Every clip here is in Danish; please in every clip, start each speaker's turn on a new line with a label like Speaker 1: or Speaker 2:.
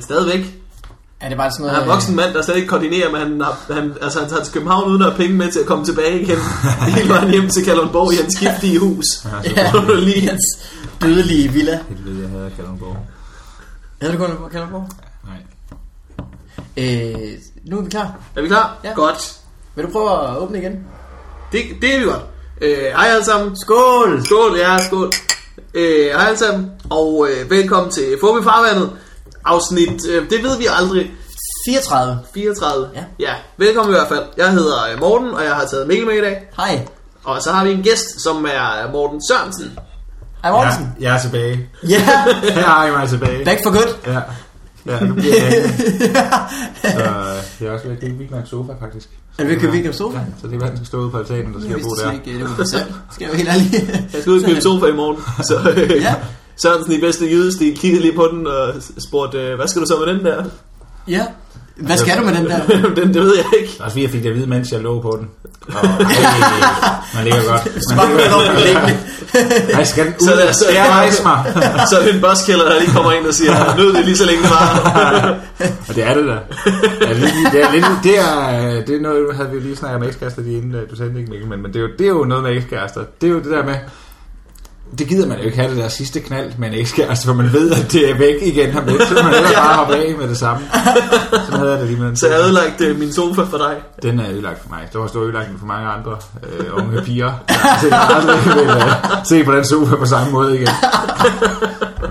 Speaker 1: Stadigvæk.
Speaker 2: Er det bare sådan
Speaker 1: Han er
Speaker 2: noget...
Speaker 1: en voksen mand, der slet ikke koordinerer, men han, har- han, altså, han tager til København uden at have penge med til at komme tilbage igen. Hele vejen hjem til Kalundborg i hans giftige hus.
Speaker 2: øh, Ja,
Speaker 1: Hvor du lige-
Speaker 2: hans dødelige villa.
Speaker 3: Helvede, jeg havde Kalundborg.
Speaker 2: Havde du kun på Kalderborg?
Speaker 3: Nej.
Speaker 2: Øh, nu er vi klar.
Speaker 1: Er vi klar?
Speaker 2: Ja.
Speaker 1: Godt.
Speaker 2: Vil du prøve at åbne igen?
Speaker 1: Det, det er vi godt. Øh, hej alle sammen. Skål! Skål, ja, skål. Øh, hej alle sammen, og øh, velkommen til Fobi Farvandet, afsnit, øh, det ved vi aldrig,
Speaker 2: 34.
Speaker 1: 34.
Speaker 2: Ja.
Speaker 1: ja. velkommen i hvert fald. Jeg hedder øh, Morten, og jeg har taget Mikkel med i dag.
Speaker 2: Hej.
Speaker 1: Og så har vi en gæst, som er øh, Morten Sørensen.
Speaker 2: Hej
Speaker 3: Ja,
Speaker 2: Mortensen.
Speaker 3: jeg er tilbage.
Speaker 2: Ja. yeah.
Speaker 3: Jeg har mig tilbage.
Speaker 2: Back for good.
Speaker 3: Ja. Ja, nu bliver jeg ikke. Så øh, jeg er også ved at købe Big Mac sofa, faktisk.
Speaker 2: Er du ved at købe Big Mac sofa?
Speaker 3: Ja, så det er vand, der står ude på altanen, der skal
Speaker 2: Jeg
Speaker 3: jeg bo
Speaker 2: vidste
Speaker 3: der.
Speaker 2: slet ikke, øh, det var det selv. Skal jeg være helt ærlig?
Speaker 1: Jeg skal ud og købe sofa i morgen, så øh,
Speaker 2: Ja.
Speaker 1: ja. Sørensen i bedste jydestil kiggede lige på den og spurgte, øh, hvad skal du så med den der?
Speaker 2: Ja. Hvad skal du med den der?
Speaker 1: den, det ved jeg ikke.
Speaker 3: Det er Også fordi jeg fik det at vide, mens jeg lå på den. Og, ej, man ligger godt. Man
Speaker 2: Bare
Speaker 3: ligger
Speaker 2: kører op på liggende.
Speaker 3: Ej, skal den ud?
Speaker 1: Så lad os-
Speaker 3: Skal jeg rejse mig?
Speaker 1: Så er det en buskælder, der lige kommer ind og siger, nu er det lige så længe bare.
Speaker 3: Og det er det da. Ja, det, er, det, er, lidt- det, er, øh, det er noget, nu havde vi jo lige snakket med ekskærester lige inden, øh, du sendte ikke, Mikkel, men, men det, er jo, det er jo noget med ekskærester. Det er jo det der med, det gider man jo ikke have det der sidste knald med en ekskæreste, for man ved, at det er væk igen om lidt, så man hellere bare hoppe af med det samme. Sådan havde jeg det lige med den.
Speaker 1: Så jeg har ødelagt øh, min sofa for dig.
Speaker 3: Den er ødelagt for mig. Det var stor ødelagt for mange andre øh, unge piger. Så jeg har aldrig vil, øh, se på den sofa på samme måde igen.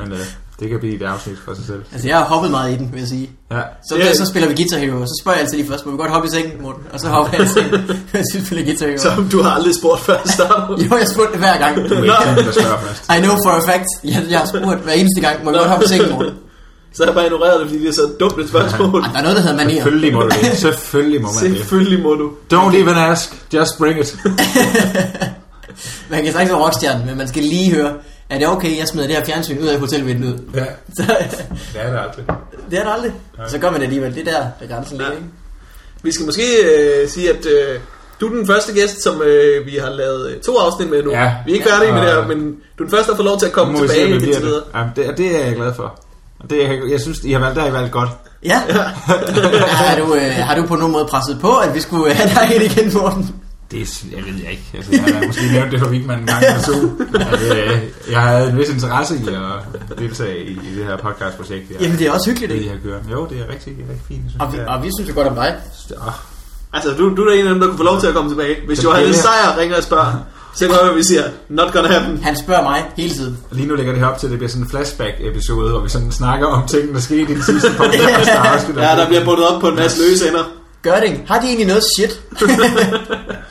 Speaker 3: Men øh, det kan blive et afsnit for sig selv.
Speaker 2: Altså, jeg har hoppet meget i den, vil jeg sige.
Speaker 3: Ja,
Speaker 2: Så,
Speaker 1: Ja.
Speaker 2: så spiller vi Guitar Hero, så spørger jeg altid lige først, må vi godt hoppe i sengen, Morten? Og så hopper jeg i sengen, og så spiller Guitar Hero.
Speaker 1: Som du har aldrig spurgt før, Stavro.
Speaker 2: Jo, jeg spurgte det hver gang.
Speaker 3: du er ikke den, der spørger først.
Speaker 2: I know for a fact. Jeg, jeg har spurgt hver eneste gang, må vi godt hoppe i sengen, Morten?
Speaker 1: Så har jeg bare ignoreret det, fordi det er så dumt et spørgsmål.
Speaker 2: Ej, der er noget, der hedder manier.
Speaker 3: Selvfølgelig må du det. Selvfølgelig må man det.
Speaker 1: Selvfølgelig må du.
Speaker 3: Don't even ask. Just bring it.
Speaker 2: Man kan sagtens være rockstjerne, men man skal lige høre, er det okay, jeg smider det her fjernsyn ud af hotelvinduet?
Speaker 3: Ja,
Speaker 2: Så,
Speaker 3: det er det aldrig.
Speaker 2: det er der aldrig. Så gør man det alligevel. Det er der, der grænsen ligger,
Speaker 1: Ja.
Speaker 2: ikke?
Speaker 1: Vi skal måske øh, sige, at øh, du er den første gæst, som øh, vi har lavet øh, to afsnit med nu.
Speaker 3: Ja.
Speaker 1: Vi er ikke færdige med det her,
Speaker 3: Og-
Speaker 1: men du er den første, der får lov til at
Speaker 3: Nu
Speaker 1: komme
Speaker 3: må vi se,
Speaker 1: tilbage
Speaker 3: om det
Speaker 1: indtil
Speaker 3: bliver
Speaker 1: videre.
Speaker 3: det. Jamen, det, det er jeg glad for. Og Det, jeg, jeg synes, I har valgt, der har I valgt godt.
Speaker 2: Ja. har, du, øh, har du på nogen måde presset på, at vi skulle øh, have dig ind igen, Morten?
Speaker 3: Det er- jeg ved jeg ikke. Altså, jeg har måske nævnt det for Vigman en gang eller to. At, øh, jeg havde en vis interesse i at deltage i, i det her podcastprojekt. Jeg,
Speaker 2: Jamen, det er også hyggeligt,
Speaker 3: det, I
Speaker 2: ikke?
Speaker 3: har gjort. Jo, det er rigtig, rigtig fint. Jeg synes,
Speaker 2: Og vi,
Speaker 3: det er-
Speaker 2: og vi synes jo godt om dig.
Speaker 3: Åh,
Speaker 1: Altså, du, du er da en af dem, der kunne få lov til at komme tilbage. Hvis
Speaker 3: Så
Speaker 1: Johannes
Speaker 3: det er-
Speaker 1: Sejer ringer og spørger, så kan vi siger, not gonna happen.
Speaker 2: Han spørger mig hele tiden.
Speaker 3: Lige nu lægger det her op til, at det bliver sådan en flashback-episode, hvor vi sådan snakker om ting, der skete i den sidste podcast. Der er også det,
Speaker 1: Ja, der bliver bundet op på en masse løse ender.
Speaker 2: Gørding, har de egentlig noget shit?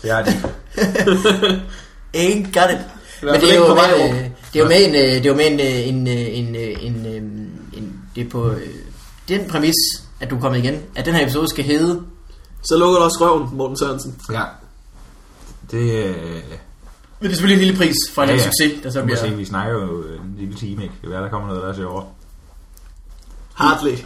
Speaker 3: Det er det.
Speaker 2: Ain't got it. Men
Speaker 1: fald
Speaker 2: det er
Speaker 1: ikke
Speaker 2: jo
Speaker 1: på vej
Speaker 2: med,
Speaker 1: over.
Speaker 2: øh, det er jo med en, øh, det er jo med en, øh, en, øh, en, øh, en, øh, en, det er på øh, den præmis, at du kommer igen, at den her episode skal hedde
Speaker 1: Så lukker du også røven, Morten Sørensen.
Speaker 3: Ja. Det, øh,
Speaker 2: Men det er selvfølgelig en lille pris for en ja, ja. succes, der så
Speaker 3: Nu må
Speaker 2: bliver...
Speaker 3: Se, vi snakker jo en lille time, ikke? Det kan være, der kommer noget, der er sjovere.
Speaker 1: Hardly.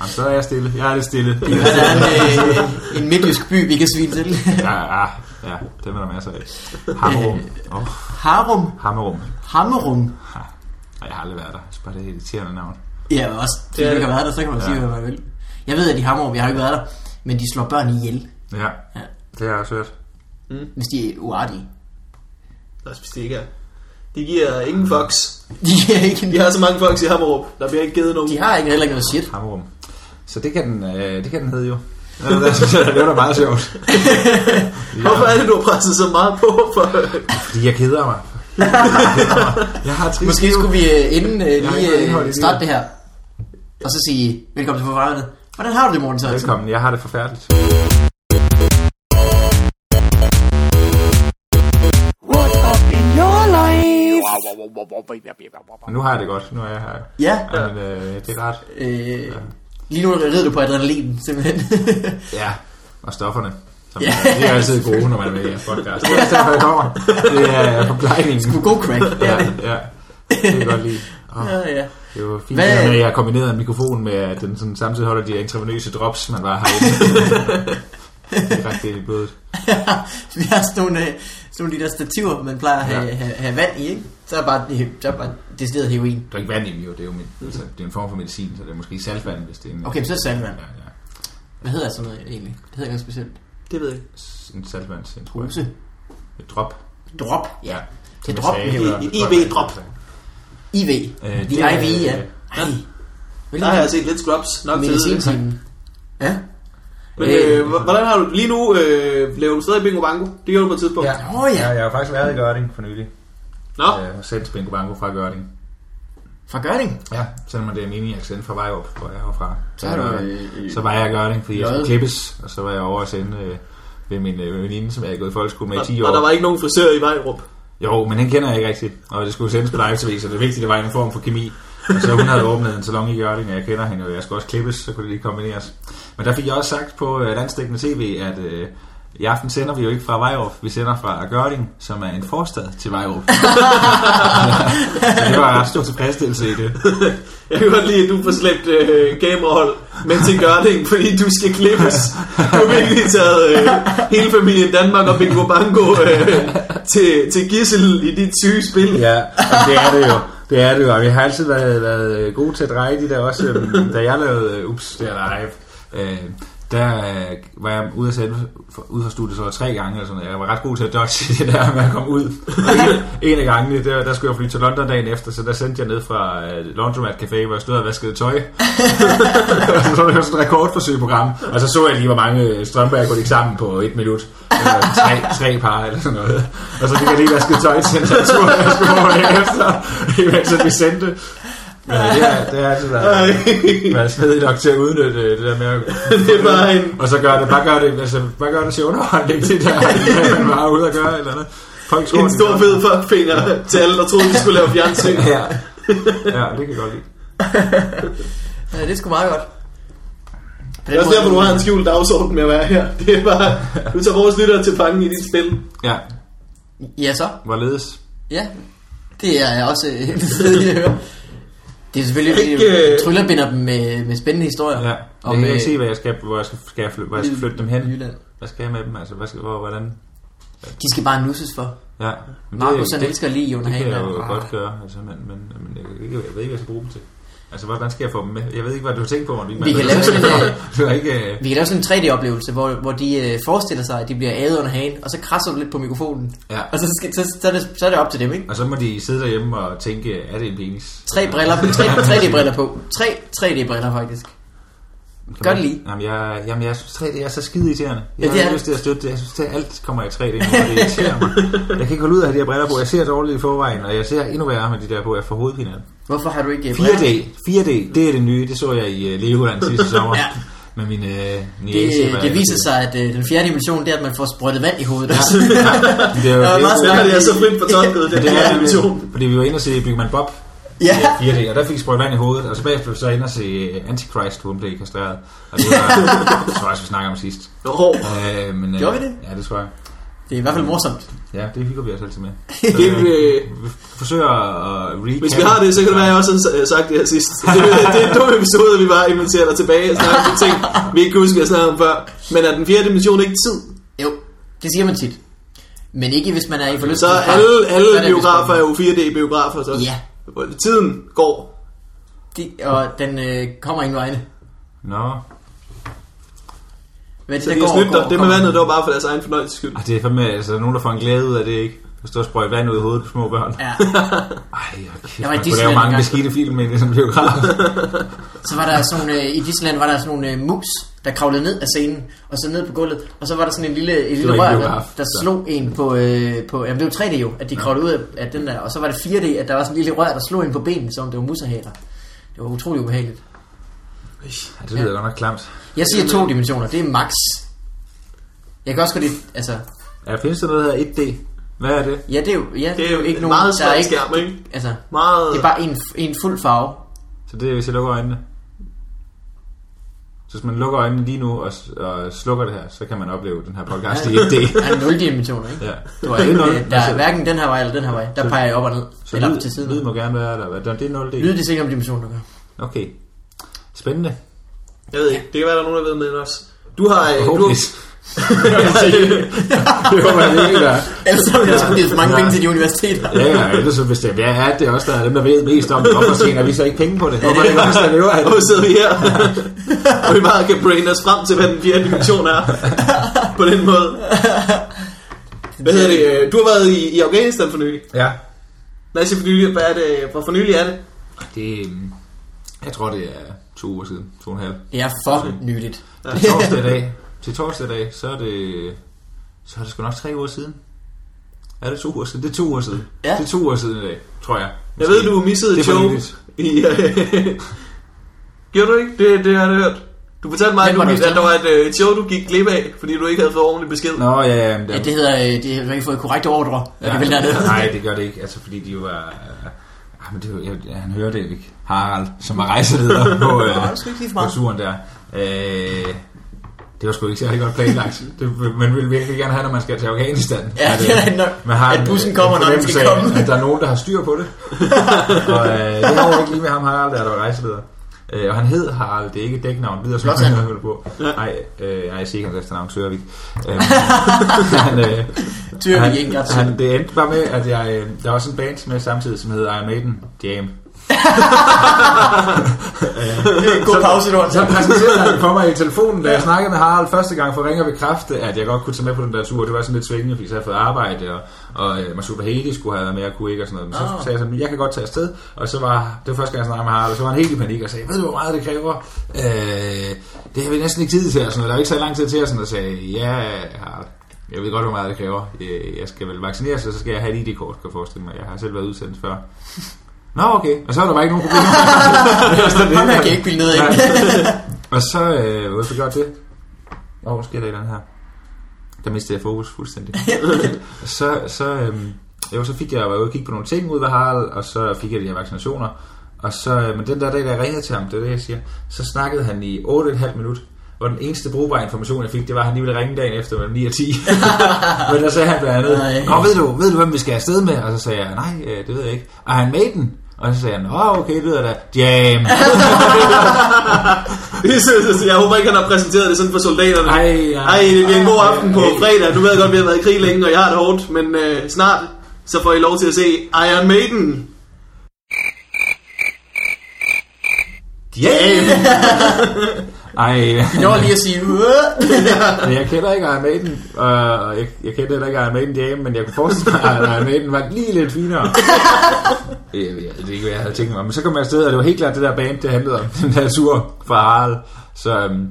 Speaker 3: Jamen, så er jeg stille. Jeg er lidt stille.
Speaker 2: Ja, der er en, øh, en midtjysk by, vi kan svine til.
Speaker 3: Ja, ja, ja. Det er der masser af. Hammerum. Oh,
Speaker 2: Harum.
Speaker 3: Hammerum.
Speaker 2: Hammerum.
Speaker 3: Ha. Ej, Jeg har aldrig været der. Så bare det er et irriterende navn.
Speaker 2: Ja, og også. Hvis
Speaker 1: Ja.
Speaker 2: du ikke har været der, så kan man
Speaker 3: Ja.
Speaker 2: sige, hvad man vil. Jeg ved, at de hammer, jeg har ikke været der, men de slår børn ihjel,
Speaker 3: Ja.
Speaker 2: Ja.
Speaker 3: Det har jeg også hørt.
Speaker 2: hvis de er uartige.
Speaker 1: Nå, hvis det ikke er. De giver ingen fucks.
Speaker 2: De er ikke...
Speaker 1: De har så mange fucks i Hammerup, der bliver ikke givet nogen.
Speaker 2: De har ikke heller ikke noget shit.
Speaker 3: Hammerum. Så det kan den, øh, det kan den hedde jo. Ja, det er- Det var da meget sjovt.
Speaker 1: Hvorfor er det, du har presset så meget på? For...
Speaker 3: Fordi jeg keder mig. Jeg har trist
Speaker 2: Måske skulle vi øh, inden øh,
Speaker 3: har
Speaker 2: lige
Speaker 3: ikke noget indhold
Speaker 2: øh,
Speaker 3: i det.
Speaker 2: starte det her, og så sige, velkommen til forvarende. Hvordan har du det, Morten Sørensen?
Speaker 3: Velkommen, jeg har det forfærdeligt.
Speaker 4: What up in your life?
Speaker 3: Men nu har jeg det godt. Nu er jeg her.
Speaker 2: Ja,
Speaker 3: Ja, men, øh, det er rart.
Speaker 2: øh, lige nu rider du på adrenalin, simpelthen.
Speaker 3: Ja, og stofferne. Som,
Speaker 2: Ja.
Speaker 3: ja. De er altid gode, når man er med i jeres podcast. Det er også derfor, jeg kommer. Det er forplejningen.
Speaker 2: Du er god crack.
Speaker 3: Ja, ja. Det kan jeg godt lide. Oh,
Speaker 2: ja, ja.
Speaker 3: det er jo fint,
Speaker 2: Hvad-
Speaker 3: det her med, at jeg har kombineret en mikrofon med, at den sådan, samtidig holder de her intravenøse drops, man bare har inde. det er ret delt i blodet.
Speaker 2: vi har sådan nogle, øh, Så nogle af de der stativer, man plejer at have,
Speaker 3: Ja.
Speaker 2: have, have vand i, ikke? Så er bare, så er bare decideret heroin.
Speaker 3: Der er ikke vand i dem, jo. Det er jo min, altså, det er en form for medicin, så det er måske saltvand, hvis det er en...
Speaker 2: Okay, så er det saltvand.
Speaker 3: Ja, ja.
Speaker 2: Hvad hedder sådan noget egentlig? Det hedder ikke noget specielt.
Speaker 1: Det ved jeg ikke.
Speaker 3: S- En saltvand. En
Speaker 2: Bruse.
Speaker 3: Et drop.
Speaker 2: Drop. Ja. Det
Speaker 3: Som jeg
Speaker 2: drop.
Speaker 3: sagde,
Speaker 2: Det
Speaker 3: eller-
Speaker 1: et IV-drop.
Speaker 2: IV.
Speaker 3: Øh,
Speaker 2: De
Speaker 3: det er-
Speaker 2: IV, ja.
Speaker 3: Ja.
Speaker 2: Ej. Vel,
Speaker 1: Der har jeg set lidt scrubs nok til. det.
Speaker 2: medicintimen. Ja.
Speaker 1: Men øh, h- hvordan har du lige nu øh, laver du stadig bingo bango? Det gjorde du på et tidspunkt.
Speaker 3: Ja.
Speaker 2: Åh
Speaker 3: Ja,
Speaker 2: ja.
Speaker 3: jeg har faktisk været i Gørding for nylig. Øh,
Speaker 1: Nå,
Speaker 3: Jeg har sendt Bingo Bango fra Gørding.
Speaker 2: Fra Gørding.
Speaker 3: Ja, selvom det er min accent fra Vejrup, hvor jeg er fra.
Speaker 2: Så har du,
Speaker 3: var-
Speaker 2: øh,
Speaker 3: så var jeg i Gørding, fordi jeg
Speaker 2: Løjet.
Speaker 3: skulle klippes, og så var jeg over og sende øh, ved min øh, veninde, som jeg havde gået i folkeskole med i 10
Speaker 1: og,
Speaker 3: år.
Speaker 1: og der var ikke nogen frisør i Vejrup.
Speaker 3: Jo, men den kender jeg ikke rigtigt, og det skulle sendes på live tv, så det vigtige det var en form for kemi. Og så hun havde åbnet en salon i Jørgen, og jeg kender hende, og jeg skulle også klippes, så kunne det lige kombineres. Men der fik jeg også sagt på øh, landstækkende tv, at øh, i aften sender vi jo ikke fra Vejrup, vi sender fra Gørding, som er en forstad til Vejrup. så det var ret stor tilfredsstillelse i det.
Speaker 1: Jeg kan godt lide, at du får slæbt øh, kamerahold med til Gørding, fordi du skal klippes. Du har virkelig taget øh, hele familien Danmark og Bingo Bango øh, til, til gissel i dit syge spil.
Speaker 3: Ja, og det er det jo. Det er det jo, og vi har altid været, været øh, gode til at dreje de der også. øhm, Da jeg lavede øh, Ups, det er live, øh, der øh, var jeg ude, at sende, for, ude fra studiet så var tre gange, eller sådan noget. jeg var ret god til at dodge det der med at komme ud. Og en, en af gangene, der, der skulle jeg flyve til London dagen efter, så der sendte jeg ned fra øh, Laundromat Café, hvor jeg stod og vaskede tøj. Altså, så var det jo sådan et rekordforsøgprogram, og så så jeg lige, hvor mange øh, strømper jeg kunne lægge sammen på et minut. Eller tre, tre par eller sådan noget. Og så fik jeg lige vasket tøj til en tur, jeg skulle over efter, imens at vi sendte. Ja, det har, det har altid været, været svedigt nok til at udnytte øh, det der med at...
Speaker 1: Det var en
Speaker 3: Og så gør det, bare gør det, altså, bare gør det til underholdning, det der, man bare er ude og gøre et eller andet. Folk tror,
Speaker 1: En
Speaker 3: det
Speaker 1: stor
Speaker 3: gør-
Speaker 1: fed finger til alle, der troede, de skulle lave fjernsyn.
Speaker 3: Ja. ja, det kan jeg godt lide.
Speaker 2: Ja, det er sgu meget godt. På den
Speaker 1: Det er også
Speaker 2: måde-
Speaker 1: derfor, du har en skjult dagsorden med at være her. Det er bare, du tager vores lyttere til fange i dit spil.
Speaker 3: Ja,
Speaker 2: Ja, så.
Speaker 3: hvorledes?
Speaker 2: Ja. Det er jeg også øh, fedt at høre. Det er selvfølgelig,
Speaker 1: Ikke,
Speaker 2: fordi
Speaker 1: øh,
Speaker 2: øh... tryllerbinder dem med, med spændende historier.
Speaker 3: Ja, jeg
Speaker 2: Om,
Speaker 3: kan
Speaker 2: øh,
Speaker 3: ikke se, hvad jeg skal, hvor jeg skal, skal jeg flytte, hvor jeg skal flytte dem hen.
Speaker 2: Jylland.
Speaker 3: Hvad skal jeg med dem? Altså, hvad skal, hvor, hvordan?
Speaker 2: De skal bare nusses for.
Speaker 3: Ja. Men
Speaker 2: Markus, han
Speaker 3: det,
Speaker 2: elsker lige Jon
Speaker 3: det kan jeg
Speaker 2: Hagemann.
Speaker 3: jo
Speaker 2: Ah.
Speaker 3: godt gøre, altså, men, men, men jeg, kan ikke, jeg ved ikke, hvad jeg skal bruge dem til. Altså, hvordan skal jeg få dem med? Jeg ved ikke, hvad du har tænkt på, Morten.
Speaker 2: Vi kan lave sådan en, øh,
Speaker 3: Du har ikke... øh,
Speaker 2: Vi kan lave sådan en 3D-oplevelse, hvor, hvor de øh, forestiller sig, at de bliver ædet under hagen, og så krasser du lidt på mikrofonen.
Speaker 3: Ja.
Speaker 2: Og så, skal, så, så, er det, så er det op til dem, ikke?
Speaker 3: Og så må de sidde derhjemme og tænke, er det en penis?
Speaker 2: Tre briller, tre, 3D-briller på. Tre 3D-briller, faktisk.
Speaker 3: Kan
Speaker 2: Gør
Speaker 3: man-
Speaker 2: det lige.
Speaker 3: Jamen, jeg, jamen, jeg synes 3D er så skide irriterende.
Speaker 2: Ja,
Speaker 3: Jeg ja,
Speaker 2: det
Speaker 3: det
Speaker 2: er
Speaker 3: har lyst til at støtte det. Jeg synes, at alt kommer i 3D, nu, og det irriterer mig. Jeg kan ikke holde ud af at have de her briller på. Jeg ser dårligt i forvejen, og jeg ser endnu værre med de der på. Jeg får hovedpine.
Speaker 2: Hvorfor har du ikke øh, briller?
Speaker 3: 4D, 4D, det er det nye. Det så jeg i øh, Legoland sidste sommer.
Speaker 2: Ja.
Speaker 3: ja. Med min øh, niece.
Speaker 2: Det,
Speaker 3: eller-
Speaker 2: det viser sig, at øh, den fjerde dimension, det er, at man får sprøjtet vand i hovedet. Ja.
Speaker 3: Men Det er jo
Speaker 2: Der var meget
Speaker 1: Der
Speaker 2: snak
Speaker 1: har det er så frit fortolket, den
Speaker 3: Men det
Speaker 1: her
Speaker 3: er
Speaker 1: dimension.
Speaker 3: nemlig- Fordi vi var inde og se Bygman Bob
Speaker 2: ja.
Speaker 3: i 4D, og der fik sprøjt vand i hovedet, og så bagefter blev vi så inde og se øh, Antichrist, hvor hun blev kastreret. Og det var, det tror jeg også, vi snakker om sidst.
Speaker 1: Nå,
Speaker 3: Øh, men, øh,
Speaker 2: Gjorde vi det?
Speaker 3: Ja, det tror jeg.
Speaker 2: Det er i hvert fald morsomt.
Speaker 3: Ja, det hygger vi os altid med. øh,
Speaker 1: Det vil-
Speaker 2: øh,
Speaker 3: vi forsøger at recap.
Speaker 1: Hvis vi har det, så kan det være, at jeg også har sagt det her sidst. Det, det er en dum episode, at vi bare inviterer dig tilbage og snakker om de ting, vi ikke husker, at snakke om før. Men er den fjerde dimension ikke tid?
Speaker 2: Jo, det siger man tit. Men ikke, hvis man er i forløb.
Speaker 1: Så er alle, alle biografer er jo 4D-biografer, så
Speaker 2: Ja,
Speaker 1: tiden går.
Speaker 2: det, og den øh, kommer ingen vegne.
Speaker 3: Nå,
Speaker 2: Hvad er det,
Speaker 1: Så
Speaker 2: der
Speaker 1: de har
Speaker 2: går,
Speaker 1: snydt
Speaker 2: går,
Speaker 1: dig. Det med
Speaker 2: kommer-
Speaker 1: vandet, det var bare for deres egen fornøjelses skyld.
Speaker 3: Ej, det er fandme, altså, der er nogen, der får en glæde ud af det, ikke? Der står og sprøjter vand ud i hovedet på små børn.
Speaker 2: Ja,
Speaker 3: Ej, hvor kæft,
Speaker 2: Jeg var i
Speaker 3: man
Speaker 2: Disneyland
Speaker 3: kunne lave mange
Speaker 2: engang.
Speaker 3: beskidte film ind i sådan en biograf.
Speaker 2: så var der sådan, øh, i Disneyland var der sådan nogle øh, mus, der kravlede ned af scenen, og så ned på gulvet, og så var der sådan en lille, en lille
Speaker 3: var
Speaker 2: rør,
Speaker 3: ikke
Speaker 2: der,
Speaker 3: biograf,
Speaker 2: der
Speaker 3: så.
Speaker 2: slog en på, øh, på, jamen det var 3D jo, at de kravlede ud af, af den der, og så var det 4D, at der var sådan en lille rør, der slog en på benene, som om det var mussehaler. Det var utrolig ubehageligt.
Speaker 3: Ej, det lyder godt nok klamt.
Speaker 2: Jeg siger to dimensioner, det er max. Jeg kan også godt lide, altså,
Speaker 3: Ja, findes der noget, der hedder 1D? Hvad er det?
Speaker 2: ja det er jo, ja,
Speaker 1: Det er jo
Speaker 2: ikke
Speaker 1: en
Speaker 2: nogen,
Speaker 1: meget
Speaker 2: der er
Speaker 1: svag
Speaker 2: ikke,
Speaker 1: skærm, ikke?
Speaker 2: altså,
Speaker 1: Meget...
Speaker 2: det er bare en, en fuld farve.
Speaker 3: Så det er, hvis jeg lukker øjnene. Så hvis man lukker øjnene lige nu og, og slukker det her, så kan man opleve den her podcast i 1D.
Speaker 2: Der er nul dimensioner, ikke?
Speaker 3: Ja.
Speaker 2: Du har
Speaker 3: Det er
Speaker 2: ikke,
Speaker 3: nul. Altså,
Speaker 2: øh, der er hverken den her vej eller den her vej. Der peger jeg op og ned.
Speaker 3: Så
Speaker 2: eller
Speaker 3: lyd,
Speaker 2: op til siden.
Speaker 3: lyd må gerne være der. hvad? Det er 0D.
Speaker 2: Lyd det sikkert om dimensioner, du gør.
Speaker 3: Okay. Spændende.
Speaker 1: Jeg ved ikke, det kan være, der er nogen, der ved med end os. Du har, øh, du,
Speaker 3: Forhåbentlig. Det var man virkelig der.
Speaker 2: Ellers har vi også givet for mange
Speaker 3: Ja.
Speaker 2: penge til de universiteter.
Speaker 3: Ja, ja, ellers så hvis det er, at det er også der er dem, der ved mest om det, hvorfor tjener vi så ikke penge på det? Hvorfor er det også, der lever
Speaker 1: Og
Speaker 3: af det?
Speaker 1: nu sidder vi her, og vi bare kan brain os frem til, hvad den fjerde dimension er. På den måde. Hvad hedder det? øh, Du har været i, i Afghanistan for nylig.
Speaker 3: Ja,
Speaker 1: Hvad er det for nylig? Hvad er det? Hvor for nylig er det?
Speaker 3: det øhm, jeg tror, det er to uger siden, to og en halv.
Speaker 2: Det er for nyligt.
Speaker 3: Til torsdag i dag, til torsdag i dag, så er det, så er det sgu nok tre uger siden. Er det to uger siden? Det er to uger siden.
Speaker 2: Ja.
Speaker 3: Det er to uger siden i dag, tror jeg.
Speaker 1: Jeg ved, du missede
Speaker 3: Det er
Speaker 1: et
Speaker 3: for
Speaker 1: show.
Speaker 3: nyligt.
Speaker 1: I, øh, Gjorde du ikke? Det, det har jeg hørt. Du fortalte mig, at, du,
Speaker 2: Den var der
Speaker 1: at
Speaker 2: bestemt.
Speaker 1: der var et, øh, et show, du gik glip af, fordi du ikke havde fået ordentlig besked.
Speaker 3: Nå, ja, ja. men
Speaker 2: Ja, det hedder, øh, det, du har ikke fået korrekte ordre. Ja. Det vel dernede.
Speaker 3: Nej, det gør det ikke, altså fordi de jo var... Øh, ah, men det, var- jeg, jeg- han hører det ikke. Harald, som var rejseleder på, øh,
Speaker 2: det er sgu ikke lige for
Speaker 3: på
Speaker 2: meget.
Speaker 3: turen der. Øh, det var sgu ikke særlig godt planlagt. Det, vil- man vil virkelig gerne have, når man skal til Afghanistan. øh,
Speaker 2: Ja, det er rigtigt nok.
Speaker 3: man har
Speaker 2: At
Speaker 3: en-
Speaker 2: bussen
Speaker 3: en
Speaker 2: kommer, når den skal
Speaker 3: fornemmelse af,
Speaker 2: komme.
Speaker 3: At der er nogen, der har styr på det. og øh, det har jo ikke lige med ham, Harald, der, der var rejseleder. Øh, og han hed Harald, det er ikke et dæknavn, videre som
Speaker 2: Flot,
Speaker 3: han
Speaker 2: han.
Speaker 3: hører på. Nej, øh, nej, jeg siger ikke hans efternavn, Sørvik. Øh, han, øh,
Speaker 2: Tyr vi ikke
Speaker 3: han,
Speaker 2: engang
Speaker 3: han, det endte bare med, at jeg, øh, der var sådan en band med samtidig, som hedder Iron Maiden Jam.
Speaker 2: God pause, du har
Speaker 3: Så præsenterede han for mig i telefonen, da jeg snakkede med Harald første gang, for ringer vi kræfte, at jeg godt kunne tage med på den der tur. Det var sådan lidt svingende, fordi så havde jeg fået arbejde, og, og øh, Masuda Hedi skulle have været med, og kunne ikke, og sådan noget. Men så
Speaker 2: Ah.
Speaker 3: sagde jeg sådan, jeg kan godt tage afsted. Og så var, det var første gang, jeg snakkede med Harald, og så var han helt i panik og sagde, ved du, hvor meget det kræver? Øh, det har vi næsten ikke tid til, og sådan noget. Der er ikke så lang tid til, og sådan noget. Og sagde, ja, Harald, jeg ved godt, hvor meget det kræver. Øh, Jeg skal vel vaccineres, og så skal jeg have et ID-kort, kan jeg forestille mig. Jeg har selv været udsendt før. Nå, okay. Og så var der bare ikke nogen problemer. Det var sådan lidt-
Speaker 2: Håndværk kan ikke bilde ned, ikke?
Speaker 3: Nej. Og så, øh, hvorfor gør jeg det? Åh, hvor sker der et eller andet her? Der mistede jeg fokus fuldstændig. Og så, så, øh, jo, så fik jeg, jeg var ude og kigge på nogle ting ud ved Harald, og så fik jeg de her vaccinationer. Og så, øh, men den der dag, da jeg ringede til ham, det er det, jeg siger, så snakkede han i 8,5 minut. Og den eneste brugbare information, jeg fik, det var, at han lige ville ringe dagen efter mellem 9 og 10. men der sagde han blandt
Speaker 2: Nej.
Speaker 3: andet, Nå, ved du, ved du, hvem vi skal afsted med? Og så sagde jeg, nej, øh, det ved jeg ikke. Og han Maiden? Og så sagde han, åh, okay, det lyder da, jam.
Speaker 1: jeg håber ikke, han har præsenteret det sådan for soldaterne.
Speaker 3: Ej, ja.
Speaker 1: Ej, det bliver en god
Speaker 3: Ej,
Speaker 1: aften på
Speaker 3: ej.
Speaker 1: fredag. Nu ved jeg godt, vi har været i krig længe, og jeg har det hårdt. Men øh, snart, så får I lov til at se Iron Maiden.
Speaker 3: Yeah! Ej,
Speaker 2: Jeg var lige at sige, "Uah."
Speaker 3: men jeg kender ikke Iron Maiden, og og jeg, jeg kender heller ikke Iron Maiden Jam, men jeg kunne forestille mig, at Iron Maiden var lige lidt finere. Øh, Jeg ved ikke, hvad jeg havde tænkt mig, men så kom jeg afsted, og det var helt klart det der band, det handlede om, den der tur fra Harald. Så, øhm,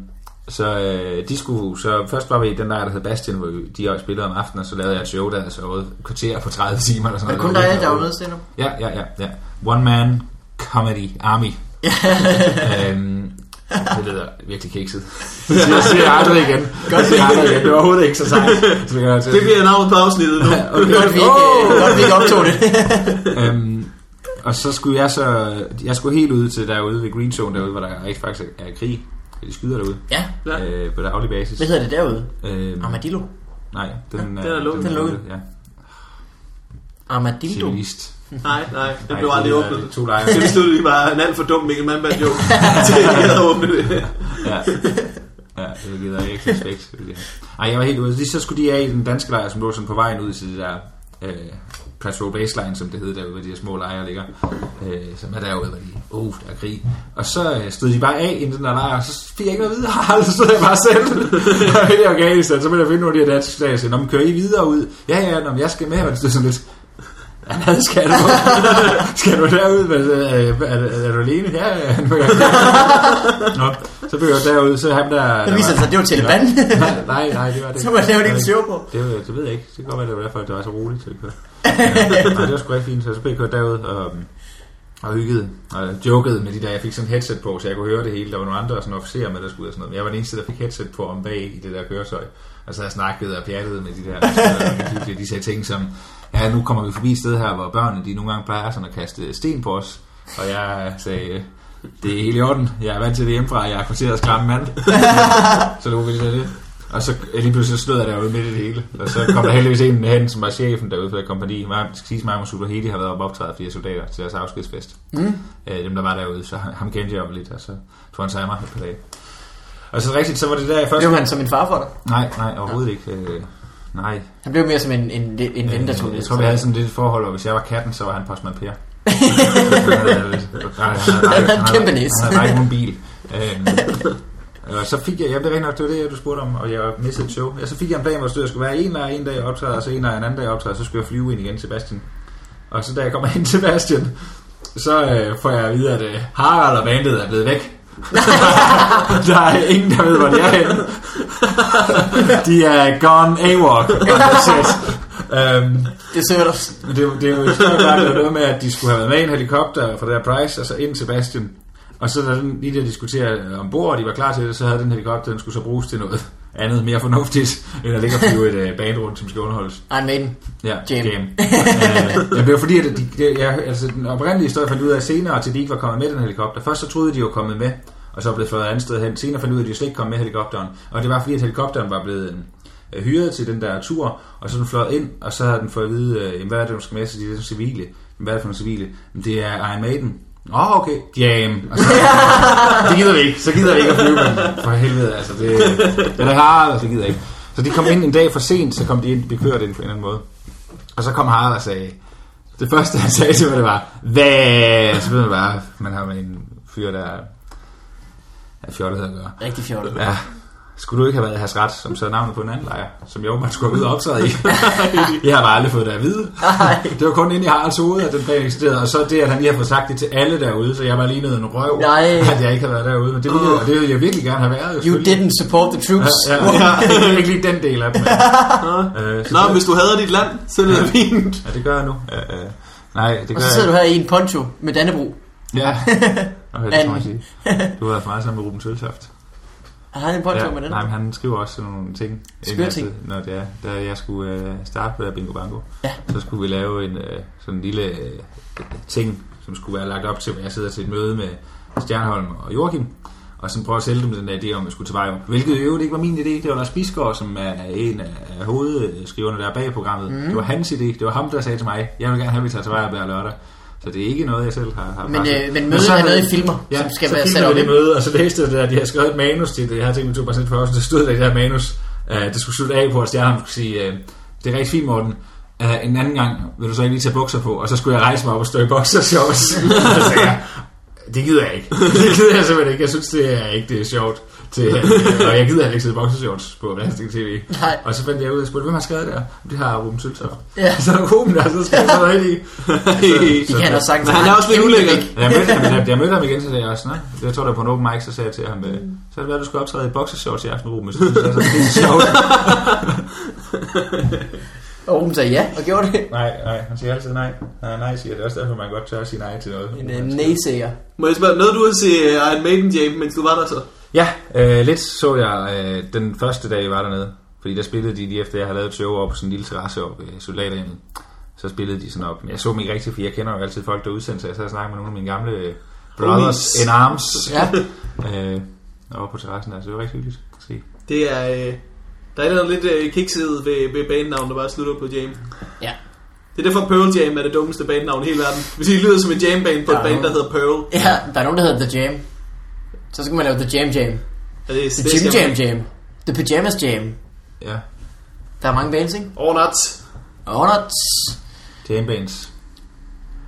Speaker 3: så øh, de skulle, så først var vi i den der, der hed Bastian, hvor de også spillede om aftenen, og så lavede jeg et show, der havde sovet et kvarter på 30 timer eller
Speaker 2: Er
Speaker 3: sådan
Speaker 2: det kun dig, der var med stand
Speaker 3: Ja, ja, ja, ja. One man comedy army. øhm, det lyder virkelig kikset. Det siger jeg siger aldrig igen. Det siger jeg aldrig igen. Det var overhovedet ikke så sejt. Det, gør jeg til.
Speaker 1: Det bliver navnet på afsnittet nu.
Speaker 2: Godt, vi ikke, øh, godt, vi ikke optog det.
Speaker 3: øhm, og så skulle jeg så... Jeg skulle helt ud til derude ved Green Zone derude, hvor der rent faktisk er krig. De skyder derude
Speaker 2: Ja,
Speaker 1: Ja.
Speaker 3: øh, på daglig basis.
Speaker 2: hvad hedder det derude?
Speaker 3: Øhm,
Speaker 2: Armadillo.
Speaker 3: nej, den,
Speaker 1: den er lukket.
Speaker 2: Den er lukket.
Speaker 3: Ja.
Speaker 2: Armadillo.
Speaker 3: Civilist.
Speaker 1: Nej, nej, det
Speaker 3: Nej,
Speaker 1: blev aldrig
Speaker 3: det er-
Speaker 1: åbnet.
Speaker 3: det er to lejre.
Speaker 1: Det besluttede I bare en alt for dum Mikkel Mandberg joke, til at I havde åbnet det.
Speaker 3: Ja. Ja, det gider jeg ikke respekt. vil jeg. Ej, jeg var helt ude. Lige så skulle de af i den danske lejr, som lå sådan på vejen ud til det der øh, Plateau Baseline, som det hed derude, hvor de her små lejre ligger. Øh, som er derude, hvor de, oh, der er krig. Og så øh, stod de bare af i den der lejr, og så fik jeg ikke noget videre. Harald, så stod jeg bare selv. og helt i Afghanistan, så ville jeg finde nogle af de her danske stager, og sagde, "Nå, men kører I videre ud? Ja, ja, nå, men jeg skal med, og det stod sådan lidt, han havde skal du, skal du derud? Hvad, øh, er, er, er, du alene? Ja, ja, han vil gerne. Nå, så blev jeg derud, så ham der...
Speaker 2: Det viser sig, at det var Taliban.
Speaker 3: Nej, nej, nej, det var det.
Speaker 2: Så må jeg lave det en show på.
Speaker 3: Det, var- det ved jeg ikke. Det kan godt være, det var derfor, at det var så roligt. Så det kørte. Ja, nej, det var sgu rigtig fint. Så så blev jeg kørt derud og, øhm, og hyggede og jokede med de der. Jeg fik sådan et headset på, så jeg kunne høre det hele. Der var nogle andre sådan officerer med, der skulle ud og sådan noget. Men jeg var den eneste, der fik headset på om bag i det der køretøj. Og så havde jeg snakket og pjattet med de der. der spillede hyggeligt. de sagde ting som, ja, nu kommer vi forbi et sted her, hvor børnene de nogle gange plejer sådan at kaste sten på os. Og jeg sagde, det er helt i orden. Jeg er vant til det hjemmefra. Jeg er kvarteret skræmme mand. Så lå vi lidt af det. Og så øh, lige pludselig så stod jeg derude midt i det hele. Og så kom der heldigvis en hen, som var chefen derude for det kompagni. Mig- Det skal siges, mig og Masuda Hedi har været op optræde for de her soldater til deres afskedsfest. Mm. Øh, dem, der var derude, så ham ham kendte jeg jo lidt, og så tog han sig af mig et par dage. Og så rigtigt, så var det der, jeg først...
Speaker 2: Blev han som en far for dig?
Speaker 3: Nej, nej, overhovedet ikke. Øh, nej. Øh,
Speaker 2: Han blev mere som en, en, en ven, der tog
Speaker 3: jeg
Speaker 2: lidt.
Speaker 3: tror, vi havde sådan et lille forhold, hvor hvis jeg var katten, så var han postmand Per. han havde lidt- han havde- han havde-
Speaker 2: Kæmpe næse.
Speaker 3: Han havde bare ikke nogen bil. Øhm, og så fik jeg, jamen det var nok, det var det, du spurgte om, og jeg missede et show. Ja, så fik jeg en plan, hvor der stod, at jeg skulle være en lejr en dag optræde, og så en lejr en anden dag optræde, og så skulle jeg flyve ind igen til Sebastian. Og så da jeg kommer ind til Sebastian, så øh, får jeg at vide, at øh, Harald og bandet er blevet væk. der er ingen, der ved, hvor de er henne. de er gone AWOC. Øhm,
Speaker 2: Det søger dig.
Speaker 3: men det, det er jo sjovt, der er noget med, at de skulle have været med i en helikopter fra der Price, og så ind til Sebastian. Og så da den, lige der diskuterede ombord, og de var klar til det, så havde den helikopter, den skulle så bruges til noget andet mere fornuftigt, end at ligge og flyve et øh, band rundt, som skal underholdes.
Speaker 2: Iron Maiden.
Speaker 3: Ja,
Speaker 2: Jam.
Speaker 3: jam. jam. øh, det var fordi, at de, de, jeg, altså, den oprindelige historie fandt ud af senere, til de ikke var kommet med den helikopter. Først så troede de, de var kommet med, og så blev fløjet andet sted hen. Senere fandt de ud af, at de slet ikke kom med helikopteren. Og det var fordi, at helikopteren var blevet øh, hyret til den der tur, og så er den fløjet ind, og så havde den fået at vide, øh, jamen, hvad er det, du skal med, så de er sådan civile. Hvad er det for nogle civile? "Jamen, Det er Iron Maiden. Åh, oh, okay. Jam. Og så, det gider vi ikke. Så gider vi ikke at flyve. men For helvede, altså. Det, det er da hardt, så gider jeg ikke. Så de kom ind en dag for sent, så kom de ind og blev kørt ind på en eller anden måde. Og så kom Harald og sagde, det første han sagde til mig, det var, hvad? Og Så ved man bare, man har med en fyr, der er er fjollet at gøre.
Speaker 2: Rigtig fjollet.
Speaker 3: Ja, skulle du ikke have været hans ret, som sad navnet på en anden lejr, som jeg åbenbart skulle have ud og optræde i. jeg har bare aldrig fået det at vide. det var kun inde i Haralds hoved, at den plan eksisterede, og så det, at han lige har fået sagt det til alle derude, så jeg var lige nede en røv,
Speaker 2: Nej.
Speaker 3: at jeg ikke havde været derude. Men det ville, jeg, og det ville jeg virkelig gerne have været. jo,
Speaker 2: You
Speaker 3: selvfølgelig.
Speaker 2: didn't support the troops.
Speaker 3: Ja, ja. Jeg kan ikke lige den del af dem.
Speaker 1: Nå,
Speaker 3: Øh, så
Speaker 1: Nå,
Speaker 3: det-
Speaker 1: hvis du hader dit land, så er det fint.
Speaker 3: Ja, det gør jeg nu. Ja, ja. Nej, det gør
Speaker 2: Og så
Speaker 3: jeg
Speaker 2: sidder
Speaker 3: ikke.
Speaker 2: du her i en poncho med Dannebro.
Speaker 3: Ja. Okay, det kan man
Speaker 2: Anden.
Speaker 3: sige. Du har været for meget sammen med Ruben Søltoft.
Speaker 2: Har han en poncho med
Speaker 3: nej, men
Speaker 2: Dannebro?
Speaker 3: han skriver også sådan nogle ting.
Speaker 2: Skøre
Speaker 3: inden jeg
Speaker 2: ting.
Speaker 3: tid- Når det er, da jeg skulle øh, starte med Bingo Bango,
Speaker 2: Ja.
Speaker 3: så skulle vi lave en øh, sådan en lille øh, ting, som skulle være lagt op til, at jeg sidder til et møde med Stjernholm og Joachim, og så prøver at sælge dem den idé om, at jeg skulle til vej Hvilket i øvrigt ikke var min idé, det var Lars Bisgaard, som er en af hovedskriverne der er bag programmet.
Speaker 2: Mhm.
Speaker 3: Mm. Det var hans idé, det var ham, der sagde til mig, jeg vil gerne have, at vi tager til vej hver lørdag. Så det er ikke noget, jeg selv har, har
Speaker 2: Men, øh,
Speaker 3: presset.
Speaker 2: men mødet
Speaker 3: så
Speaker 2: er
Speaker 3: havde-
Speaker 2: noget, I filmer, som skal
Speaker 3: så
Speaker 2: være
Speaker 3: filmede
Speaker 2: sat op,
Speaker 3: vi det
Speaker 2: ikke?
Speaker 3: møde, og så læste jeg det der, de havde skrevet et manus til det. Jeg havde tænkt mig, to bare for os, så stod der i det her manus. Uh, det skulle slutte af på, at Stjernholm skulle sige, uh, det er rigtig fint, Morten. Uh, en anden gang vil du så ikke lige tage bukser på, og så skulle jeg rejse mig op og stå i boxershorts. så sagde jeg, det gider jeg ikke. Det gider jeg simpelthen ikke. Jeg synes, det er ikke det er sjovt. Til, øh, og jeg gider heller ikke sidde i boxershorts på Vandstik TV.
Speaker 2: Nej.
Speaker 3: Og så fandt jeg ud af, at hvem har skrevet det her? Det har Ruben Søltoft.
Speaker 2: Ja.
Speaker 3: Så er der Ruben der, så skal jeg så ind i.
Speaker 1: Det
Speaker 2: Det kan han også sagtens.
Speaker 1: Men han er også lidt
Speaker 2: Kæmpe
Speaker 1: ulækker.
Speaker 2: blik.
Speaker 3: Da jeg mødte ham, da jeg mødte ham igen, så sagde jeg også, nej, jeg tror, der var på en open mic, så sagde jeg til ham, øh, så er det været, du skulle optræde i boxershorts i aften, Ruben. Så synes jeg, så det er sjovt.
Speaker 2: Og Ruben sagde ja, og gjorde det.
Speaker 3: Nej, nej, han siger altid nej. Nej, nej, siger jeg. det er også derfor, man godt tør at sige nej til noget.
Speaker 2: En øh, nej-sager.
Speaker 1: Må jeg spørge, nåede du at se øh, Iron Maiden, James, mens du var der så?
Speaker 3: Ja, øh, lidt så jeg øh, den første dag, jeg var dernede. Fordi der spillede de lige efter, jeg havde lavet et show op på sådan en lille terrasse op ved soldaterne. Så spillede de sådan op. Men jeg så dem ikke rigtigt, for jeg kender jo altid folk, der udsendt sig. Jeg sad og snakkede med nogle af mine gamle øh, brothers
Speaker 1: Homies.
Speaker 3: in arms.
Speaker 2: Ja.
Speaker 3: Øh, over på terrassen der, så det var rigtig hyggeligt at se.
Speaker 1: Det er... Øh, der er et eller andet lidt øh, kikset ved, ved banenavn, der bare slutter på James.
Speaker 2: Ja.
Speaker 1: Det er derfor Pearl Jam er det dummeste banenavn i hele verden. Hvis I lyder som en jamband på
Speaker 2: Ja.
Speaker 1: et band, der hedder Pearl.
Speaker 2: ja, der er nogen, der hedder The Jam. Så skal man lave The Jam Jam.
Speaker 1: Er det,
Speaker 2: The
Speaker 1: det
Speaker 2: Jim
Speaker 1: skal man-
Speaker 2: Jam Jam. The Pyjamas Jam.
Speaker 3: Ja,
Speaker 2: Der er mange bands, ikke?
Speaker 1: Or not.
Speaker 2: Og nuts.
Speaker 3: Jambands.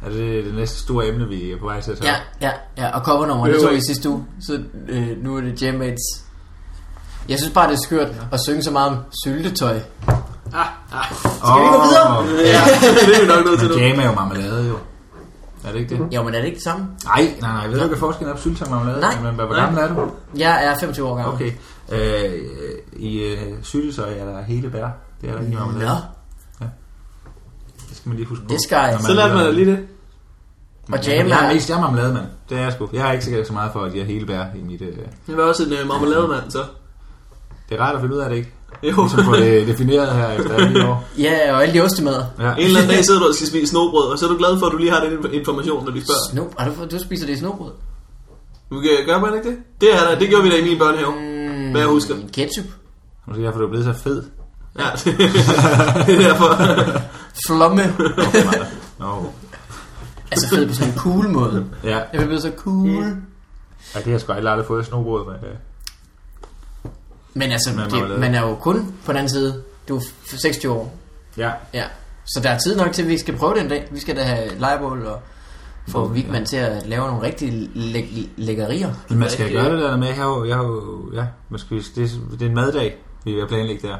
Speaker 3: Er det det næste store emne, vi er på vej til at tage?
Speaker 2: Ja, ja, ja. Og covernummer, det
Speaker 1: Øv.
Speaker 2: så vi sidste uge. Så øh, nu er det Jam Mates. Jeg synes bare, det er skørt at synge så meget om syltetøj.
Speaker 1: Ah, ah.
Speaker 3: Skal
Speaker 2: vi gå videre?
Speaker 1: Ja, det er vi nok nødt til
Speaker 3: Men
Speaker 1: nu.
Speaker 3: jam er jo marmelade, jo. Er det ikke det?
Speaker 2: Jo, men er det ikke det samme?
Speaker 3: Nej, nej, nej. Ved du, hvad forskellen er på syltet og marmelade?
Speaker 2: Nej.
Speaker 3: Men hvor
Speaker 1: Nej.
Speaker 3: gammel er du?
Speaker 2: Jeg er 25 år gammel.
Speaker 3: Okay. Øh, I øh, syltetøj er der hele bær. Det er der ikke i marmelade.
Speaker 2: Nå,
Speaker 3: Det skal man lige huske på.
Speaker 2: Det skal jeg.
Speaker 3: når
Speaker 1: Så lærte man da lige det.
Speaker 2: og jam
Speaker 3: Jeg er
Speaker 2: er...
Speaker 3: mest jeg er marmelade, mand. Det er jeg sgu. Jeg er ikke sikkert så meget for, at jeg har hele bær i mit... Øh...
Speaker 1: Jeg var også en øh, marmelademand, så.
Speaker 3: Det er rart at finde ud af det, ikke?
Speaker 1: Jo.
Speaker 3: Så får det defineret her efter alle de år.
Speaker 2: Ja, og alle de ostemader.
Speaker 3: Ja.
Speaker 1: En eller anden dag sidder du og skal spise snobrød, og så er du glad for, at du lige har den inf- information, når vi spørger.
Speaker 2: Snob, har du, fået- du spiser det i snobrød?
Speaker 1: Nu gør- Gør man ikke det? Det, er der, det gjorde vi da i min børnehave.
Speaker 2: Mm,
Speaker 1: Hvad jeg husker.
Speaker 2: Ketchup.
Speaker 3: Måske derfor, du er blevet så fed.
Speaker 1: Ja, det er derfor.
Speaker 2: Flomme.
Speaker 3: Nå.
Speaker 2: altså fedt på sådan en cool måde.
Speaker 3: Ja.
Speaker 2: Jeg vil blive så cool.
Speaker 3: øh, Ja, det har jeg sgu aldrig, aldrig fået snobrød med.
Speaker 2: Men altså,
Speaker 3: Man
Speaker 2: man,
Speaker 3: er
Speaker 2: det,
Speaker 3: meget
Speaker 2: man er jo kun på den anden side. Du er f- 26 år.
Speaker 3: Ja.
Speaker 2: Ja. Så der er tid nok til, at vi skal prøve den dag. Vi skal da have legebål og få Vigman til at lave nogle rigtige læ- lækkerier.
Speaker 3: Men man skal
Speaker 1: Rigtig-
Speaker 3: gøre det der med, jeg har jo, jeg har jo ja, man skal, det, er- det er en maddag, vi er ved at planlægge der.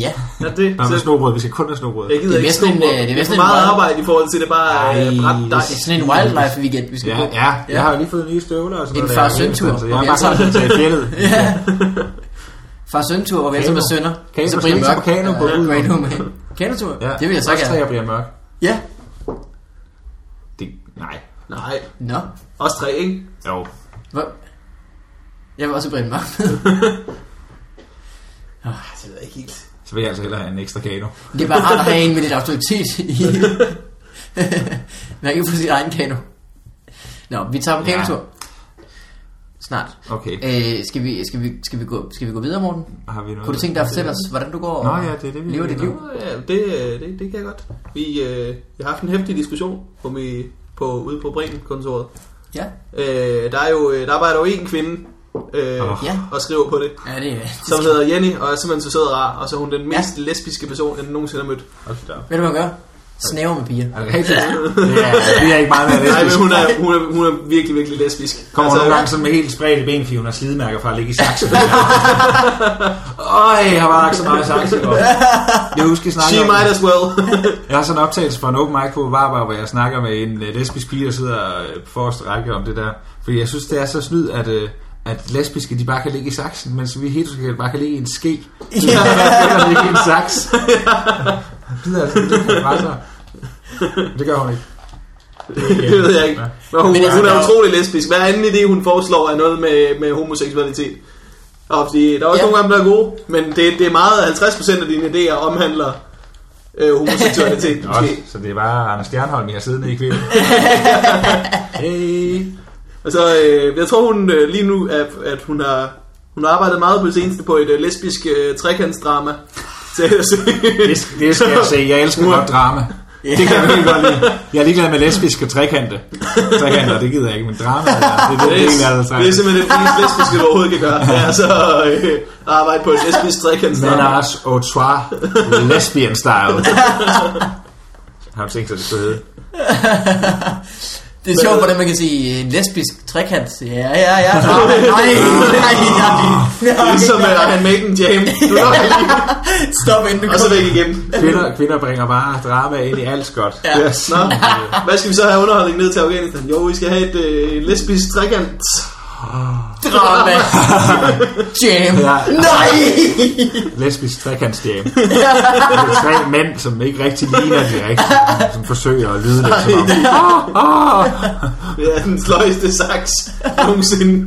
Speaker 2: Ja,
Speaker 1: Ja, det,
Speaker 3: Bare med
Speaker 1: så,
Speaker 3: snobrød, vi skal kun have snobrød.
Speaker 1: jeg gider
Speaker 2: Det er
Speaker 1: ikke
Speaker 2: næsten
Speaker 1: stå
Speaker 2: en,
Speaker 1: på.
Speaker 2: øh, det er
Speaker 1: Det er
Speaker 2: næsten
Speaker 1: for
Speaker 2: en
Speaker 1: meget
Speaker 2: wild-
Speaker 1: arbejde i forhold til det er bare
Speaker 3: Ej,
Speaker 1: øh, bræt dig.
Speaker 2: det er sådan en wildlife weekend, vi skal
Speaker 3: Ja,
Speaker 2: på.
Speaker 3: ja, jeg har jo lige fået nye støvler og sådan
Speaker 2: En
Speaker 3: noget.
Speaker 2: far
Speaker 3: der.
Speaker 2: søn-tur, hvor
Speaker 3: Så jeg
Speaker 2: vi
Speaker 3: har
Speaker 2: alle
Speaker 3: bare
Speaker 2: sammen-
Speaker 3: kommet til fjellet.
Speaker 2: Far søntur, hvor vi altid
Speaker 3: Kano.
Speaker 2: var sønner.
Speaker 3: Kano,
Speaker 2: så
Speaker 3: skal
Speaker 2: Brian
Speaker 3: vi tage
Speaker 2: Mørk.
Speaker 3: på kano på
Speaker 2: øh,
Speaker 3: Udholm?
Speaker 2: Kano med. Kanotur? Ja. Det vil jeg så
Speaker 3: Også
Speaker 2: gerne.
Speaker 3: tre bliver mørk.
Speaker 2: Ja.
Speaker 3: Det, nej.
Speaker 1: Nej,
Speaker 2: Nå.
Speaker 1: os tre, ikke?
Speaker 3: Jo.
Speaker 2: Hvor? Jeg vil også have Brian Mørk med. Åh, Altså, det ved jeg ikke helt.
Speaker 3: Så vil jeg altså hellere have en ekstra kano.
Speaker 2: Det er bare rart at have en med lidt autoritet i. Man kan få sit egen kano. Nå, vi tager på
Speaker 3: Ja.
Speaker 2: kanotur. Snart.
Speaker 3: Okay.
Speaker 2: Øh, skal, vi, skal, vi, skal, vi gå, skal vi gå videre, Morten?
Speaker 3: Har vi noget?
Speaker 2: Kunne du tænke dig at fortælle os, hvordan du går og
Speaker 3: Nå ja, det er det, vi
Speaker 2: lever dit liv?
Speaker 1: Ja, det, øh, det, det kan jeg godt. Vi, øh, vi har haft en hæftig diskussion på, mi, på ude på Bremen-kontoret.
Speaker 2: Ja.
Speaker 1: Øh, der, er jo, øh, der arbejder jo en kvinde øh,
Speaker 3: Åh.
Speaker 2: Ja.
Speaker 1: og skriver på det,
Speaker 2: Ja, det er
Speaker 1: som hedder Jenny, og er simpelthen så sød og rar, og så er hun den
Speaker 2: Ja.
Speaker 1: mest lesbiske person, jeg nogensinde har mødt.
Speaker 3: Hold da op.
Speaker 2: Ved du, hvad man gør? Snæver med piger.
Speaker 3: Er det rigtigt? Ja, vi er ikke meget med
Speaker 1: Nej, men
Speaker 3: lesbisk.
Speaker 1: hun er, hun, er, hun er virkelig, virkelig lesbisk. Altså,
Speaker 3: Kommer nogle gange sådan med helt spredte ben, fordi hun har slidemærker fra at ligge i saksen. Øj, jeg har bare lagt så meget saksen. Jeg husker,
Speaker 1: She
Speaker 3: jeg snakker
Speaker 1: might as well.
Speaker 3: Jeg har sådan en optagelse fra en open mic på Varbar, hvor jeg snakker med en øh, lesbisk pige, der sidder øh, på forreste række om det der. Fordi jeg synes, det er så snyd, at, øh, at lesbiske de bare kan ligge i saksen, mens vi heteroseksuelle bare kan ligge i en ske. Så
Speaker 2: Ja.
Speaker 3: yeah. kan ligge i en saks. Bider altså, det kan bare så. Det gør hun ikke.
Speaker 1: det ved jeg ikke. Men hun,
Speaker 2: Men altså,
Speaker 1: hun
Speaker 2: der
Speaker 1: er
Speaker 2: er-
Speaker 1: utrolig lesbisk. Hver anden idé, hun foreslår, er noget med, med homoseksualitet. Og fordi der er også
Speaker 2: Ja.
Speaker 1: nogle gange, der er gode, men det, det er meget, 50% af dine idéer omhandler øh, homoseksualitet.
Speaker 3: Også,
Speaker 1: måske.
Speaker 3: så det er bare Anders Stjernholm, jeg har siddende i kvinden. Hey.
Speaker 1: Og så, øh, jeg tror hun øh, lige nu, at, at hun har hun har arbejdet meget på det seneste på et øh, lesbisk øh, trekantsdrama. Så,
Speaker 3: Det, det skal jeg se. Jeg elsker godt drama. Det kan jeg virkelig godt lide. Jeg er ligeglad med lesbiske trekante. Trekanter, det gider jeg ikke, men drama, ja. det, det, altså- det, det, det, det, det,
Speaker 1: det er simpelthen det eneste lesbiske, du overhovedet kan gøre. Ja, så øh, at arbejde på et lesbisk trekantsdrama.
Speaker 3: Menage au trois lesbian style. Har du tænkt sig, det skulle hedde?
Speaker 2: Det er sjovt, hvordan man kan sige øh, en lesbisk trekant. Ja, ja, ja. Nej, nej, nej, nej, nej, nej.
Speaker 1: Ligesom
Speaker 3: øh,
Speaker 1: at han made en jam. Du når det lige.
Speaker 2: Stop inden du
Speaker 1: Og så
Speaker 2: kommer.
Speaker 1: væk igen.
Speaker 3: Kvinder, kvinder bringer bare drama ind i alt godt.
Speaker 2: Ja.
Speaker 3: Yes.
Speaker 1: Nå, hvad skal vi så have underholdning ned til Afghanistan? Jo, vi skal have et øh, lesbisk trekant.
Speaker 2: Drama. Jam.
Speaker 3: Ja.
Speaker 2: Nej.
Speaker 3: Lesbisk trekantsdame. Det er tre mænd, som ikke rigtig ligner de rigtige, som forsøger at lyde lidt som om. Ah, ah.
Speaker 1: Det er den sløjeste saks nogensinde.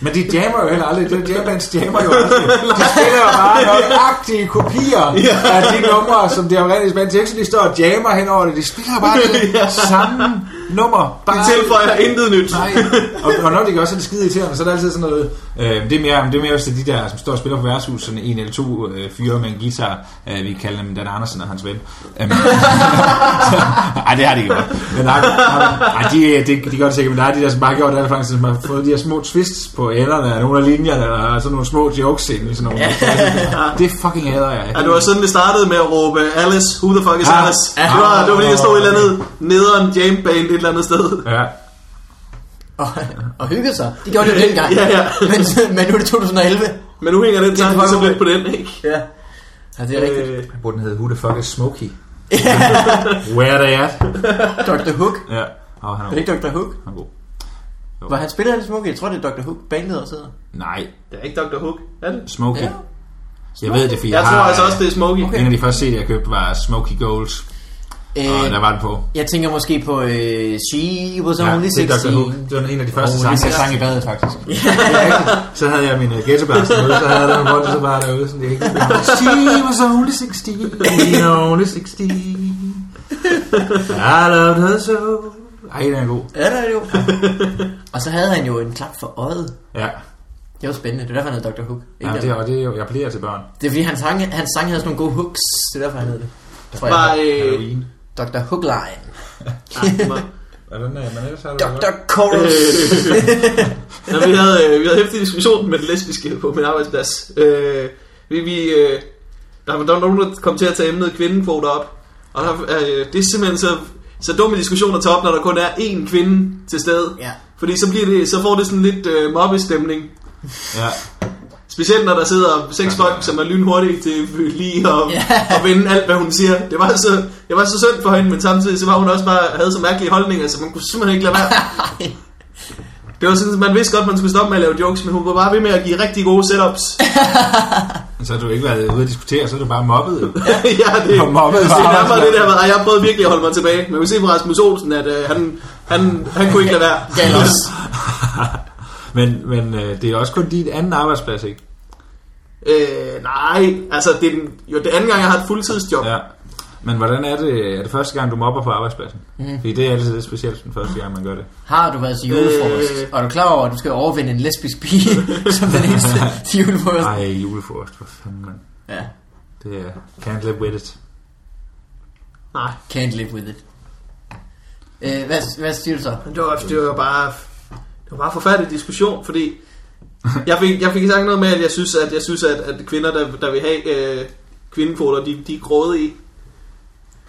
Speaker 3: Men de jammer jo heller aldrig. Det jambands jammer jo aldrig. De spiller jo bare nøjagtige kopier af de numre, som de har rent i Spanien. Det er ikke sådan, de står og jammer henover det. De spiller bare det samme nummer. Bare
Speaker 1: Det tilføjer intet nyt.
Speaker 3: Nej, og, og når de gør, så er det skide irriterende, så er det altid sådan noget, øh, det, er mere, det er mere hvis det er de der, som står og spiller på værtshus, sådan en eller to øh, fyre med en guitar, øh, vi kalder dem Dan Andersen og hans ven. Øhm, Ej, det har de ikke gjort. Men nej, nej, de, de, de gør det sikkert, men der er de der, som bare har gjort det, faktisk, som har fået de her små twists på enderne af nogle af linjerne, og sådan nogle små jokes ind i sådan nogle. Det fucking hader jeg.
Speaker 1: Ja, det var sådan, det startede med at råbe Alice, who the fuck is
Speaker 3: Ah.
Speaker 1: Alice?
Speaker 3: Ah.
Speaker 1: Det var, det var fordi, der stod et eller andet nederen jamband et eller andet sted.
Speaker 3: Ja.
Speaker 2: Og, og hygge sig. Det gjorde de jo dengang.
Speaker 1: Ja, ja.
Speaker 2: Men, men nu er det 2011.
Speaker 1: Men nu hænger den
Speaker 2: Det
Speaker 1: tanke
Speaker 2: var
Speaker 1: ligesom
Speaker 2: jo-
Speaker 1: lidt på den, ikke?
Speaker 2: Ja. Ja, det er rigtigt.
Speaker 1: Øh,
Speaker 3: Jeg burde den hedde Who the fuck is Smokey? Where they at?
Speaker 2: Dr. Hook.
Speaker 3: Ja. Åh, han
Speaker 2: Øh. Er det
Speaker 3: er god.
Speaker 2: ikke Dr. Hook?
Speaker 3: Han er god.
Speaker 2: Var han spiller det smukke? Jeg tror, det er Dr. Hook. Bandet også hedder.
Speaker 3: Nej,
Speaker 1: det er ikke Dr. Hook, er det?
Speaker 3: Smokey.
Speaker 2: Ja.
Speaker 3: Ja. Jeg ved det, fordi
Speaker 1: Jeg
Speaker 3: har,
Speaker 1: tror altså også, det er Smokey.
Speaker 2: Okay.
Speaker 3: En af de første CD'er, jeg købte, var Smokey Goals, og der
Speaker 2: Øh,
Speaker 3: var den på.
Speaker 2: jeg tænker måske på øh, She Was
Speaker 3: Ah, Ja,
Speaker 2: Only
Speaker 3: det er
Speaker 2: 16.
Speaker 3: Dr. Hook. Det var en af de første
Speaker 2: Only
Speaker 3: sange, jeg
Speaker 2: 16.
Speaker 3: sang i badet, faktisk. Ja. så havde jeg min uh, ghettoblast derude, så havde jeg den rundt, og så var jeg derude, sådan jeg ikke She was only 16, only 16. I loved her so. Ej, den er god.
Speaker 2: Ja, det er det jo. og så havde han jo en klap for øjet.
Speaker 3: Ja,
Speaker 2: Det var spændende. Det er derfor, han hed Dr. Hook. Ikke
Speaker 3: ja det, er, og det er jo, jeg appellerer til børn.
Speaker 1: Øh.
Speaker 2: det er fordi, hans sang, hans sang havde sådan nogle gode hooks. Det er derfor, han hed det. Tror jeg.
Speaker 1: Var, øh,
Speaker 3: Halloween.
Speaker 2: Dr. Hookline.
Speaker 1: ah, det var-
Speaker 3: Hvordan er man ellers? har det
Speaker 2: Dr.
Speaker 3: godt.
Speaker 2: Chorus.
Speaker 1: Nå, vi havde, øh, vi havde hæftig diskussion med det lesbiske på min arbejdsplads. Øh, vi, vi, øh, der, var, der var nogen, der kom til at tage emnet kvindekvoter op. Og der, øh, det er simpelthen så, så dum en diskussion at tage op, når der kun er én kvinde til stede.
Speaker 2: Ja.
Speaker 1: Fordi så, bliver det, så får det sådan lidt øh, mobbestemning.
Speaker 3: Ja.
Speaker 1: Specielt når der sidder seks folk, som er lynhurtige til lige at, at vinde alt, hvad hun siger. Det var, så, det var så synd for hende, men samtidig så var hun også bare, havde så mærkelige holdninger, så man kunne simpelthen ikke lade være. Det var sådan, at man vidste godt, man skulle stoppe med at lave jokes, men hun var bare ved med at give rigtig gode setups.
Speaker 3: Så har du ikke været ude at diskutere, så er du bare mobbet. jo.
Speaker 1: ja, det,
Speaker 3: Og mobbet
Speaker 1: det
Speaker 3: var
Speaker 1: er nærmere
Speaker 3: også-
Speaker 1: det der med, at jeg prøvede virkelig at holde mig tilbage. Men vi ser på Rasmus Olsen, at øh, han, han, han kunne ikke lade være.
Speaker 2: Gal også.
Speaker 3: Men, men øh, det er også kun din anden arbejdsplads, ikke?
Speaker 1: øh, nej, altså det er den, jo det anden gang, jeg har et fuldtidsjob.
Speaker 3: Ja. Men hvordan er det? Er det første gang, du mobber på arbejdspladsen? Mm. Fordi det er altid lidt specielt den første gang, man gør det.
Speaker 2: Har du været til julefrokost?
Speaker 1: Øh.
Speaker 2: Øh. Og er du klar over, at du skal overvinde en lesbisk pige som den eneste til julefrokost?
Speaker 3: Ej, julefrokost, for fanden, mand.
Speaker 2: Ja.
Speaker 3: Det er can't live with it.
Speaker 1: Nej,
Speaker 2: Can't live with it. Øh, hvad, hvad siger du så?
Speaker 1: Men det var, det var bare det var bare en forfærdelig diskussion, fordi jeg fik, jeg fik sagt noget med, at jeg synes, at, jeg synes, at, at kvinder, der, der vil have øh, kvindekvoter, de, de er grådige i.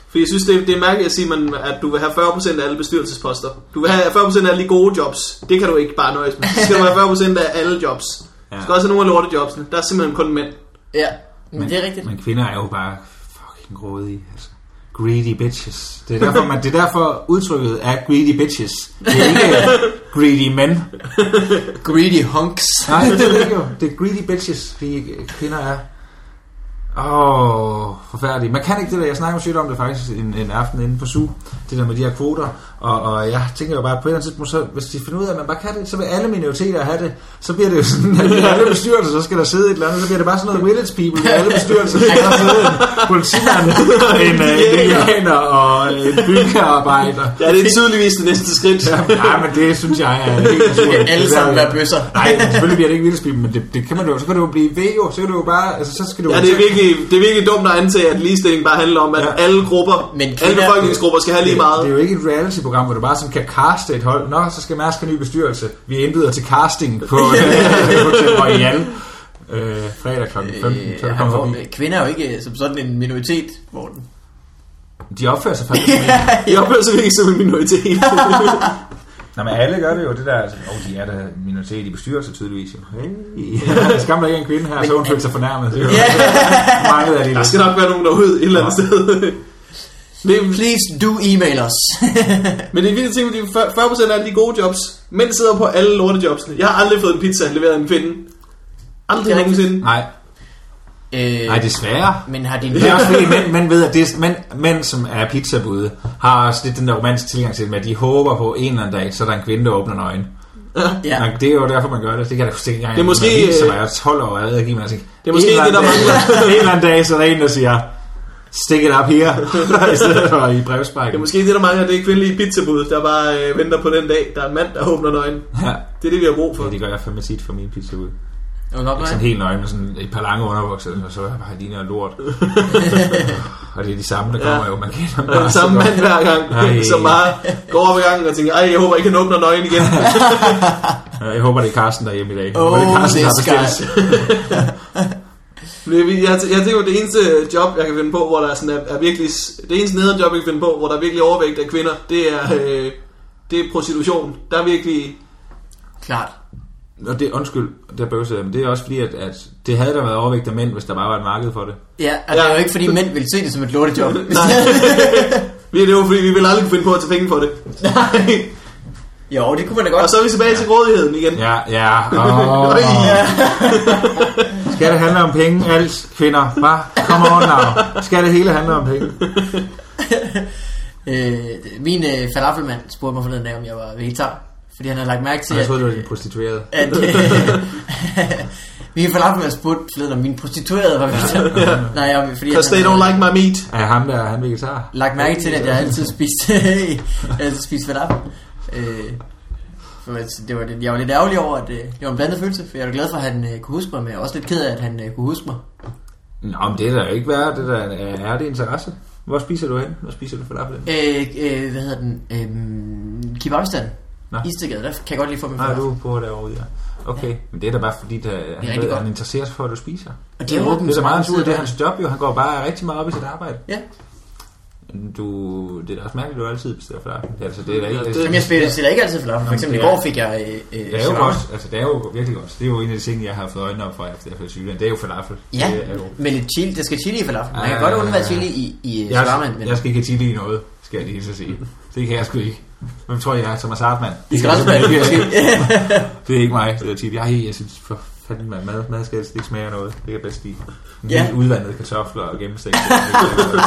Speaker 1: Fordi jeg synes, det, det er mærkeligt at sige, man, at du vil have 40% af alle bestyrelsesposter. Du vil have 40% af alle de gode jobs. Det kan du ikke bare nøjes med. Så skal du have 40% af alle jobs. Ja. Du skal også have nogle af lortejobsene. Der er simpelthen kun mænd.
Speaker 2: Ja, men, men det er rigtigt.
Speaker 3: Men kvinder er jo bare fucking grådige, altså. Greedy bitches. Det er derfor, man, det er derfor udtrykket er greedy bitches. Det er ikke øh, greedy men.
Speaker 2: Greedy hunks.
Speaker 3: Nej, det er det ikke jo. Det er greedy bitches, fordi øh, kvinder er... Åh, oh, forfærdeligt. Man kan ikke det der. Jeg snakker jo sygt om det faktisk en, en aften inde på SU. Det der med de her kvoter. Og, og jeg tænker jo bare, at på et eller andet tidspunkt, så, hvis de finder ud af, at man bare kan det, så vil alle minoriteter have det. Så bliver det jo sådan, at i alle bestyrelser, så skal der sidde et eller andet. Så bliver det bare sådan noget village people i alle bestyrelser. Så skal der sidde en politimand, en, øh, en indianer og en byggearbejder.
Speaker 1: Ja, det er tydeligvis det næste skridt. Ja.
Speaker 3: Nej, men det synes jeg er helt
Speaker 2: Skal
Speaker 3: naturligt.
Speaker 2: alle sammen
Speaker 3: Det der-
Speaker 2: være bøsser.
Speaker 3: Nej, selvfølgelig bliver det ikke vildspil, men det, det kan man jo. Så kan du jo blive ved jo. Så kan du jo bare... Altså, så skal du
Speaker 1: Ja, det er, virkelig, det er virkelig dumt at antage, at ligestilling bare handler om, at
Speaker 3: Ja.
Speaker 1: ja. alle grupper,
Speaker 2: Men
Speaker 1: Men alle
Speaker 2: kvinder-
Speaker 1: befolkningsgrupper skal have lige meget.
Speaker 3: Det, det er jo ikke et reality-program, hvor du bare sådan kan caste et hold. Nå, så skal Mærsk have ny bestyrelse. Vi indbyder til casting på Hotel Royal. Øh, fredag kl. 15. Så
Speaker 2: Øh,
Speaker 3: du
Speaker 2: han
Speaker 3: kommer
Speaker 2: får-
Speaker 3: forbi.
Speaker 2: kvinder er jo ikke øh, som sådan en minoritet, Morten.
Speaker 3: De opfører sig faktisk.
Speaker 1: Jeg opfører sig virkelig som en minoritet.
Speaker 3: Nå, men alle gør det jo, det der. Altså, oh, de er der minoritet i bestyrelse, tydeligvis. Jo. Hey. Skam der ikke er en kvinde her, så hun følte sig fornærmet. Det er jo meget af det.
Speaker 1: der skal nok være nogen derude et eller andet
Speaker 3: Ja.
Speaker 1: sted. Det er,
Speaker 2: Please do email os.
Speaker 1: men det er vildt ting, fordi 40% af alle de gode jobs, mænd sidder på alle lortejobsene. Jeg har aldrig fået en pizza leveret af en kvinde. Aldrig
Speaker 2: Det er rigtigt.
Speaker 1: nogensinde.
Speaker 3: Nej,
Speaker 2: øh,
Speaker 3: nej, desværre.
Speaker 2: Men har din
Speaker 3: Det er også fordi, mænd, mænd ved, at det er, mænd, mænd, som er pizzabude, har også lidt den der romantiske tilgang til det, med, at de håber på en eller anden dag, så er der en kvinde, der åbner en øjne.
Speaker 2: Ja.
Speaker 3: Ja. Det er jo derfor, man gør det. Det kan jeg da huske engang.
Speaker 1: Det er måske,
Speaker 3: Helt, som
Speaker 1: øh,
Speaker 3: er 12 år, jeg ved ikke, man tænker,
Speaker 1: Det er måske
Speaker 3: en eller
Speaker 1: det, der
Speaker 3: anden dag- en eller anden dag, så er der en, der siger, stick it up here, i stedet for i brevsprækken.
Speaker 1: Det er måske det, der mangler. Det er kvindelige pizzabud, der bare øh, venter på den dag. Der er en mand, der åbner nøgen.
Speaker 3: Ja,
Speaker 1: Det er det, vi har brug for.
Speaker 3: det gør jeg fandme tit for min pizzabude.
Speaker 2: Er du nok,
Speaker 3: Sådan
Speaker 2: nej?
Speaker 3: helt nøgen med sådan et par lange underbukser, og så er jeg bare ligner lort. og det er de samme, der kommer
Speaker 1: Ja.
Speaker 3: jo. Man kender dem
Speaker 1: Og den
Speaker 3: bare så
Speaker 1: samme
Speaker 3: godt.
Speaker 1: mand hver gang,
Speaker 3: Ej.
Speaker 1: som bare går over gangen og tænker, ej, jeg håber ikke, han åbner nøgen igen.
Speaker 3: Ja, Jeg håber, det er Carsten, der er hjemme i dag. Jeg
Speaker 2: Oh,
Speaker 3: håber, det er Carsten, der har
Speaker 2: this
Speaker 3: bestilt.
Speaker 2: guy.
Speaker 1: Men Jeg, jeg, jeg tænker, det eneste job, jeg kan finde på, hvor der er sådan er, er virkelig... Det eneste nederen job, jeg kan finde på, hvor der er virkelig overvægt af kvinder, det er, øh, det er prostitution. Der er virkelig...
Speaker 2: Klart.
Speaker 3: Og det, undskyld, der bøvser jeg, men det er også fordi, at, at det havde der været overvægt af mænd, hvis der bare var et marked for det.
Speaker 2: Ja, og
Speaker 1: Ja.
Speaker 2: det er jo ikke fordi mænd vil se det som et lortejob.
Speaker 1: Nej. Vi, det er jo fordi, vi vil aldrig kunne finde på at tage penge for det. Nej.
Speaker 2: jo, det kunne man da
Speaker 1: Og
Speaker 2: godt.
Speaker 1: så er vi tilbage til grådigheden igen.
Speaker 3: Ja, ja. Oh.
Speaker 1: Ej.
Speaker 3: Skal det handle om penge, alt kvinder? Bare, come on now. Skal det hele handle om penge?
Speaker 2: Øh, min øh, falafelmand spurgte mig forleden dag, om jeg var vegetar. Fordi han havde lagt mærke til,
Speaker 3: Jeg troede,
Speaker 2: at,
Speaker 3: det var din prostituerede.
Speaker 2: at øh, min falafelmand spurgte forleden, om min prostituerede var vegetar. Nej, jeg, fordi
Speaker 1: Because they
Speaker 2: han
Speaker 1: don't
Speaker 2: havde
Speaker 1: like my meat.
Speaker 3: Er ham der, han vegetar?
Speaker 2: lagt mærke til, at jeg altid spiste, jeg altid spiste falafel. Øh, for at- det var det, jeg var lidt ærgerlig over, at øh, det var en blandet følelse, for jeg var glad for, at han øh, kunne huske mig, men jeg var også lidt ked af, at han øh, kunne huske mig.
Speaker 3: Nå, men det er da ikke værd. Det der er, er det interesse. Hvor spiser du hen? Hvor spiser du falafel? hen?
Speaker 2: Øh, øh, hvad hedder den? Øh, kebabstand.
Speaker 3: Nå.
Speaker 2: Istegade, der kan jeg godt lige få min
Speaker 3: Nej,
Speaker 2: falafel.
Speaker 3: du bor derovre, ja. Okay, men det er da bare fordi, der, han,
Speaker 2: rigtig
Speaker 3: ved,
Speaker 2: godt.
Speaker 3: han interesserer sig for, at du spiser.
Speaker 2: Og det er åbent.
Speaker 3: Det er da
Speaker 2: så
Speaker 3: meget
Speaker 2: mange
Speaker 3: hans ud,
Speaker 2: sider
Speaker 3: det er
Speaker 2: der.
Speaker 3: hans job jo. Han går bare rigtig meget op i sit arbejde.
Speaker 2: Ja,
Speaker 3: Du, det er da også mærkeligt, at du altid bestiller for dig. Altså, det er da
Speaker 1: Ja,
Speaker 3: egentlig...
Speaker 1: det-
Speaker 2: Jamen, jeg spiller, stiller ikke altid falafel. For eksempel i
Speaker 3: det er-
Speaker 2: går fik jeg... Øh, øh,
Speaker 3: Det er jo
Speaker 2: shawarma.
Speaker 3: godt, altså det er jo virkelig godt. Det er jo en af de ting, jeg har fået øjnene op for, efter jeg flyttede til Jylland. Det er jo falafel.
Speaker 2: Ja,
Speaker 3: Det er jo.
Speaker 2: men et chili, det skal chili i falafel. Man kan
Speaker 3: Ah.
Speaker 2: godt undvære chili i, i øh, shawarmaen,
Speaker 3: Jeg,
Speaker 2: men
Speaker 3: jeg skal ikke have chili i noget, skal jeg lige så sige. Det kan jeg sgu ikke. Hvem tror jeg er? Thomas Hartmann.
Speaker 2: Det skal også være
Speaker 3: Det er Det er ikke mig, det er chili. Ej, jeg synes for fanden, man. Mad, mad skal helst ikke smage af noget. Det kan jeg bedst lide. En
Speaker 2: Ja.
Speaker 3: ja. udvandet kartofler og gennemstegt.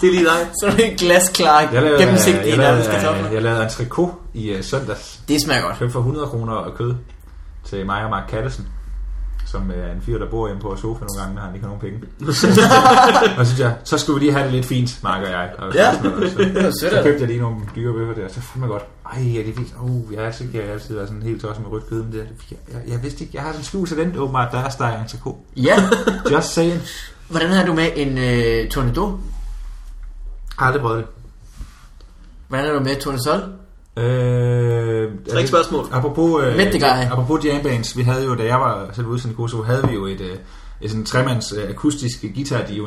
Speaker 1: Det er lige dig.
Speaker 2: så er det en glasklar
Speaker 3: Jeg lavede, øh,
Speaker 2: gennemsigtig
Speaker 3: jeg
Speaker 2: i nærmest kartofler.
Speaker 3: lavede, jeg lavede en trikot i uh, søndags.
Speaker 2: Det smager godt.
Speaker 3: Købte for 100 kroner og kød til mig og Mark Kattesen, som øh, er en fyr, der bor hjemme på vores sofa nogle gange, når han ikke har nogen penge. og så synes jeg, så skulle vi lige have det lidt fint, Mark og jeg. Og
Speaker 2: Ja.
Speaker 3: så,
Speaker 2: var
Speaker 3: så,
Speaker 2: sødt altså.
Speaker 3: så
Speaker 2: af
Speaker 3: købte jeg lige nogle dyre bøffer der, så fandt man godt, ej, ja, det er vildt, oh, jeg er så kan jeg altid være sådan helt tosset med rødt kød, men det, er- jeg, jeg, jeg, vidste ikke, jeg har sådan en skjul til den, åbenbart, der er steg en trikot.
Speaker 2: Ja,
Speaker 3: Just saying.
Speaker 2: hvordan har du med en øh, tornado?
Speaker 3: Har aldrig prøvet det.
Speaker 2: Hvordan har du med tornesol?
Speaker 3: Øh,
Speaker 1: Tre
Speaker 3: altså,
Speaker 1: spørgsmål.
Speaker 3: Apropos, øh,
Speaker 2: Vent, det gør jeg.
Speaker 3: apropos jambands, vi havde jo, da jeg var selv udsendt i Kosovo, havde vi jo et, øh, et sådan tremands øh, akustisk guitar, øh,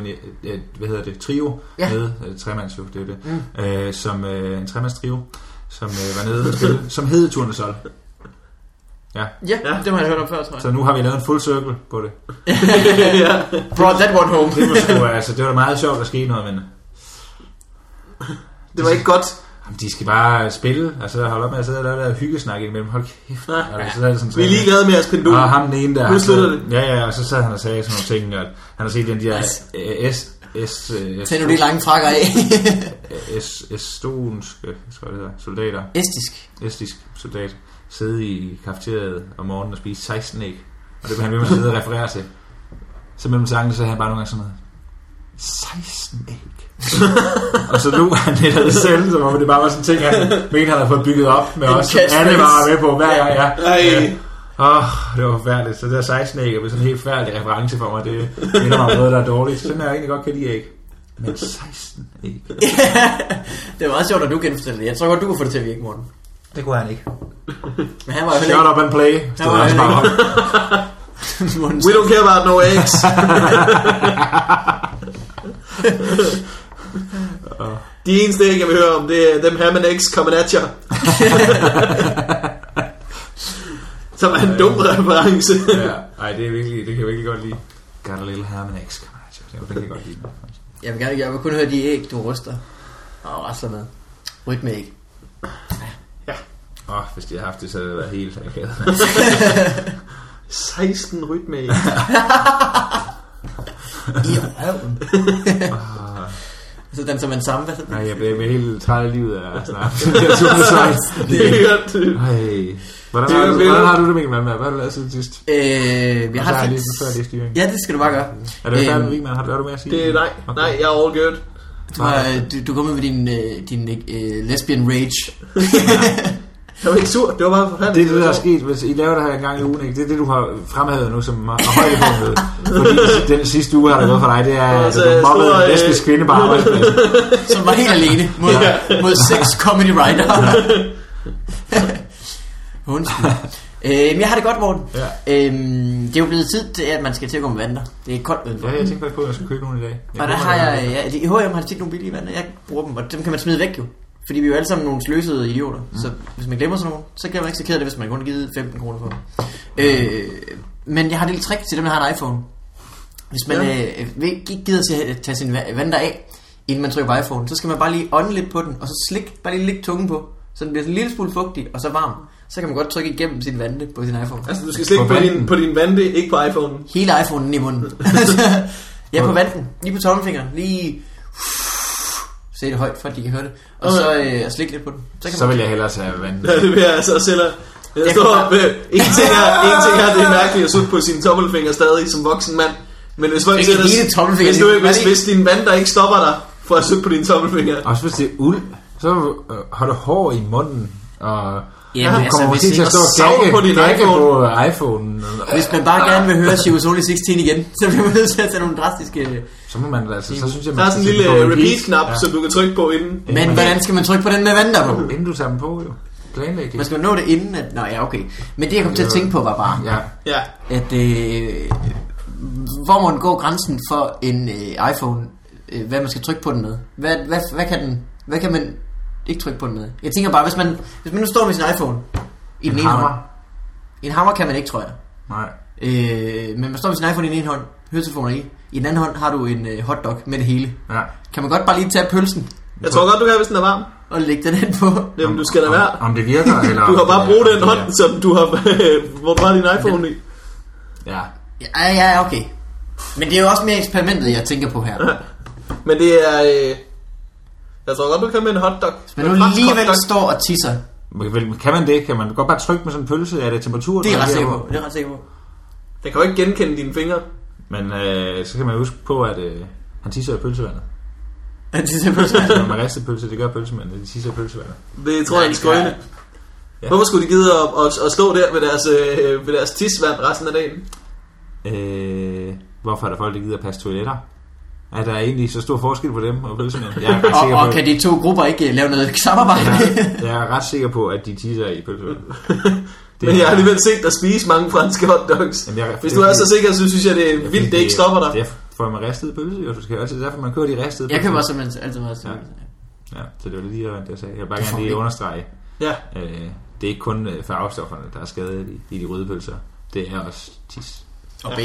Speaker 3: øh, hvad hedder det, trio,
Speaker 2: Ja.
Speaker 3: ja. med øh, tremands jo, det er jo det, mm. øh, som øh, en tremands trio, som øh, var nede og spille, som hed Turnesol. Ja,
Speaker 2: Ja,
Speaker 1: Ja.
Speaker 2: det har jeg hørt om før, tror jeg.
Speaker 3: så nu har vi lavet en full circle på det.
Speaker 1: ja.
Speaker 2: Brought that one home.
Speaker 3: Det var, sgu, altså, det var da meget sjovt at ske noget, men
Speaker 1: Det var ikke godt.
Speaker 3: jamen, de skal bare spille, og så holde op med at sidde og lave der hyggesnak imellem. Hold kæft,
Speaker 1: Nej.
Speaker 3: og så er det sådan,
Speaker 1: Vi er lige glade med jeres pendul.
Speaker 3: Og Ah, ham den ene der.
Speaker 1: Nu
Speaker 3: han
Speaker 1: slutter
Speaker 3: sad-
Speaker 1: det.
Speaker 3: Ja, ja, og så sad han og sagde sådan nogle ting, at han har set den der
Speaker 2: Yes.
Speaker 3: øh, S... S... øh,
Speaker 2: Tag nu de lange frakker af.
Speaker 3: øh, S... Estonske, jeg tror jeg, det hedder, soldater,
Speaker 2: Estisk.
Speaker 3: estisk soldat, sidde i kafeteriet om morgenen og spise 16 æg. Og det blev han ved med at sidde og referere til. Så mellem sangene, så havde han bare nogle gange sådan noget. 16 æg. og så nu han det der selv, som om det bare var sådan en ting, han mente, han havde fået bygget op med
Speaker 2: En
Speaker 3: os. som
Speaker 2: catchphrase.
Speaker 3: Alle var med på hver gang, ja.
Speaker 1: Ej.
Speaker 3: Ja. Åh, oh, det var forfærdeligt. Så det der 16 æg er blevet sådan en helt forfærdelig reference for mig. Det minder mig om noget, der er dårligt. Sådan er jeg egentlig godt kan lide æg. Men 16 æg.
Speaker 2: det var meget sjovt, at du genfortæller det. Jeg tror godt, du kunne få det til at virke, Morten.
Speaker 3: Det kunne han ikke.
Speaker 2: Men han var jo heller
Speaker 3: Shut up and play. Det
Speaker 2: var
Speaker 3: var også
Speaker 2: han
Speaker 3: bare op.
Speaker 2: ikke Morten.
Speaker 1: We don't care about no eggs. De eneste æg, jeg vil høre om, det er dem ham and eggs coming at ya. Som er en dum reference.
Speaker 3: Ja, ej, det, er virkelig, det kan jeg virkelig godt lide. Got a little ham and eggs, come on. Det kan jeg godt lide.
Speaker 2: Jeg vil, gerne, jeg vil kun høre de æg, du ryster og rasler med. Rytmeæg.
Speaker 3: Åh, oh, hvis de havde haft det, så havde det været helt akavet.
Speaker 1: 16 rytme.
Speaker 2: I røven. så danser man samba.
Speaker 3: Ah, Nej, jeg blev med helt træt af livet af snart. Jeg tog det sejt.
Speaker 1: Det er godt.
Speaker 3: Ej. Hvordan
Speaker 1: Det
Speaker 3: har,
Speaker 1: er
Speaker 3: du,
Speaker 1: blevet-
Speaker 3: hvordan har du det, Mikkel Malmberg? Hvad har du lavet siden sidst?
Speaker 2: Øh, jeg
Speaker 3: Så
Speaker 2: har
Speaker 3: er
Speaker 2: det
Speaker 3: jeg lige
Speaker 2: fint.
Speaker 3: så før det er styring.
Speaker 2: Ja, det skal du bare gøre.
Speaker 3: Er det færdigt med
Speaker 2: Øhm,
Speaker 3: Wigman? Har du, er du med at sige
Speaker 1: Det er nej.
Speaker 3: Okay.
Speaker 1: Nej, jeg er all good.
Speaker 2: Du, har, øh, du, du kommer med din, øh, din øh, lesbian rage.
Speaker 1: Jeg var ikke sur. Det var bare
Speaker 3: Det er
Speaker 1: forfærdeligt.
Speaker 3: det, der er sket, hvis I laver det her en gang i ugen, ikke? Det er det, du har fremhævet nu som er højdepunktet. Fordi den sidste uge har der gået for dig, det er, at
Speaker 1: Altså,
Speaker 3: du mobbede
Speaker 1: store,
Speaker 3: en
Speaker 1: øh,
Speaker 3: lesbisk kvinde på arbejdspladsen.
Speaker 2: som var helt alene mod, ja. mod seks comedy writer. Undskyld. Øhm, jeg har det godt, Morten.
Speaker 3: Ja.
Speaker 2: Øhm, det er jo blevet tid til, at man skal til at gå med vandre. Det er koldt udenfor.
Speaker 3: Ja, jeg tænkte faktisk på, at jeg skulle købe nogle i dag.
Speaker 2: og der har jeg... Ja, I H&M har de tit nogle billige vandre. Jeg bruger dem, og dem kan man smide væk jo. Fordi vi er jo alle sammen nogle sløsede idioter. Mm. Så hvis man glemmer sådan nogen, så kan man ikke så ked af det, hvis man kun har givet 15 kroner for dem. Øh, men jeg har et lille trick til dem, der har en iPhone. Hvis man ja. øh, ved- ikke gider til at tage sin va- vandre af, inden man trykker på iPhone, så skal man bare lige ånde lidt på den, og så slik, bare lige lægge tungen på, så den bliver sådan en lille smule fugtig, og så varm. Så kan man godt trykke igennem sin vande på sin iPhone.
Speaker 1: Altså, du skal slikke
Speaker 3: På
Speaker 1: på, din,
Speaker 3: vanden.
Speaker 1: på din vande, ikke på iPhone.
Speaker 2: Hele iPhone'en i munden. ja, på vanden. Lige på tommelfingeren. Lige... Se det højt, for at de kan høre det. Og så øh, slik lidt på den. Så kan
Speaker 3: Så
Speaker 2: man...
Speaker 3: vil jeg hellere tage vand.
Speaker 1: Ja, det vil jeg altså også hellere. Jeg
Speaker 2: Jeg
Speaker 1: står
Speaker 2: kan
Speaker 1: op med, en ting er, en ting er, det er mærkeligt at sutte på sine tommelfinger stadig som voksen mand. Men hvis folk
Speaker 2: Ikke
Speaker 1: sætter,
Speaker 2: hele tommelfinger,
Speaker 1: hvis, du,
Speaker 2: det
Speaker 1: ikke-
Speaker 2: kan
Speaker 1: hvis,
Speaker 2: man ikke.
Speaker 1: hvis din vand, der ikke stopper dig for at sutte på dine tommelfinger.
Speaker 3: Også hvis det er uld, så øh, har du hår i munden, og
Speaker 2: Jamen,
Speaker 3: du
Speaker 2: altså,
Speaker 3: kommer
Speaker 2: hvis
Speaker 3: altså, til
Speaker 2: ikke-
Speaker 3: at stå og
Speaker 1: savl
Speaker 3: gakke
Speaker 1: på din
Speaker 3: gakke
Speaker 1: iPhone.
Speaker 3: på øh, iPhone.
Speaker 2: Hvis man bare gerne vil høre She Was Only 16 igen, så bliver man nødt til at tage nogle drastiske...
Speaker 3: Så må man altså, så synes jeg,
Speaker 1: Der
Speaker 3: man
Speaker 1: er
Speaker 3: skal
Speaker 1: sådan en
Speaker 3: sætte
Speaker 1: lille
Speaker 3: på
Speaker 1: øh, repeat-knap,
Speaker 3: Ja.
Speaker 1: som du kan trykke på inden.
Speaker 2: Men hvordan skal man trykke på den med vandre på?
Speaker 3: Inden du tager dem på, jo. Planlægge
Speaker 2: Man
Speaker 3: det.
Speaker 2: skal jo nå det inden, at... Nå ja, okay. Men det, jeg kom til at
Speaker 3: Ja.
Speaker 2: tænke på, var bare,
Speaker 3: Ja.
Speaker 1: Ja.
Speaker 2: at... Øh, hvor må den gå grænsen for en øh, iPhone? Øh, hvad man skal trykke på den med? Hvad, hvad, hvad, kan den, hvad kan man ikke trykke på den med? Jeg tænker bare, hvis man, hvis man nu står med sin iPhone i den ene
Speaker 3: hammer.
Speaker 2: hånd... En hammer kan man ikke, tror jeg.
Speaker 3: Nej.
Speaker 2: Øh, men man står med sin iPhone i den ene hånd, høretelefoner i. I den anden hånd har du en øh, hotdog med det hele.
Speaker 3: Ja.
Speaker 2: Kan man godt bare lige tage pølsen
Speaker 1: Jeg tror godt, du kan, hvis den er varm.
Speaker 2: og lægge den hen på?
Speaker 1: Jamen, du skal da
Speaker 3: Om-
Speaker 1: være.
Speaker 3: Om det virker, eller...
Speaker 1: Du har bare brugt den
Speaker 3: Ja.
Speaker 1: hånd, som du har, hvor du har din iPhone i.
Speaker 3: Ja.
Speaker 2: Ja, ja, okay. Men det er jo også mere eksperimentet, jeg tænker på her.
Speaker 1: Men det er... Øh, jeg tror godt, du kan med en hotdog.
Speaker 2: Men
Speaker 1: En
Speaker 2: nu
Speaker 1: fransk
Speaker 2: alligevel
Speaker 1: hotdog.
Speaker 2: står og tisser.
Speaker 3: Men vel, Kan man det? Kan man godt bare trykke med sådan en pølse? Er det temperaturen?
Speaker 2: Det er jeg
Speaker 3: der
Speaker 2: ret sikker
Speaker 3: derovre?
Speaker 2: på. Det er jeg ret sikker på.
Speaker 1: Den kan jo ikke genkende dine fingre.
Speaker 3: Men øh, så kan man huske på, at øh, han tisser i pølsevandet.
Speaker 2: Han tisser på sig.
Speaker 3: Når man rister pølse, det gør pølsemændene, de tisser i pølsevandet.
Speaker 1: Det tror
Speaker 2: Nej,
Speaker 1: jeg er en
Speaker 2: det kan jeg
Speaker 1: skrøne.
Speaker 2: ikke.
Speaker 1: Ja. Hvorfor skulle de gide at, at, at stå der ved deres, øh, ved deres tisvand resten af dagen?
Speaker 3: Øh, hvorfor er der folk, der gider passe toiletter? Er der egentlig så stor forskel på dem og pølsemændene? Jeg er ret sikker
Speaker 2: Og, og
Speaker 3: på,
Speaker 2: kan de to grupper ikke øh, lave noget samarbejde?
Speaker 3: jeg er ret sikker på at de tisser i pølsevandet. Det
Speaker 1: Men jeg har
Speaker 3: er-
Speaker 1: alligevel set dig spise mange franske hotdogs.
Speaker 3: Jamen, jeg-
Speaker 1: Hvis
Speaker 3: det
Speaker 1: du
Speaker 3: er
Speaker 1: er så
Speaker 3: fordi-
Speaker 1: sikker, så synes jeg, det er vildt, det ikke stopper dig.
Speaker 3: Det er for man ristede pølse, jo. Du skal jo altid, det er derfor, man kører de ristede
Speaker 2: Jeg
Speaker 3: pølser.
Speaker 2: køber simpelthen altid meget
Speaker 3: Ja.
Speaker 2: ja.
Speaker 3: Ja, så det var lige det, jeg sagde. Jeg vil bare
Speaker 2: Det får
Speaker 3: gerne
Speaker 2: vi.
Speaker 3: lige understrege.
Speaker 1: Ja.
Speaker 3: Øh, det er ikke kun øh, farvestofferne, der er skadet i, i de røde pølser. Det er også tis.
Speaker 2: Og B.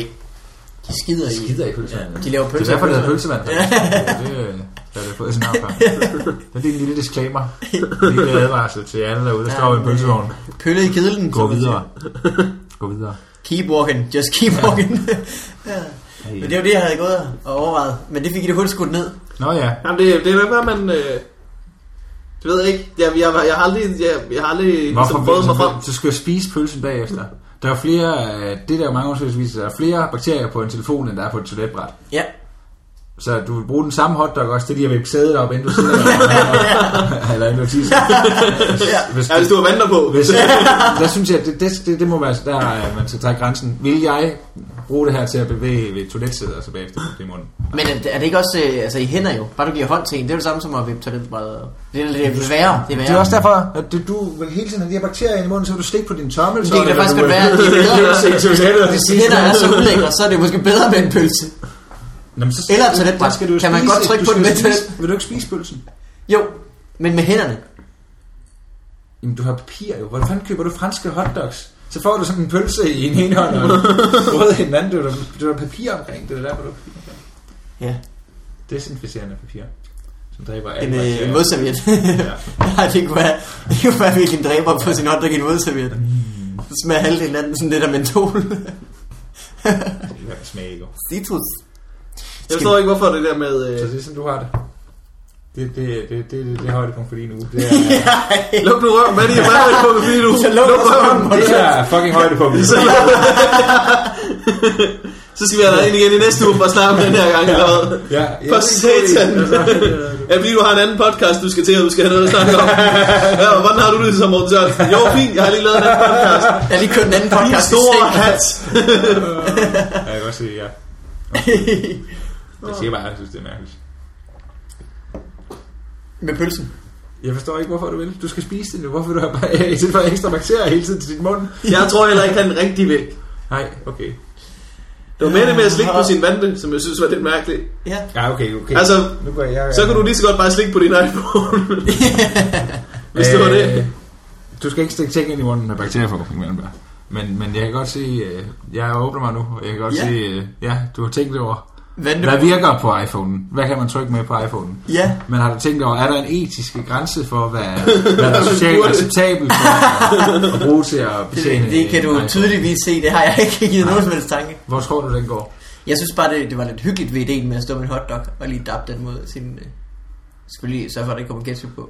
Speaker 2: De skider i.
Speaker 3: skider i pølsevand.
Speaker 2: De laver
Speaker 3: Det er
Speaker 2: pølser.
Speaker 3: derfor, det hedder
Speaker 2: pølser.
Speaker 3: pølsevand. Det, øh, der har vi fået snart fra. Det er lige en lille disclaimer. En lille advarsel til alle derude, der
Speaker 2: Ja,
Speaker 3: står ved en
Speaker 2: men,
Speaker 3: pølsevogn.
Speaker 2: Pølle i kedlen.
Speaker 3: Gå
Speaker 2: som man
Speaker 3: videre.
Speaker 2: siger.
Speaker 3: Gå videre.
Speaker 2: Keep walking. Just keep walking. ja.
Speaker 3: Hey.
Speaker 2: Men det var det, jeg havde gået og overvejet. Men det fik I det hurtigt skudt ned.
Speaker 3: Nå ja.
Speaker 1: Jamen, det, det er bare, man... Øh, det ved jeg ikke. Jeg, jeg, jeg, jeg har aldrig, jeg, jeg har aldrig ligesom, prøvet mig frem.
Speaker 3: Hvorfor? Så skal jeg spise pølsen bagefter. Der er flere, øh, det der er jo mange undersøgelser viser, der er flere bakterier på en telefon, end der er på et toiletbræt.
Speaker 2: Ja.
Speaker 3: Så du vil bruge den samme hotdog også til lige at vippe sædet op, inden du sidder der. Eller inden du tisser. Hvis,
Speaker 2: Altså-
Speaker 1: Ja, hvis du har vandret på.
Speaker 3: Hvis, der synes jeg, det, det, det, det må være der, øh, man skal tage grænsen. Vil jeg bruge det her til at bevæge ved toiletsædet og så bagefter det i munden?
Speaker 2: Men er det, er det ikke også... øh, Altså, I hænder jo. Bare du giver hånd til en. Det er jo det samme som at vippe toiletbrædder. op. Det er lidt værre. Det er værre.
Speaker 3: Det er også derfor, at du, du vil hele tiden have de her bakterier ind i munden, så vil du slik på din tommel.
Speaker 2: Det kan da faktisk godt være, at de er bedre. Hvis hænder er så ulækre, så er det måske bedre med en pølse.
Speaker 3: Nå, men så,
Speaker 2: Eller et toiletbræt.
Speaker 3: så skal du
Speaker 2: Kan man
Speaker 3: spise-
Speaker 2: godt trykke
Speaker 3: du
Speaker 2: på den
Speaker 3: skal
Speaker 2: med
Speaker 3: spise- Vil du ikke spise pølsen?
Speaker 2: Jo, men med hænderne.
Speaker 3: Jamen, du har papir jo. Hvordan fanden køber du franske hotdogs? Så får du sådan en pølse i en ene hånd, og en rød i den anden. Du, du har papir omkring det. Det er der, hvor du har papir omkring.
Speaker 2: Ja,
Speaker 3: Desinficerende papir. Som dræber alle
Speaker 2: en, øh,
Speaker 3: bakterier.
Speaker 2: en vådserviet.
Speaker 3: Ja.
Speaker 2: Nej, det kunne være, det kunne være virkelig en dræber på sin hotdog i en vådserviet. Så smager halvdelen af den sådan lidt af mentol.
Speaker 3: Det kan smage jo.
Speaker 2: Citrus.
Speaker 1: Jeg forstår ikke, hvorfor det der med...
Speaker 3: Så
Speaker 1: Øh,
Speaker 3: det er sådan, du har det. Det, det, det, det, det, det er højdepunkt for din uge. Det er,
Speaker 1: luk nu røven, hvad er det, hvad er det på med nu?
Speaker 2: Så luk også
Speaker 1: røven.
Speaker 2: røven.
Speaker 3: det er fucking højdepunkt.
Speaker 1: Så, så skal vi have dig ind igen i næste uge for at snakke om den her gang, eller hvad?
Speaker 3: Ja, ja,
Speaker 1: For satan.
Speaker 3: Altså,
Speaker 1: Ja, fordi du har en anden podcast, du skal til, og du skal have noget at snakke om. Ja, og hvordan har du det som Morten Sørensen? Jo, fint, jeg har lige lavet en anden podcast.
Speaker 2: Jeg har lige kørt en anden
Speaker 1: Din
Speaker 2: podcast. i
Speaker 1: store
Speaker 2: seng.
Speaker 1: hat.
Speaker 3: ja, jeg kan godt se, ja. Jeg siger bare, at jeg synes, det er mærkeligt.
Speaker 2: med pølsen.
Speaker 3: Jeg forstår ikke, hvorfor du vil. Du skal spise det nu. Hvorfor du har bare i stedet for ekstra bakterier hele tiden til din mund?
Speaker 1: Jeg tror heller ikke, han er rigtig væk.
Speaker 3: Nej, okay.
Speaker 1: Det var mere det med at slikke på sin vante, som jeg synes var lidt mærkeligt.
Speaker 2: Ja.
Speaker 3: Ja, okay, okay.
Speaker 1: Altså,
Speaker 3: nu går jeg,
Speaker 1: så kan du lige så godt bare slikke på din iPhone. Hvis det var det.
Speaker 3: Øh. Du skal ikke stikke ting ind i munden med bakterieforgiftning, mellem dig. Men, men jeg kan godt se, øh, jeg åbner mig nu, og jeg kan godt
Speaker 2: Ja.
Speaker 3: se, øh, ja, du har tænkt over,
Speaker 2: Hvad nu?
Speaker 3: hvad virker på iPhone'en? Hvad kan man trykke med på iPhone'en?
Speaker 2: Ja.
Speaker 3: Men har du tænkt over, er der en etisk grænse for, hvad, hvad der er socialt
Speaker 1: Burde.
Speaker 3: acceptabelt for at, at bruge til at betjene
Speaker 2: Det, det kan
Speaker 3: en
Speaker 2: du
Speaker 3: iPhone?
Speaker 2: tydeligvis se, det har jeg ikke givet nogen som helst tanke.
Speaker 3: Hvor tror du, den går?
Speaker 2: Jeg synes bare, det, det var lidt hyggeligt ved ideen med at stå med en hotdog og lige dabbe den mod sin... Øh, selvfølgelig sørge for, at der ikke kommer ketchup på.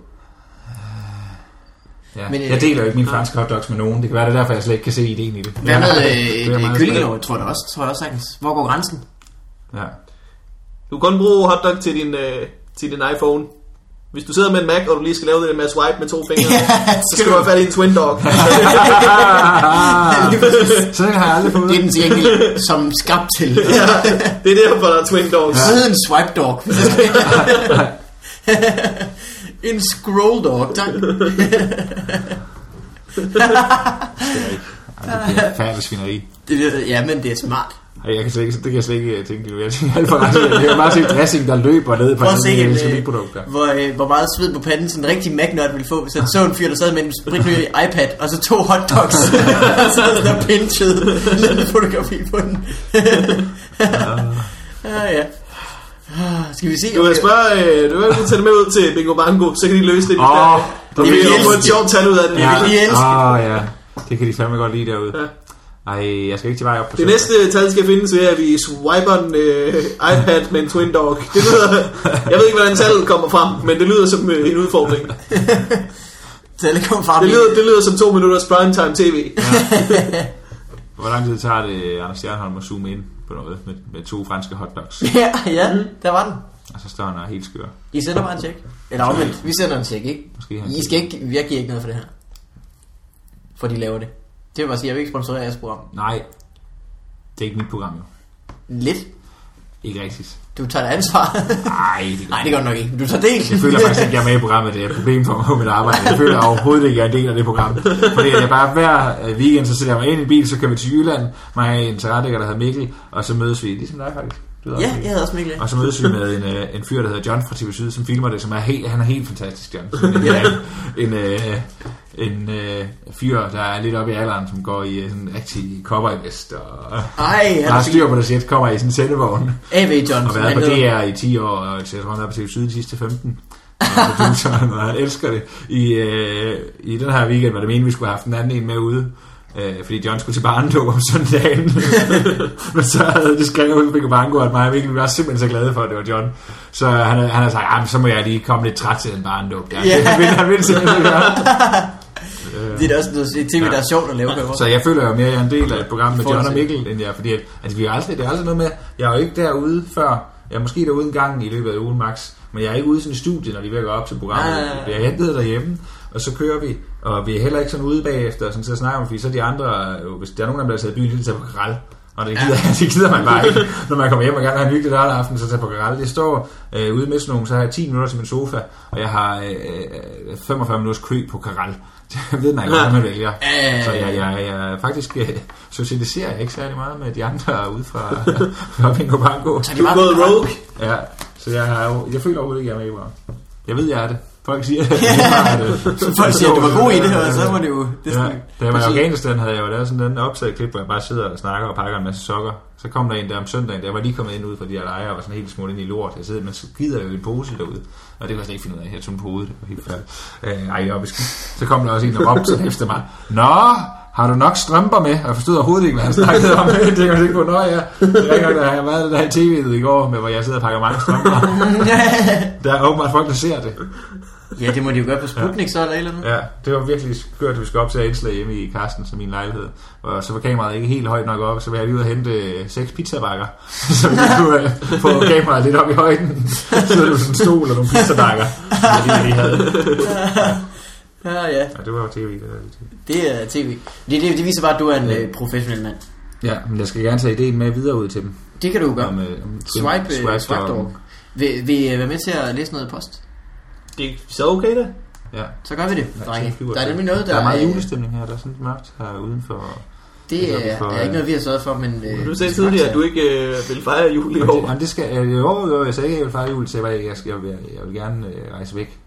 Speaker 3: Ja.
Speaker 2: Men,
Speaker 3: Men,
Speaker 2: øh,
Speaker 3: jeg deler jo ikke mine franske hotdogs med nogen. Det kan være, det er derfor, jeg slet ikke kan se ideen i det.
Speaker 2: Hvad med
Speaker 3: Det er
Speaker 2: øh, øh,
Speaker 3: meget
Speaker 2: kyllingelår, tror jeg da også, tror jeg også sagtens. Hvor går grænsen?
Speaker 3: Ja.
Speaker 1: Du kan kun bruge hotdog til din, øh, til din iPhone. Hvis du sidder med en Mac, og du lige skal lave det der med at swipe med to fingre, så skal du have fat i en Twin Dog.
Speaker 2: Lige præcis.
Speaker 3: Sådan har jeg aldrig fået.
Speaker 2: Det er den til gengæld som skabt til.
Speaker 1: ja, det er derfor, der er Twin Dogs.
Speaker 2: Så hedder en swipe dog. en scroll dog, tak.
Speaker 3: Det er færdigt svineri.
Speaker 2: Det, er- ja, men det er smart.
Speaker 3: Ej, jeg kan slet ikke, det kan jeg slet ikke øh, tænke, det vil jeg tænke alt for ret. Jeg kan bare se dressing, der løber ned på
Speaker 2: Prøv at se,
Speaker 3: en
Speaker 2: en,
Speaker 3: elsker
Speaker 2: øh,
Speaker 3: produkter.
Speaker 2: hvor, øh, hvor meget sved på panden sådan en rigtig magnot ville få, hvis han så en fyr, der sad med en spritny iPad, og så to hotdogs, og så sådan der pinchede, lavede en fotografi på den. ja, ja. Ah, Skal vi se?
Speaker 1: Du kan spørge, øh, du kan lige tage det med ud til Bingo Bango, så kan de løse det. hvis
Speaker 3: Åh,
Speaker 1: der-
Speaker 3: det
Speaker 1: Vi
Speaker 3: vil
Speaker 1: kan
Speaker 3: de
Speaker 1: jo få
Speaker 2: elske.
Speaker 1: et sjovt tal ud af det.
Speaker 2: Ja. vil de elske.
Speaker 3: Ah, ja. Det kan de fandme godt lide derude. Ej, jeg skal ikke til vej op på
Speaker 1: Det
Speaker 3: søndag.
Speaker 1: næste tal skal findes ved, at vi swiper en øh, iPad med en Twin Dog. Det lyder, jeg ved ikke, hvordan tallet kommer frem, men det lyder som øh, en udfordring.
Speaker 2: Telekom fra
Speaker 1: Det lyder, det lyder som to minutters primetime tv.
Speaker 3: Hvor lang tid tager det øh, Anders Stjernholm at zoome ind på noget med, med to franske hotdogs?
Speaker 2: Ja, ja, der var den.
Speaker 3: Og så står han og er helt skør.
Speaker 2: I sender bare en check. Eller omvendt, vi sender en check, ikke?
Speaker 3: Måske han-
Speaker 2: I skal ikke, jeg giver ikke noget for det her. For de laver det. Det vil bare sige, jeg vil ikke sponsorere jeres program.
Speaker 3: Nej, det er ikke mit program jo.
Speaker 2: Lidt.
Speaker 3: Ikke rigtigt.
Speaker 2: Du tager et ansvar.
Speaker 3: Nej, det
Speaker 2: Nej, det gør du nok ikke. men Du tager del.
Speaker 3: Jeg føler faktisk ikke, jeg er med i programmet. Det er et problem for mig på mit arbejde. Jeg føler overhovedet ikke, at jeg er en del af det program. Fordi at jeg bare hver øh, weekend, så sætter jeg mig ind i en bil, så kører vi til Jylland. Mig og en terrændækker, der hedder Mikkel. Og så mødes vi, ligesom dig faktisk. Du hedder
Speaker 2: Ja,
Speaker 3: også Mikkel.
Speaker 2: jeg havde også Mikkel.
Speaker 3: Og så mødes vi med en, øh, en fyr, der hedder John fra TV Syd, som filmer det, som er helt, han er helt fantastisk, John. Sådan En, øh, en, øh, en øh, fyr, der er lidt oppe i alderen, som går i øh, sådan en rigtig cowboyvest og
Speaker 2: Ej, han
Speaker 3: har
Speaker 2: er fint.
Speaker 3: styr på det shit, kommer i sådan en sendevogn
Speaker 2: A.V. Johnson.
Speaker 3: og været på DR i 10 år, og jeg tror, han har været på TV Syd de sidste 15. Og produceren, og han elsker det. I, øh, I den her weekend var det meningen, vi skulle have haft den anden en med ude. Øh, fordi John skulle til barndåb om søndagen. Men så havde de skrevet ud på Bango, at mig og Mikkel vi var simpelthen så glade for, at det var John. Så han, havde- han havde sagt, "Ah, men så må jeg lige komme lidt træt til den barndåb. Der.
Speaker 2: Ja.
Speaker 3: Yeah. Det vil han vil simpelthen ikke gøre.
Speaker 2: Det er da også noget et tv, der er sjovt at lave på.
Speaker 3: Så jeg føler jo mere, at jeg er en del af et program med
Speaker 2: Forhold
Speaker 3: John og
Speaker 2: til-
Speaker 3: Mikkel, end jeg er, fordi at, altså, vi er aldrig, det er aldrig noget med, jeg er jo ikke derude før, jeg er måske derude en gang i løbet af ugen max, men jeg er ikke ude sådan i studiet, når de virker op til programmet.
Speaker 2: Nej,
Speaker 3: Nej,
Speaker 2: nej, nej.
Speaker 3: Jeg bliver hentet derhjemme, og så kører vi, og vi er heller ikke sådan ude bagefter, sådan til at snakke om, fordi så er de andre, øh, hvis der er nogen af dem, der sidder i byen, så tager på kral. Og det gider, det gider man bare ikke, når man kommer hjem og gerne vil have en hyggelig lørdag aften, så tager på kral. Jeg står øh, ude med sådan nogen, så har jeg 10 minutter til min sofa, og jeg har øh, øh, 45 minutters kø på kral. Det ved man ikke, hvad man vælger.
Speaker 2: Ja.
Speaker 3: Så jeg, jeg, jeg faktisk øh, socialiserer jeg ikke særlig meget med de andre ude fra, fra Bingo Bango.
Speaker 2: Så
Speaker 1: Du er gået rogue.
Speaker 3: Ja, så jeg, har, jo- jeg føler overhovedet ikke, at jeg er med i programmet. Jeg ved, jeg er det. Folk siger, at jeg er det.
Speaker 2: Så folk siger, at du var god i det, og så må det jo... Det er
Speaker 3: Ja,
Speaker 2: sådan,
Speaker 3: da jeg var i
Speaker 2: præcis.
Speaker 3: Afghanistan, havde jeg jo lavet sådan en optaget klip, hvor jeg bare sidder og snakker og pakker en masse sokker. Så kom der en der om søndagen, der var lige kommet ind ud fra de her lejre og var sådan helt smurt ind i lort. Jeg sidder, men så gider jeg jo i en pose derude. Og det kunne jeg slet ikke finde ud af. Jeg tog den på hovedet. Det var helt færdigt. Øh, ej, jeg var beskidt. Så kom der også en, der råbte sådan efter mig. Nå, har du nok strømper med? Og jeg forstod overhovedet ikke, hvad han snakkede om. Det tænkte jeg ikke på. Nå ja, det er ikke nok, der har været det der i tv'et i går, med, hvor jeg sidder og pakker mange strømper. Der er åbenbart folk, der ser det.
Speaker 2: Ja, det må de jo gøre på Sputnik så, eller et eller andet.
Speaker 3: Ja, det var virkelig skørt, at vi skulle optage indslag hjemme i Carsten, som min lejlighed. Og så var kameraet ikke helt højt nok op, så var jeg lige ude og hente øh, seks pizzabakker, så vi kunne øh, få kameraet lidt op i højden. Så det var sådan en stol og nogle pizzabakker, jeg lige, lige havde.
Speaker 2: Ja, ja.
Speaker 3: Ja, det var jo tv. Det var jo TV.
Speaker 2: Det er tv. Det, det, det viser bare, at du er en øh, professionel mand.
Speaker 3: Ja, men jeg skal gerne tage ideen med videre ud til dem.
Speaker 2: Det kan du jo gøre.
Speaker 3: Om, øh, om
Speaker 2: Swipe, øh, swipe dog.
Speaker 3: dog.
Speaker 2: Vil, vil I være med til at læse noget post?
Speaker 1: Det er så okay da.
Speaker 3: Ja.
Speaker 2: Så gør vi det, drenge. Der er nemlig noget, der,
Speaker 3: der er meget
Speaker 2: øh,
Speaker 3: julestemning her. Der er sådan mørkt her udenfor. Det
Speaker 2: Det
Speaker 3: gør vi
Speaker 2: er,
Speaker 3: for,
Speaker 2: er ikke noget, vi har sørget for, men... Øh,
Speaker 1: Du sagde tidligere, at du ikke øh, ville fejre jul i
Speaker 3: Jo,
Speaker 1: år.
Speaker 3: men det skal, øh, jo, jo, jeg sagde ikke, at jeg vil fejre jul, så jeg, var- jeg, skal, jeg, vil, jeg vil gerne øh, rejse væk.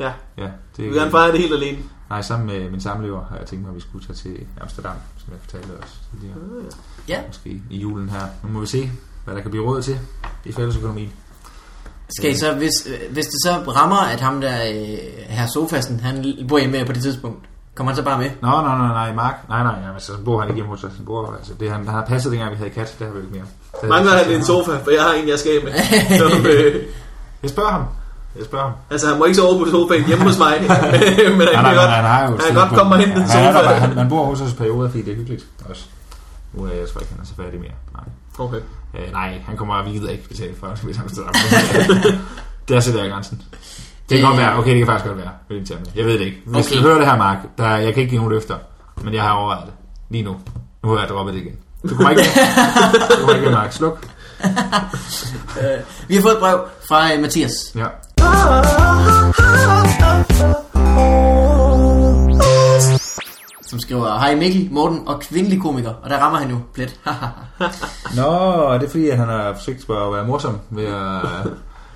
Speaker 1: Ja.
Speaker 3: Ja, det,
Speaker 1: Du vil gerne fejre det helt alene.
Speaker 3: Nej, sammen med min samlever har jeg tænkt mig, at vi skulle tage til Amsterdam, som jeg fortalte os tidligere.
Speaker 1: Mm.
Speaker 2: Ja,
Speaker 3: Måske i julen her. Nu må vi se, hvad der kan blive råd til i fællesøkonomien.
Speaker 2: skal I så, hvis, øh, hvis det så rammer, at ham der, øh, her sofasen, han bor hjemme på det tidspunkt, kommer han så bare med?
Speaker 3: Nå, nej, nej, nej, Mark. Nej, nej, nej, altså, så bor han ikke hjemme hos os. Han bor, altså, det han har passet, dengang vi havde kat, det har vi jo ikke mere. Det havde
Speaker 1: Mangler
Speaker 3: vi
Speaker 1: han
Speaker 3: ikke.
Speaker 1: en sofa, for jeg har en, jeg skal af med. Som, øh,
Speaker 3: Jeg spørger ham. Jeg spørger ham.
Speaker 1: altså, han må ikke sove på sofaen hjemme hos mig. men han
Speaker 3: Nej,
Speaker 1: kan
Speaker 3: nej,
Speaker 1: godt,
Speaker 3: nej, nej, han har jo... et
Speaker 1: han kan
Speaker 3: sted
Speaker 1: godt
Speaker 3: på-
Speaker 1: komme og hente en
Speaker 3: Ja, han er der bare.
Speaker 1: sofa.
Speaker 3: Han, man bor hos os i perioder, fordi det er hyggeligt også. Nu er jeg tror ikke, han er så færdig mere. Nej.
Speaker 1: Okay.
Speaker 3: Øh, nej, han kommer vi gider ikke betale for at spille Amsterdam. der sætter jeg grænsen. Det kan
Speaker 2: Øh.
Speaker 3: godt være. Okay, det kan faktisk godt være. Vil jeg, jeg ved det ikke. Hvis
Speaker 2: Okay.
Speaker 3: okay. du hører det her, Mark, der, jeg kan ikke give nogen løfter, men jeg har overvejet det. Lige nu. Nu har jeg droppet det igen. Du kommer ikke med. Du kommer ikke med, Mark. Sluk.
Speaker 2: Vi har fået et brev fra øh, Mathias.
Speaker 3: Ja.
Speaker 4: Oh, oh, oh, oh, oh, oh, oh.
Speaker 2: som skriver, Hej Mikkel, Morten og kvindelig komiker. Og der rammer han jo plet.
Speaker 3: Nå, er det fordi, at han har forsøgt på at være morsom? Ved at,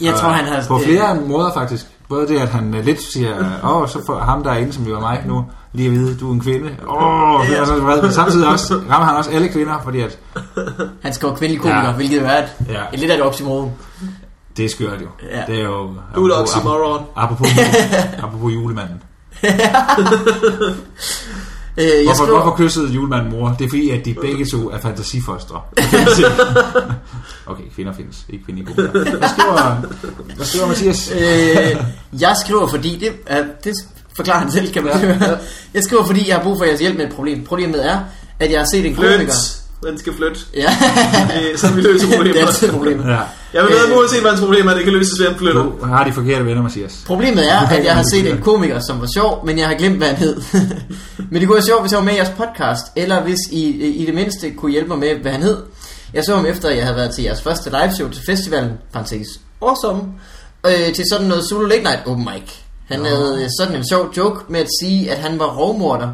Speaker 2: Jeg tror, han har-
Speaker 3: På flere måder, faktisk. Både det, at han øh, lidt siger, åh, så får ham der er inde, som jo er mig nu, lige at vide, du er en kvinde. Åh, det er så vred. Men samtidig også, rammer han også alle kvinder, fordi at,
Speaker 2: øh, han skriver kvindelig komiker,
Speaker 3: Ja.
Speaker 2: ja. hvilket jo er et,
Speaker 3: Ja.
Speaker 2: ja. et lidt af et oxymoron.
Speaker 3: det er skørt jo.
Speaker 2: Ja.
Speaker 3: Det er jo...
Speaker 1: Du er et
Speaker 3: apropos-
Speaker 1: oxymoron.
Speaker 3: Apropos, apropos, apropos julemanden.
Speaker 2: Øh, jeg
Speaker 3: Hvorfor,
Speaker 2: skriver-
Speaker 3: hvorfor kyssede julemanden mor? Det er fordi, at de begge to er fantasifostre. okay, kvinder findes. Ikke kvinder i gruppen. Hvad skriver, hvad skriver Mathias?
Speaker 2: øh, jeg skriver, fordi det, er, det forklarer han selv, kan man ja, ja. Jeg skriver, fordi jeg har brug for jeres hjælp med et problem. Problemet er, at jeg har set en komiker...
Speaker 1: Flyt. Den skal flytte.
Speaker 2: Ja,
Speaker 1: Det er sådan, vi løser
Speaker 2: det er altid
Speaker 1: problemer.
Speaker 2: et problem.
Speaker 3: Ja.
Speaker 1: Jeg vil
Speaker 3: Øh.
Speaker 1: med, uanset hvad hans problem er, det kan løses ved at flytte.
Speaker 3: Du har de forkerte venner, Mathias.
Speaker 2: Problemet er, at jeg har set en komiker, som var sjov, men jeg har glemt, hvad han hed. men det kunne være sjovt, hvis jeg var med i jeres podcast, eller hvis I øh, i det mindste kunne hjælpe mig med, hvad han hed. Jeg så ham efter, at jeg havde været til jeres første liveshow til festivalen, parentes awesome, øh, til sådan noget Zulu Late Night open mic. Han havde øh, sådan en sjov joke med at sige, at han var rovmorder.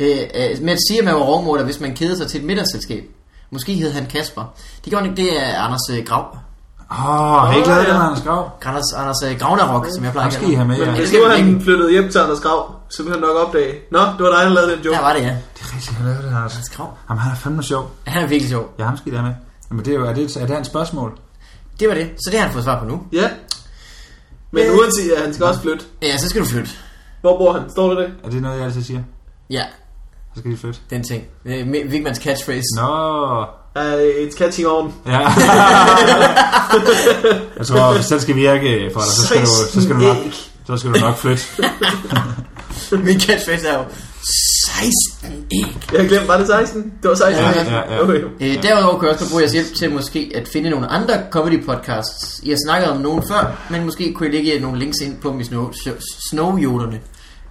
Speaker 2: Øh, øh, med at sige, at man var rovmorder, hvis man kedede sig til et middagsselskab. Måske hed han Kasper. Det gjorde han ikke, det er Anders øh, Grav.
Speaker 3: Åh, oh, har I ikke
Speaker 1: Åh,
Speaker 3: lavet
Speaker 1: ja.
Speaker 3: den, Anders Grav?
Speaker 2: Anders, Anders øh, Gravnarok, som jeg plejer
Speaker 3: Ham
Speaker 2: at
Speaker 3: skal I
Speaker 2: kalde
Speaker 3: have
Speaker 2: ham.
Speaker 3: med, ja.
Speaker 1: Men
Speaker 3: Det
Speaker 1: hvis
Speaker 2: skal
Speaker 1: nu
Speaker 2: vi
Speaker 1: han
Speaker 2: ikke.
Speaker 1: flyttede hjem til Anders Grav, så ville han nok opdage. Nå, det var dig, der lavede den joke.
Speaker 2: Der var det, ja.
Speaker 3: er rigtigt, han lavede det, Anders.
Speaker 2: Krav.
Speaker 3: Jamen, han er fandme sjov.
Speaker 2: Han er virkelig sjov.
Speaker 3: Ja, ham skal I da have med. Jamen, det er, jo, er, det, er det hans spørgsmål?
Speaker 2: Det var det. Så det har han fået svar på nu.
Speaker 1: Ja. Men
Speaker 2: Øh.
Speaker 1: uanset, at han skal også flytte.
Speaker 2: Ja, så skal du flytte.
Speaker 1: Hvor bor han? Står det det?
Speaker 3: Er det noget, jeg altid siger?
Speaker 2: Ja,
Speaker 3: Så skal de flytte.
Speaker 2: den ting. Øh, Mi- Vigmans catchphrase.
Speaker 3: Nå,
Speaker 1: Uh, it's catching on.
Speaker 3: ja. jeg tror, hvis den skal virke eh, for dig, så skal du, så skal du nok, så skal du nok flytte.
Speaker 2: Min catchphrase er jo 16 æg.
Speaker 1: Jeg glemte, var det 16? Det var 16.
Speaker 2: Ja,
Speaker 3: ja, ja.
Speaker 1: Okay.
Speaker 2: Øh, derudover kan jeg også godt bruge jeres hjælp til måske at finde nogle andre comedy podcasts. I har snakket om nogen før, men måske kunne I lægge nogle links ind på dem i snow, snowjoderne.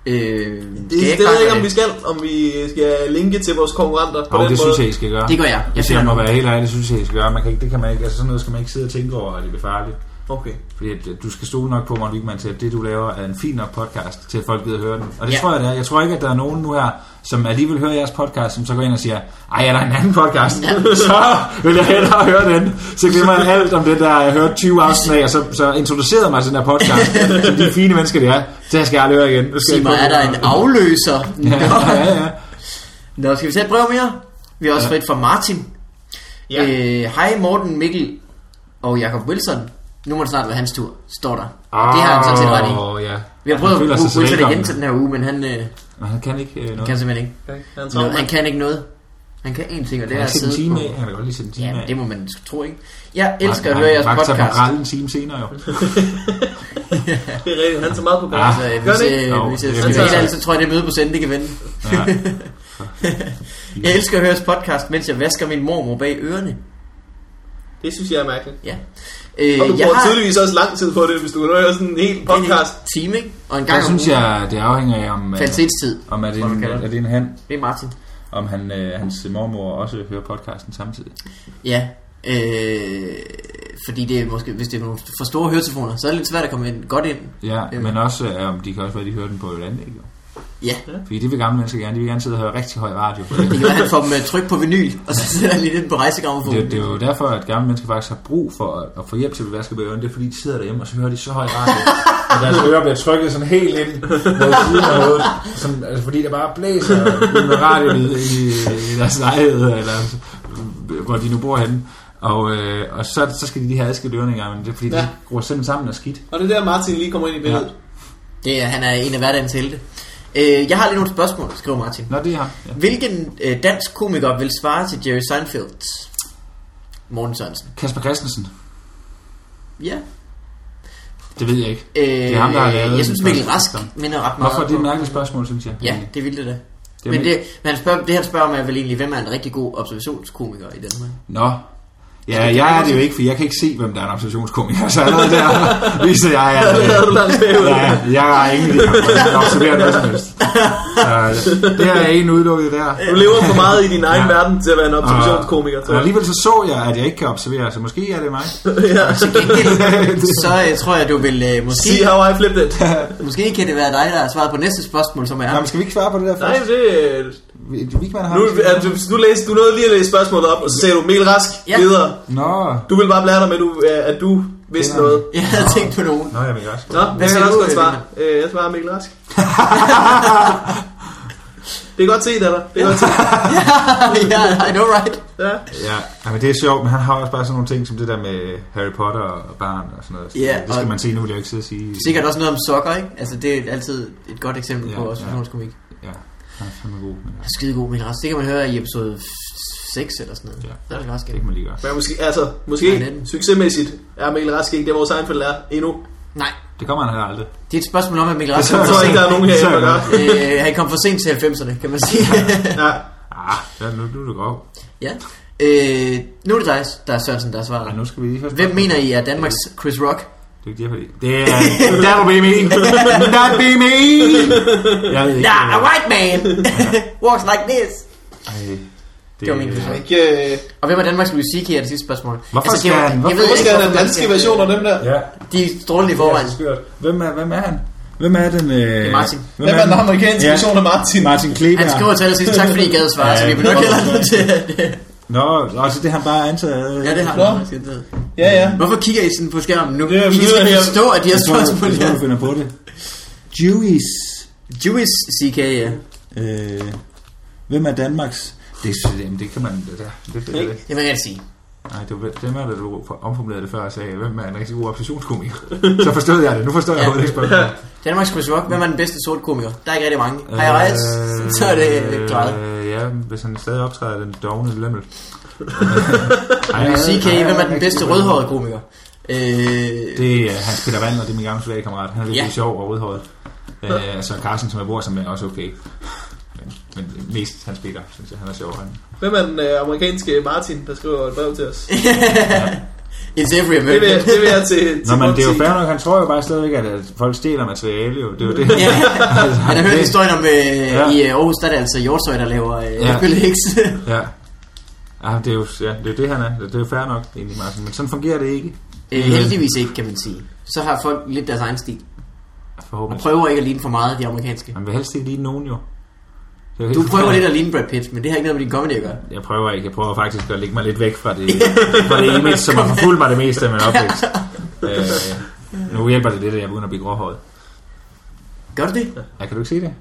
Speaker 2: Øh,
Speaker 1: Det, det, ved jeg ikke, om vi skal, om vi skal linke til vores konkurrenter på
Speaker 3: Og
Speaker 1: den
Speaker 3: det
Speaker 1: måde.
Speaker 3: synes jeg, I skal gøre.
Speaker 2: Det gør jeg. Jeg
Speaker 3: Hvis jeg må
Speaker 2: finder
Speaker 3: være helt ærlig, det synes jeg, I skal gøre. Man kan ikke, det kan man ikke, altså sådan noget skal man ikke sidde og tænke over, at det bliver farligt.
Speaker 1: Okay.
Speaker 3: Fordi at, øh, du skal stole nok på, Morten Wigman, til at det, du laver, er en fin nok podcast, til at folk gider høre den. Og det ja.
Speaker 2: Ja.
Speaker 3: tror jeg, det er. Jeg tror ikke, at der er nogen nu her, som alligevel hører jeres podcast, som så går ind og siger, ej, er der en anden podcast? Ja. Så vil jeg hellere høre den. Så glemmer jeg alt om det, der jeg hørte 20 afsnit af, og så, så introducerede mig til den her podcast, som de fine mennesker, det er. Det her skal jeg aldrig høre igen. Nu
Speaker 2: Sig
Speaker 3: skal jeg
Speaker 2: mig,
Speaker 3: ikke
Speaker 2: er der en afløser?
Speaker 3: Ja, ja, ja.
Speaker 2: Nå, skal vi tage et brev mere? Vi har også fået et fra Martin.
Speaker 1: Ja.
Speaker 2: Ja. Øh, Hej Morten, Mikkel og Jacob Wilson. Nu må det snart være hans tur, står der. Oh. Det har han sådan set ret i.
Speaker 3: Åh, Ja.
Speaker 2: Vi har prøvet
Speaker 3: Ah, Han føler
Speaker 2: at
Speaker 3: sig så
Speaker 2: bruge Wilson igen
Speaker 3: velkommen.
Speaker 2: til den her uge, men han øh,
Speaker 3: Men han kan ikke øh, noget.
Speaker 2: kan simpelthen ikke.
Speaker 1: okay. Han er
Speaker 2: Nå,
Speaker 1: travlt,
Speaker 2: han
Speaker 1: mand.
Speaker 2: kan ikke noget. Han kan én ting, og det
Speaker 3: han
Speaker 2: er
Speaker 3: kan
Speaker 2: at
Speaker 3: sætte en
Speaker 2: sidde
Speaker 3: time
Speaker 2: på...
Speaker 3: af. Han kan godt lige sætte en time
Speaker 2: Ja,
Speaker 3: af.
Speaker 2: det må man altså tro, ikke? Jeg elsker at
Speaker 3: Han-
Speaker 2: høre jeres
Speaker 3: Han kan
Speaker 2: podcast.
Speaker 3: faktisk tage en time senere, jo.
Speaker 1: Det er rigtigt. Han er så meget på
Speaker 3: Ja.
Speaker 1: banen.
Speaker 2: Så, øh,
Speaker 1: Gør
Speaker 2: hvis,
Speaker 1: det ikke?
Speaker 2: øh,
Speaker 3: Jo,
Speaker 2: hvis
Speaker 3: det
Speaker 2: jeg
Speaker 3: er
Speaker 2: skal
Speaker 1: fint.
Speaker 2: være helt ærlig, så tror jeg, det er møde på sende, det kan vende.
Speaker 3: Ja.
Speaker 2: Jeg elsker at høre jeres podcast, mens jeg vasker min mormor bag ørerne.
Speaker 1: Det synes jeg er mærkeligt.
Speaker 2: Ja. Øh,
Speaker 1: Og du bruger tydeligvis også lang tid på det, hvis du kan høre sådan en hel
Speaker 2: en hel
Speaker 1: podcast.
Speaker 2: time, ikke? Og en gang
Speaker 3: Jeg
Speaker 2: om
Speaker 3: synes,
Speaker 2: ugen.
Speaker 3: jeg, det afhænger af, om, øh,
Speaker 2: Kvalitetstid.
Speaker 3: om er det
Speaker 2: Tror du,
Speaker 3: en,
Speaker 2: kalder det?
Speaker 3: er det en han,
Speaker 2: Det er Martin.
Speaker 3: om han, øh, hans mormor også hører podcasten samtidig.
Speaker 2: Ja, øh, fordi det er måske, hvis det er nogle for store høretelefoner, så er det lidt svært at komme ind, godt ind.
Speaker 3: Ja,
Speaker 2: Ja.
Speaker 3: men også, øh, om de kan også være, at de hører den på et andet, ikke?
Speaker 2: Ja,
Speaker 3: Fordi det vil gamle mennesker gerne. De vil gerne sidde og høre rigtig høj radio.
Speaker 2: det kan være, han får dem øh, tryk på vinyl, og så sidder han lige lidt på rejsegrammofonen.
Speaker 3: Det, det, er jo derfor, at gamle mennesker faktisk har brug for at, at få hjælp til at vaske på ørerne. Det er fordi, de sidder derhjemme, og så hører de så høj radio. og deres ører bliver trykket sådan helt ind mod siden af hovedet. Sådan, altså, fordi der bare blæser med radiolyd i, i deres lejlighed, eller øh, hvor de nu bor henne. Og, øh, og så, så skal de lige have adskilt ørerne engang, men det er fordi, ja.
Speaker 1: Ja.
Speaker 3: de gror simpelthen sammen og skidt.
Speaker 1: Og det er der, Martin lige kommer ind i billedet.
Speaker 2: det er, han er en af hverdagens helte. Øh, jeg har lige nogle spørgsmål, skriver Martin.
Speaker 3: Nå, det er ham. Ja.
Speaker 2: Hvilken øh, dansk komiker vil svare til Jerry Seinfeld? Morten Sørensen.
Speaker 3: Kasper Christensen.
Speaker 2: Ja.
Speaker 3: Det ved jeg ikke.
Speaker 2: Øh,
Speaker 3: Det er ham, der har lavet
Speaker 2: jeg synes,
Speaker 3: den
Speaker 2: Mikkel Rask
Speaker 3: første
Speaker 2: minder ret meget
Speaker 3: Hvorfor er det et
Speaker 2: om-
Speaker 3: mærkeligt spørgsmål, synes jeg?
Speaker 2: Ja, det ville det da.
Speaker 3: er
Speaker 2: Men
Speaker 3: mit-
Speaker 2: det, men han spørger, det han spørger mig er vel egentlig, hvem er en rigtig god observationskomiker i Danmark?
Speaker 3: Nå.
Speaker 1: Altså,
Speaker 3: Ja, jeg er det jo ikke, for jeg kan ikke se, hvem der er en observationskomiker. Så allerede der viser jeg, at
Speaker 1: Der er du
Speaker 3: øh,
Speaker 1: langt bagud.
Speaker 3: nej, jeg er ingen lige observerer noget som helst. Så det er en udelukket der.
Speaker 1: Du lever for meget i din egen
Speaker 3: Ja. Ah.
Speaker 1: verden til at være en observationskomiker, tror
Speaker 3: Og
Speaker 1: jeg.
Speaker 3: alligevel så så jeg, at jeg ikke kan observere, så måske er det mig.
Speaker 2: Til gengæld, så øh, tror jeg, du vil... Øh, måske,
Speaker 1: See how I flipped it.
Speaker 2: måske kan det være dig, der har svaret på næste spørgsmål, som er...
Speaker 3: Jamen, skal vi ikke svare på det der først?
Speaker 1: Nej, det...
Speaker 3: Vi, vi kan
Speaker 1: Nu, er du, nu, læste, du nåede lige at læse spørgsmålet op, og så sagde du, Mikkel Rask,
Speaker 2: Ja.
Speaker 1: videre.
Speaker 3: Nå.
Speaker 1: Du vil bare blære dig med, du, øh, at du vidste
Speaker 3: Kender
Speaker 1: noget.
Speaker 2: Jeg havde tænkt på nogen.
Speaker 3: Nå, jeg vil også.
Speaker 1: Nå, jeg
Speaker 2: siger
Speaker 1: kan også
Speaker 2: du,
Speaker 1: godt
Speaker 2: øh,
Speaker 1: svare. Øh, jeg svarer Mikkel Rask. det er godt set af dig. Det er godt set.
Speaker 2: ja, I know right.
Speaker 1: Ja.
Speaker 3: Ja, ja, men det er sjovt, men han har også bare sådan nogle ting som det der med Harry Potter og barn og sådan noget.
Speaker 2: Ja,
Speaker 3: det skal
Speaker 2: og-
Speaker 3: man se, nu vil jeg ikke sidde og sige.
Speaker 2: Sikkert også noget om sokker, ikke? Altså, det er altid et godt eksempel
Speaker 3: Ja,
Speaker 2: på
Speaker 3: ja.
Speaker 2: observationskomik.
Speaker 3: Ja, han er fandme god. Men ja,
Speaker 2: Skide god, Mikkel Rask. Det kan man høre i episode 6 eller sådan noget.
Speaker 3: Ja.
Speaker 2: Ja. Der er det også
Speaker 3: det kan man lige gøre.
Speaker 1: Men måske, altså, måske
Speaker 2: 19.
Speaker 1: succesmæssigt er Mikkel Rask ikke der, hvor Seinfeld er endnu.
Speaker 2: Nej,
Speaker 3: Det kommer han heller aldrig.
Speaker 2: det er et spørgsmål om, at Mikkel Rask
Speaker 1: Jeg
Speaker 2: kom
Speaker 1: tror
Speaker 2: for
Speaker 1: ikke, der
Speaker 2: sent.
Speaker 1: er nogen her,
Speaker 3: Så
Speaker 1: der
Speaker 3: er
Speaker 1: gør.
Speaker 2: Øh, han kom for sent til 90'erne, kan man sige.
Speaker 1: Ja.
Speaker 3: Ah, ja, nu, nu er du grov.
Speaker 2: ja. Øh, nu er det dig, der er Sørensen, der svarer.
Speaker 3: Ja, nu skal vi lige først...
Speaker 2: Hvem mener I er Danmarks Chris Rock?
Speaker 3: Det er ikke derfor, det- det er... Der er du BMI! Der er BMI! Jeg ved ikke...
Speaker 2: Ja, a
Speaker 3: øh,
Speaker 2: white man! Walks like this!
Speaker 3: ej,
Speaker 2: Det var min
Speaker 3: er-
Speaker 2: forsøg.
Speaker 1: Ikke, øh,
Speaker 2: Og hvem er Danmarks Louis C.K. er det sidste spørgsmål.
Speaker 3: Hvorfor skal
Speaker 2: det var-
Speaker 3: han- hvorfor
Speaker 2: ved
Speaker 1: Hvorfor
Speaker 2: ikke,
Speaker 1: skal han
Speaker 2: hvorfor
Speaker 1: have danske
Speaker 2: skal-
Speaker 1: versioner af dem der?
Speaker 3: Ja,
Speaker 2: De er strålende i
Speaker 3: det
Speaker 2: forvejen.
Speaker 3: er skørt. Hvem er, hvem er han? Hvem er den... Øh,
Speaker 2: Martin.
Speaker 1: Hvem er den amerikanske version af Martin?
Speaker 3: Martin Kleber.
Speaker 2: Han skriver til allersidst, tak fordi I gad svare, så vi vil nok hellere nødt til at...
Speaker 3: Nå, altså det er han bare antaget.
Speaker 2: Ja, det har
Speaker 1: Nå.
Speaker 2: han faktisk intet.
Speaker 1: Ja, ja.
Speaker 2: Hvorfor kigger I sådan på skærmen nu?
Speaker 1: Det er-
Speaker 2: I
Speaker 1: det
Speaker 2: skal
Speaker 1: er-
Speaker 2: forstå, at de har
Speaker 3: Jeg tror,
Speaker 2: spørgsmål
Speaker 3: jeg,
Speaker 2: her.
Speaker 3: jeg tror, du finder på det. Jewish.
Speaker 2: Jewish CK, ja.
Speaker 3: Øh, hvem er Danmarks? Det, jamen, det kan man... Det, der. det, det, det.
Speaker 2: Det vil jeg sige.
Speaker 3: Nej, det var dem, der du omformulerede det før og sagde, hvem er en rigtig god oppositionskomiker? Så forstod jeg det. Nu forstår jeg
Speaker 2: Ja.
Speaker 3: ja. det spørgsmål.
Speaker 2: Danmarks Chris Rock, hvem er den bedste sort komiker? Der er ikke rigtig mange. Har jeg rejst? Så er det øh, klart.
Speaker 3: Øh, ja, hvis han stadig optræder den dogne lemmel. øh,
Speaker 2: Louis C.K., hvem er den bedste rødhårede komiker? Øh,
Speaker 3: Det er Hans Peter Vandler, det er min gamle soldatkammerat. Han er lidt
Speaker 2: Ja.
Speaker 3: ja. sjov og rødhåret. Øh, så Carsten, som jeg bor som er også okay. Men, men mest Hans Peter, synes jeg, han er sjov. Han,
Speaker 1: Hvem er den øh, amerikanske Martin, der skriver et brev til os?
Speaker 2: It's every
Speaker 1: Det vil jeg,
Speaker 2: American.
Speaker 1: det vil jeg til, til
Speaker 3: Nå, men det er jo
Speaker 1: Monty.
Speaker 3: fair nok, han tror jo bare stadigvæk, at at folk stjæler materiale, jo. Det er jo det. Altså,
Speaker 2: Ja, han har hørt
Speaker 3: det-
Speaker 2: historien om, øh,
Speaker 3: Ja.
Speaker 2: i øh, Aarhus, der er det altså Hjortøj, der laver
Speaker 3: Ja.
Speaker 2: øh, Bill Hicks.
Speaker 3: Ja. Ah, det er jo ja, det, er jo det, han er. Det er jo fair nok, egentlig, Martin. Men sådan fungerer det ikke.
Speaker 2: Øh, Heldigvis ikke, kan man sige. Så har folk lidt deres egen stil. Og
Speaker 3: Forhåbentlig.
Speaker 2: prøver ikke at ligne for meget de amerikanske.
Speaker 3: Man vil helst ikke lige nogen, jo. Det er jo
Speaker 2: Du
Speaker 3: helt-
Speaker 2: prøver lidt at ligne Brad Pitt, men det har ikke noget med din comedy at gøre.
Speaker 3: Jeg prøver ikke. Jeg prøver faktisk at lægge mig lidt væk fra det, fra det image, som har forfulgt mig det meste af min opvækst. Øh, nu hjælper det lidt, at jeg begynder at blive gråhåret.
Speaker 2: Gør du det?
Speaker 3: Ja, kan du ikke se det?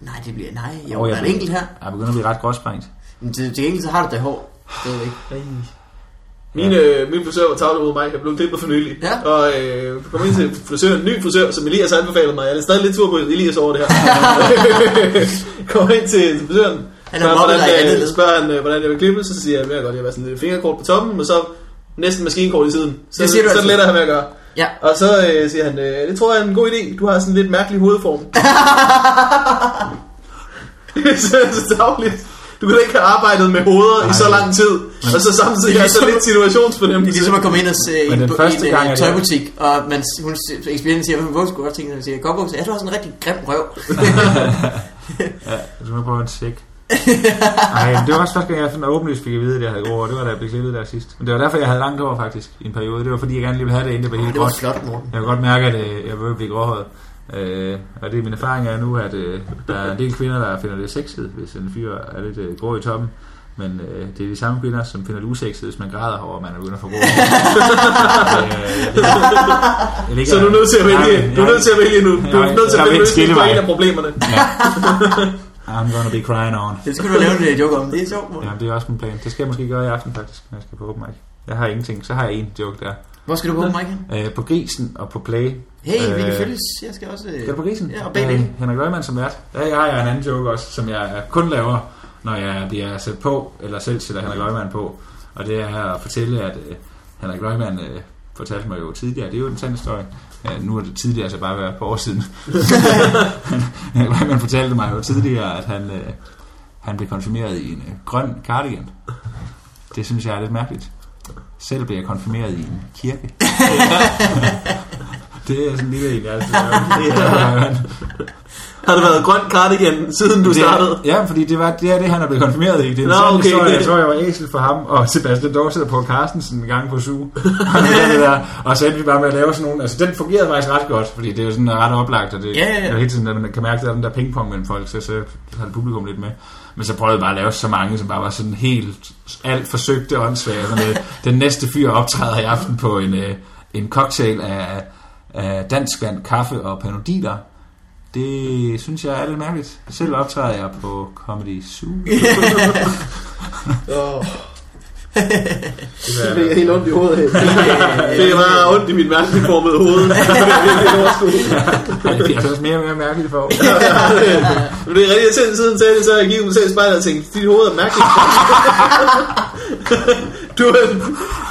Speaker 2: Nej, det bliver... Nej, jo,
Speaker 3: Åh,
Speaker 2: oh,
Speaker 3: jeg
Speaker 2: der er
Speaker 3: ved-
Speaker 2: et enkelt her.
Speaker 3: Jeg begynder at blive ret gråsprængt.
Speaker 2: Men til, til gengæld så har du da hår. Det ved jeg ikke.
Speaker 1: Min, øh, min frisør var tavlet mod mig. Jeg blev klippet for nylig.
Speaker 2: Ja.
Speaker 1: Og øh, kom ind til frisøren, en ny frisør, som Elias anbefalede mig. Jeg er stadig lidt sur på Elias over det her. kom ind til frisøren.
Speaker 2: Han har mobbet dig i
Speaker 1: hvordan,
Speaker 2: andet
Speaker 1: øh,
Speaker 2: led.
Speaker 1: spørger han, øh, hvordan jeg vil klippe, så siger jeg, at jeg vil godt, jeg vil have sådan et lille fingerkort på toppen, og så næsten maskinkort i siden. Så,
Speaker 2: Det siger du
Speaker 1: så er det
Speaker 2: altid.
Speaker 1: let at have med at gøre.
Speaker 2: Ja.
Speaker 1: Og så øh, siger han, øh, det tror jeg er en god idé, du har sådan lidt mærkelig hovedform. det er så- så dagligt. Du kan da ikke have arbejdet med hoveder Ej. i så
Speaker 3: Nej.
Speaker 1: lang tid, og så samtidig have så lidt
Speaker 2: Det er
Speaker 1: situationsfornemmelse.
Speaker 2: ligesom at komme ind og se i
Speaker 3: Men
Speaker 2: en,
Speaker 3: den
Speaker 2: bu-
Speaker 3: første
Speaker 2: i en
Speaker 3: gang,
Speaker 2: gang,
Speaker 3: jeg-
Speaker 2: tøjbutik, og man, hun, ekspedienten siger, hvorfor skulle du godt tænke, og siger, Gobbo, ja, du har sådan en rigtig grim røv.
Speaker 3: Ja, så nu prøver en tjek. Ej, men det var også første gang, jeg sådan åbenlyst fik at vide, at jeg havde grå hår. Det var da jeg blev klippet der sidst. Men det var derfor, jeg havde langt hår faktisk i en periode. Det var fordi, jeg gerne lige ville have det, inden det blev helt
Speaker 2: det var
Speaker 3: gråt.
Speaker 2: flot, Morten.
Speaker 3: Jeg kan godt mærke, at øh, jeg vil blive gråhåret. Øh, og det er min erfaring er nu, at øh, der er en del kvinder, der finder det sexet, hvis en fyr er lidt øh, grå i toppen. Men øh, det er de samme kvinder, som finder det usexet, hvis man græder over, at man er begyndt at få grå hår. øh, jeg ligger-
Speaker 1: Så du er nødt til at
Speaker 3: Nej,
Speaker 1: vælge,
Speaker 3: men
Speaker 1: du er
Speaker 3: jeg-
Speaker 1: nødt til at vælge nu. Du er
Speaker 3: Nej,
Speaker 1: nødt til
Speaker 3: der
Speaker 1: at
Speaker 3: er
Speaker 1: vælge
Speaker 3: en
Speaker 1: løsning på
Speaker 3: skillevej.
Speaker 1: en af problemerne.
Speaker 3: I'm gonna be crying on.
Speaker 2: Det skulle du lave en øh, joke om. Det er sjovt, Morten.
Speaker 3: Jamen, det er også min plan. Det skal jeg måske gøre i aften, faktisk, når jeg skal på open mic. Jeg har ingenting, så har jeg en joke der.
Speaker 2: Hvor skal du på, Mike?
Speaker 3: Øh, på grisen og på play.
Speaker 2: Hey, vi kan
Speaker 3: Øh,
Speaker 2: følges. Jeg skal også... øh,
Speaker 3: Skal du på grisen?
Speaker 2: Ja, og bag det.
Speaker 3: Øh, Henrik Løgman som vært. Ja, jeg har jeg en anden joke også, som jeg kun laver, når jeg bliver sat på, eller selv sætter Henrik Løgman på. Og det er at fortælle, at øh, Henrik Løgman øh, fortalte mig jo tidligere, det er jo en sand historie. Ja, nu er det tidligere, altså bare været på år siden. Henrik Løgman fortalte mig jo tidligere, at han, øh, han blev konsumeret i en øh, grøn cardigan. Det synes jeg er lidt mærkeligt. Selv blev jeg konfirmeret i en kirke. det er sådan lige en, jeg altid laver.
Speaker 1: Har det været grøn cardigan, siden du
Speaker 3: Det
Speaker 1: startede?
Speaker 3: er, ja, fordi det, var, det er det, han er blevet konfirmeret i. Det er en
Speaker 1: Nå,
Speaker 3: Nå, sådan
Speaker 1: okay,
Speaker 3: okay, historie.
Speaker 1: det-
Speaker 3: Jeg tror, jeg var æsel for ham og Sebastian Dorset og Paul Carstensen en gang på suge. og, det der, og så endte vi bare med at lave sådan nogle... Altså, den fungerede faktisk ret godt, fordi det er jo sådan ret oplagt, og det,
Speaker 2: Ja, ja, ja.
Speaker 3: og hele tiden, at man kan mærke, at der er den der pingpong mellem folk, så, så holdt publikum lidt med. Men så prøvede jeg bare at lave så mange, som bare var sådan helt alt forsøgte åndssvage. Sådan, noget. den næste fyr optræder i aften på en, øh, en cocktail af, af dansk vand, kaffe og panodiler. Det synes jeg er lidt mærkeligt. Selv optræder jeg på Comedy Zoo.
Speaker 1: Åh, Det bliver helt ondt i hovedet. det er bare ondt i mit mærkeligt formede hoved. Det er virkelig overskue.
Speaker 3: Ja, det bliver altså også mere og mere mærkeligt for år.
Speaker 1: Men det er rigtig irriterende siden sagde det, så jeg gik ud selv i spejlet og tænkte, dit hoved er mærkeligt. du er en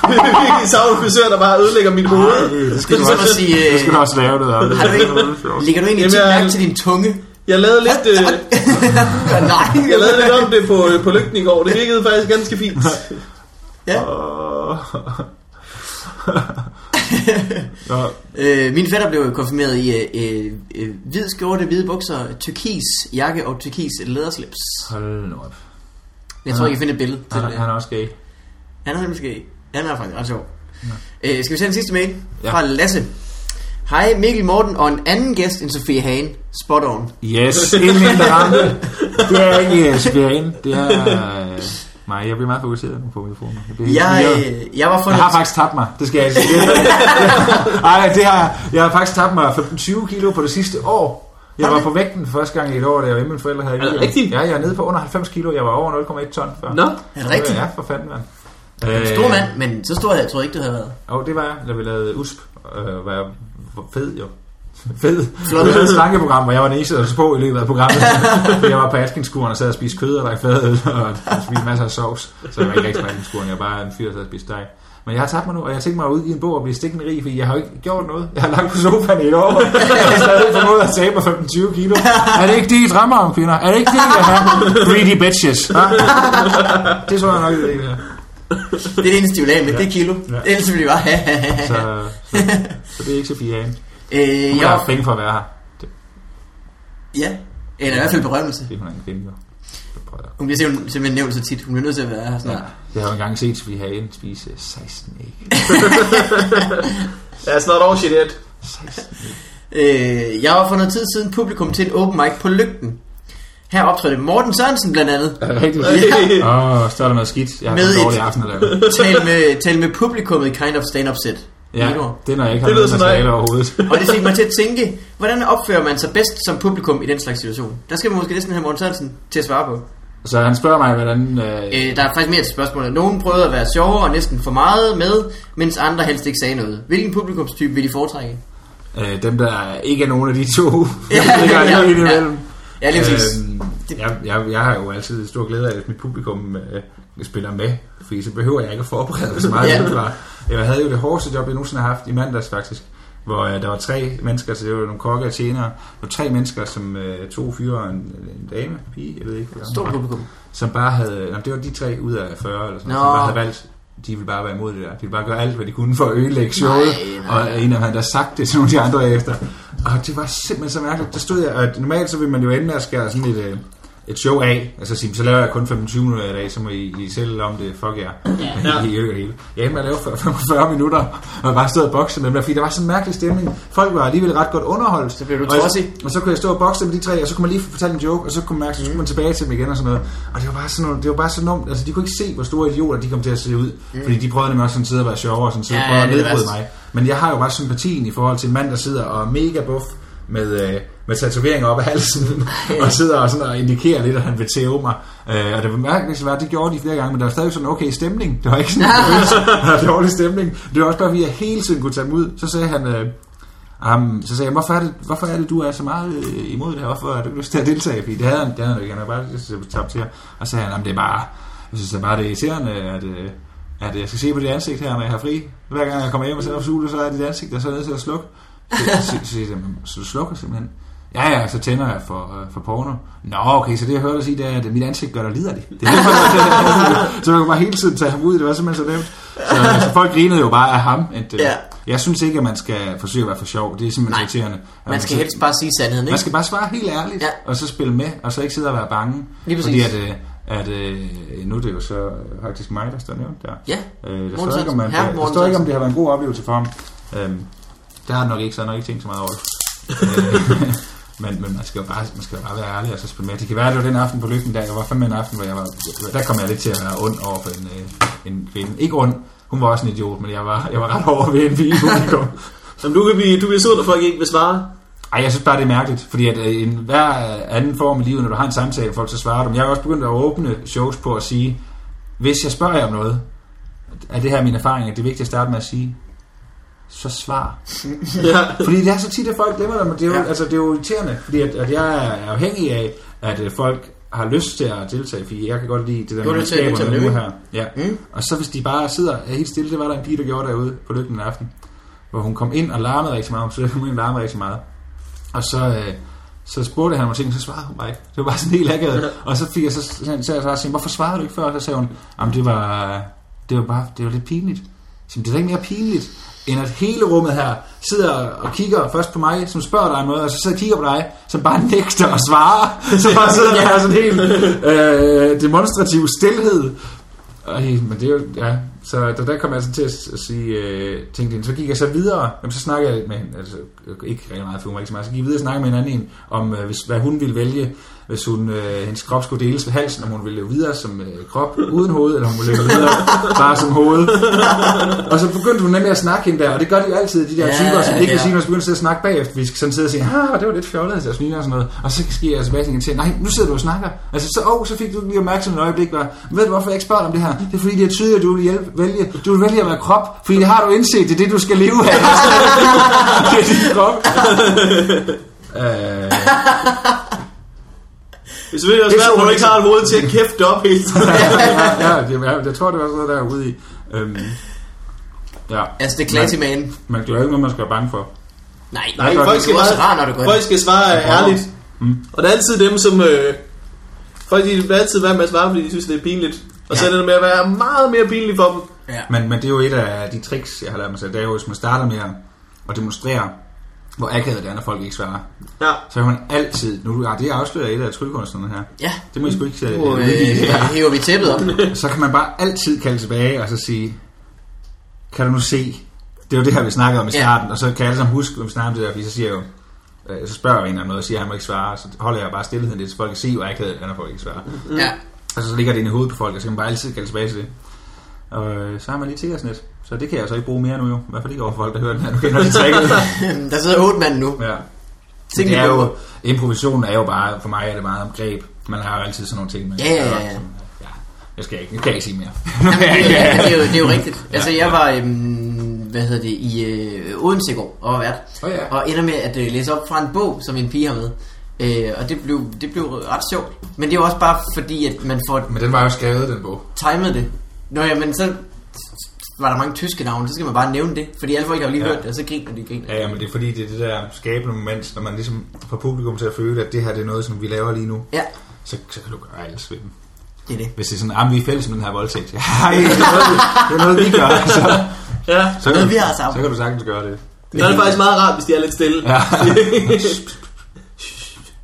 Speaker 1: det er en virkelig savlet frisør, der bare ødelægger mit hoved.
Speaker 3: Det skal,
Speaker 2: Det
Speaker 3: du
Speaker 2: er ligesom at
Speaker 3: også,
Speaker 2: sige,
Speaker 3: det skal du også lave det der. Det
Speaker 2: Har du ikke-
Speaker 3: er sjovt.
Speaker 2: Ligger du egentlig
Speaker 1: Jamen,
Speaker 2: tit
Speaker 1: jeg-
Speaker 2: mærke til din tunge?
Speaker 1: Jeg lavede lidt, øh,
Speaker 2: Nej,
Speaker 1: jeg lavede lidt om det på, øh, på lygten i går. Det virkede faktisk ganske fint.
Speaker 2: Ja.
Speaker 3: Nå,
Speaker 2: Øh, min fætter blev konfirmeret i øh, øh, øh, hvid skjorte, hvide bukser, tyrkis jakke og tyrkis læderslips.
Speaker 3: hold nu op.
Speaker 2: Jeg tror, jeg kan finde et billede til
Speaker 3: Han,
Speaker 2: det.
Speaker 3: han er også gay.
Speaker 2: Han er måske... Han er faktisk ret sjov. Øh, skal vi se den sidste mail?
Speaker 3: Ja.
Speaker 2: Fra Lasse. Hej Mikkel Morten og en anden gæst end Sofie Hagen. Spot on.
Speaker 3: Yes, en mindre rampe. Det er ikke uh, Sibirien. Det er... Uh, nej, jeg bliver meget fokuseret nu på mikrofonen. Jeg, bliver helt
Speaker 2: Jeg,
Speaker 3: forvirret.
Speaker 2: øh, jeg var for
Speaker 3: jeg har faktisk tabt mig, det skal jeg sige. Ej, det har, jeg har faktisk tabt mig 15-20 kilo på det sidste år. Jeg var på vægten første gang i et år, da jeg var hjemme, mine forældre havde
Speaker 1: Er det
Speaker 3: i weekend.
Speaker 1: rigtigt?
Speaker 3: Ja, jeg er nede på under 90 kilo. Jeg var over 0,1 ton før.
Speaker 1: Nå,
Speaker 2: Er det rigtigt?
Speaker 3: Ja, for fanden, mand. Øh,
Speaker 2: Stor mand, men så stor jeg tror jeg ikke, du havde været.
Speaker 3: Og oh, det var jeg, da vi lavede USP. Øh, var jeg fed, jo. Fed.
Speaker 2: Flot.
Speaker 3: Det var et slankeprogram, hvor jeg var den eneste, der så på i løbet af programmet. jeg var på Atkins-kuren og sad og spiste kød og drak fadøl og spiste masser af sovs. Så jeg var ikke rigtig på Atkins-kuren, jeg var bare en fyr, der sad og spiste dej. Men jeg har tabt mig nu, og jeg tænker mig ud i en bog og blive stikkende rig, fordi jeg har jo ikke gjort noget. Jeg har lagt på sofaen i et år, og jeg har stadig formået at tabe mig 15-20 kilo. Er det ikke det, I drømmer om, kvinder? Er det ikke det, jeg har? Greedy bitches. hva? Det tror jeg nok, det er det her.
Speaker 2: Det er det eneste, de vil af med. Det er kilo.
Speaker 3: Ja.
Speaker 2: Ellers ville de bare...
Speaker 3: Så, så, så det er ikke Sofie Hagen.
Speaker 2: øh,
Speaker 3: Hun
Speaker 2: jeg
Speaker 3: har
Speaker 2: var,
Speaker 3: penge for at være her. Det,
Speaker 2: ja. Eller i hvert fald berømmelse.
Speaker 3: det er hun er en kvinde, jo. Det prøver jeg.
Speaker 2: Hun bliver simpelthen simpelthen nævnt så tit. Hun bliver nødt til at være her snart.
Speaker 3: Jeg har jo engang set Sofie Hagen spise 16 æg.
Speaker 1: that's not all she did.
Speaker 3: 16 æg.
Speaker 2: Øh, jeg var for noget tid siden publikum til et open mic på Lygten. Her optrådte Morten Sørensen blandt andet.
Speaker 3: Er det rigtigt?
Speaker 1: Ja.
Speaker 3: Åh, oh, så er der noget skidt. Jeg har
Speaker 2: Med
Speaker 3: haft en dårlig
Speaker 2: et-
Speaker 3: aften at lave.
Speaker 2: Tal med, tal med publikummet i Kind of Stand Up Set.
Speaker 3: Ja,
Speaker 2: Nytår.
Speaker 3: det er, når jeg ikke har
Speaker 1: Det lyder
Speaker 3: noget
Speaker 1: som
Speaker 3: materiale
Speaker 1: dig.
Speaker 3: overhovedet.
Speaker 2: Og det fik mig til at tænke, hvordan opfører man sig bedst som publikum i den slags situation? Der skal man måske næsten have Morten Sørensen til at svare på.
Speaker 3: Så han spørger mig, hvordan... Øh,
Speaker 2: Øh, der er faktisk mere til spørgsmålet. Nogen prøvede at være sjovere og næsten for meget med, mens andre helst ikke sagde noget. Hvilken publikumstype vil de foretrække?
Speaker 3: øh, dem, der ikke er nogen af de to.
Speaker 2: Ja,
Speaker 3: der ligger
Speaker 2: ja,
Speaker 3: lige
Speaker 2: ja.
Speaker 3: imellem.
Speaker 2: Ja, lige præcis.
Speaker 3: Øhm, jeg, jeg, jeg har jo altid stor glæde af, at mit publikum øh, spiller med, fordi så behøver jeg ikke at forberede mig så meget.
Speaker 2: Ja.
Speaker 3: ja. Jeg havde jo det hårdeste job, jeg nogensinde har haft i mandags faktisk, hvor øh, der var tre mennesker, så det var nogle kokke og tjenere, der var tre mennesker, som øh, to fyre og en, en dame, en pige, jeg ved ikke, hvor gammel
Speaker 2: Stort
Speaker 3: hun var,
Speaker 2: publikum.
Speaker 3: som bare havde, nej, det var de tre ud af 40 eller sådan
Speaker 2: Nå.
Speaker 3: noget, som bare havde valgt de ville bare være imod det der. De ville bare gøre alt, hvad de kunne for at ødelægge showet.
Speaker 2: Nej, nej.
Speaker 3: Og en af dem havde der sagt det til nogle af de andre efter. Og det var simpelthen så mærkeligt. Der stod jeg, og normalt så vil man jo ende med at skære sådan et, øh, et show af. Altså sige, så laver jeg kun 25 minutter i dag, så må I, I selv om det. Fuck jer. Ja. I øger det hele. Jeg endte med at lave 40, 40 minutter, og bare stod og bokse med dem der, fordi der var sådan en mærkelig stemning. Folk var alligevel ret godt underholdt. Så
Speaker 2: blev du
Speaker 3: og,
Speaker 2: trodsig.
Speaker 3: jeg- og så kunne jeg stå og bokse med de tre, og så kunne man lige fortælle en joke, og så kunne man mærke, så skulle man tilbage til dem igen og sådan noget. Og det var bare sådan, nogle, det var bare sådan nogle, altså de kunne ikke se, hvor store idioter de kom til at se ud. Mm. Fordi de prøvede nemlig også sådan at sidde og være sjovere, og sådan så
Speaker 2: Ja,
Speaker 3: ja,
Speaker 2: ja,
Speaker 3: prøvede at
Speaker 2: det er det
Speaker 3: nedbryde
Speaker 2: værste.
Speaker 3: mig. Men jeg har jo bare sympatien i forhold til en mand, der sidder og er mega buff med, øh, med tatoveringer op af halsen, og sidder og, sådan og indikerer lidt, at han vil tæve mig. Øh, og det var mærkeligt, svært, det gjorde de flere gange, men der var stadig sådan okay stemning. Det var ikke sådan en følelse af dårlig stemning. Det var også bare, fordi jeg hele tiden kunne tage dem ud. Så sagde han, øh, Um, så sagde jeg, hvorfor er, det, hvorfor er det, du er så meget øh, imod det her? Hvorfor har du ikke lyst til at deltage? Fordi det havde han, det havde han jo ikke. Han havde bare lyst til at tabe til jer. Og så sagde han, "Jamen, det er bare, jeg synes det er bare, det er irriterende, at, øh, at jeg skal se på dit ansigt her, når jeg har fri. Hver gang jeg kommer hjem og sætter op sule, så er dit ansigt, der så er nødt til at slukke. Så, så, så, siger jeg, "Jamen, så du slukker simpelthen? Ja, ja, så tænder jeg for, øh, for porno. Nå, okay, så det jeg hørte dig sige, det er, at mit ansigt gør dig liderlig. Det er derfor, jeg- så jeg kunne bare hele tiden tage ham ud, det var simpelthen så nemt. Så altså, folk grinede jo bare af ham. At, øh,
Speaker 2: Ja.
Speaker 3: Jeg synes ikke, at man skal forsøge at være for sjov. Det er simpelthen
Speaker 2: Nej.
Speaker 3: Nej. irriterende. Og
Speaker 2: Man skal
Speaker 3: så-
Speaker 2: helst bare sige sandheden,
Speaker 3: Man
Speaker 2: ikke?
Speaker 3: skal bare svare helt ærligt,
Speaker 2: Ja.
Speaker 3: ja. og så spille med, og så ikke sidde og være bange.
Speaker 2: Lige
Speaker 3: fordi
Speaker 2: præcis.
Speaker 3: at, øh, at, øh, nu er det jo så øh, faktisk mig, der står nævnt der.
Speaker 2: Ja.
Speaker 3: Øh, der,
Speaker 2: Morten
Speaker 3: står ikke, om
Speaker 2: Sørensen.
Speaker 3: man,
Speaker 2: Herre
Speaker 3: der, der
Speaker 2: Morten
Speaker 3: står ikke,
Speaker 2: Sørensen.
Speaker 3: om det har været en god oplevelse for ham. Øhm, det har han nok ikke, så han har nok ikke tænkt så meget over det. Øh, men, men man, skal jo bare, man skal jo bare være ærlig og så spille med. Det kan være, at det var den aften på lykken, der jeg var fandme en aften, hvor jeg var, der kom jeg lidt til at være ond over for en, øh, en kvinde. Ikke ond, hun var også en idiot, men jeg var, jeg var ret hård ved en pige i publikum.
Speaker 1: Som du kan blive, du bliver sur, når folk ikke vil svare.
Speaker 3: Ej, jeg synes bare, det er mærkeligt, fordi at øh, en, hver anden form i livet, når du har en samtale med folk, så svarer du. Men jeg har også begyndt at åbne shows på at sige, hvis jeg spørger jer om noget, er det her min erfaring, at det er vigtigt at starte med at sige, så svar.
Speaker 1: Ja.
Speaker 3: Fordi det er så tit, at folk glemmer det, men det er jo, ja. altså, det er jo irriterende, fordi at, at jeg er afhængig af, at øh, folk har lyst til at deltage, fordi jeg kan godt lide det der,
Speaker 2: Du har lyst til at
Speaker 3: skaber
Speaker 2: deltage
Speaker 3: noget
Speaker 2: med
Speaker 3: her. Ja.
Speaker 2: Mm.
Speaker 3: Mm. Og så hvis de bare sidder er helt stille, det var der en pige, der gjorde derude på lykken en aften, hvor hun kom ind og larmede rigtig meget, hun så hun larmede rigtig meget. Og så, øh, så spurgte han nogle ting, og så svarede hun mig ikke. Det var bare sådan helt akavet. Og så fik jeg så, så, så, så, jeg så sagde, hvorfor svarede du ikke før? Og så sagde hun, jamen det var, det var bare, det var lidt pinligt. Så det er da ikke mere pinligt, end at hele rummet her sidder og kigger først på mig, som spørger dig om noget, og så sidder og kigger på dig, som bare nægter at svare. Så bare sidder der sådan helt øh, demonstrativ stillhed. Ej, men det er jo, ja. Så der, der kom jeg altså til at, s- at sige, øh, tænkte hende. Så gik jeg så videre, jamen, så snakkede jeg lidt med hende, altså ikke rigtig meget, for hun var ikke så meget, så gik jeg videre og snakkede med en anden en, om øh, hvis, hvad hun ville vælge, hvis hun, øh, hendes krop skulle deles ved halsen, om hun ville løbe videre som øh, krop uden hoved, eller om hun ville løbe videre bare som hoved. Og så begyndte hun nemlig at snakke hende der, og det gør de jo altid, de der
Speaker 2: Ja,
Speaker 3: ja, typer, som ikke
Speaker 2: ja.
Speaker 3: ja. kan sige, når begynder at sidde og snakke bagefter, vi skal sådan sidde og sige, ah, det var lidt fjollet, altså, jeg smiler og sådan noget. Og så sker jeg tilbage til hende og siger, nej, nu sidder du og snakker. Altså, så, oh, så fik du lige opmærksomhed et øjeblik, var, ved du, hvorfor jeg ikke spørger dig om det her? Det er fordi, det er tydeligt, at du vil hjælpe, vælge, du vil vælge at være krop, fordi det har du indset, det er det, du skal leve af. det er din krop. Øh,
Speaker 1: Det er selvfølgelig også
Speaker 3: Det er
Speaker 1: svært,
Speaker 3: så
Speaker 1: når du ikke har et hoved til at kæfte op hele tiden.
Speaker 3: ja, ja, det, jeg, jeg tror, det var sådan noget, der er ude i. Øhm, ja,
Speaker 2: Altså, det er klassimanen.
Speaker 3: man gør jo ikke noget, man skal være bange for.
Speaker 2: Nej,
Speaker 1: Nej,
Speaker 2: det er
Speaker 1: folk skal,
Speaker 2: jo også
Speaker 1: bare,
Speaker 2: rart, når det går
Speaker 1: folk skal svare ærligt. Og det er altid dem, som... Øh, folk de vil altid være med at svare, fordi de synes, det er pinligt. Og så
Speaker 2: Ja.
Speaker 1: er det med at være meget mere pinligt for dem.
Speaker 2: Ja.
Speaker 3: Men, men det er jo et af de tricks, jeg har lært mig selv. Det er jo, hvis man starter med at- at demonstrere, hvor akavet det er, når folk ikke svarer.
Speaker 1: Ja.
Speaker 3: Så kan man altid... Nu, ja, det afslører et af tryllekunstnerne her.
Speaker 2: Ja.
Speaker 3: Det må I sgu ikke
Speaker 2: Nu
Speaker 3: uh,
Speaker 2: øh,
Speaker 3: udvise her.
Speaker 2: hæver vi tæppet op.
Speaker 3: Så kan man bare altid kalde tilbage og så sige, kan du nu se? Det er jo det her, vi snakkede om i
Speaker 2: Ja.
Speaker 3: starten. Og så kan jeg alle sammen huske, når vi snakkede om det der, fordi så siger jeg jo, øh, så spørger jeg en om noget og siger, at han må ikke svare. Så holder jeg bare stillheden lidt, så folk kan se, hvor akavet det er, når folk ikke svarer.
Speaker 2: Ja.
Speaker 3: Og så ligger det inde i hovedet på folk, og så kan man bare altid kalde tilbage til det. Og øh, så har man lige et sikkerhedsnet. Så det kan jeg så ikke bruge mere nu jo. I hvert fald ikke over for folk, der hører den her. Nu kender de tricket.
Speaker 2: Der sidder otte mand nu.
Speaker 3: ja.
Speaker 2: Tingene
Speaker 3: Det er
Speaker 2: går.
Speaker 3: jo, improvisation er jo bare, for mig er det meget om greb. Man har jo altid sådan nogle ting. Man
Speaker 2: Ja, ja, ja, ja.
Speaker 3: ja. Jeg skal ikke, nu kan jeg ikke sige mere.
Speaker 2: Jamen, det, er, det, er jo, det er jo rigtigt. Altså, jeg var, øhm, hvad hedder det, i øh, Odense i går og var vært.
Speaker 3: Åh, ja.
Speaker 2: Og ender med at øh, læse op fra en bog, som en pige har med. Øh, og det blev, det blev ret sjovt. Men det er jo også bare fordi, at man får
Speaker 3: Men den var jo skrevet, den bog.
Speaker 2: timet det. Nå ja, men så var der mange tyske navne, så skal man bare nævne det. Fordi alle folk har jo lige ja.
Speaker 3: Ja.
Speaker 2: hørt det, og så griner de griner.
Speaker 3: Ja, ja, men det er fordi, det er det der skabende moment, når man ligesom får publikum til at føle, at det her det er noget, som vi laver lige nu.
Speaker 2: ja,
Speaker 3: Så, så kan du gøre alt ved dem.
Speaker 2: det er det.
Speaker 3: Hvis det er sådan, at vi er fælles med den her voldtægt. Ej, det er noget, det er noget vi gør. altså. Så,
Speaker 1: Ja.
Speaker 3: så, kan,
Speaker 2: Noget,
Speaker 3: du-
Speaker 2: vi har sammen.
Speaker 3: så kan du sagtens gøre det.
Speaker 1: Men der er det faktisk meget rart, hvis de er lidt stille.
Speaker 3: Ja.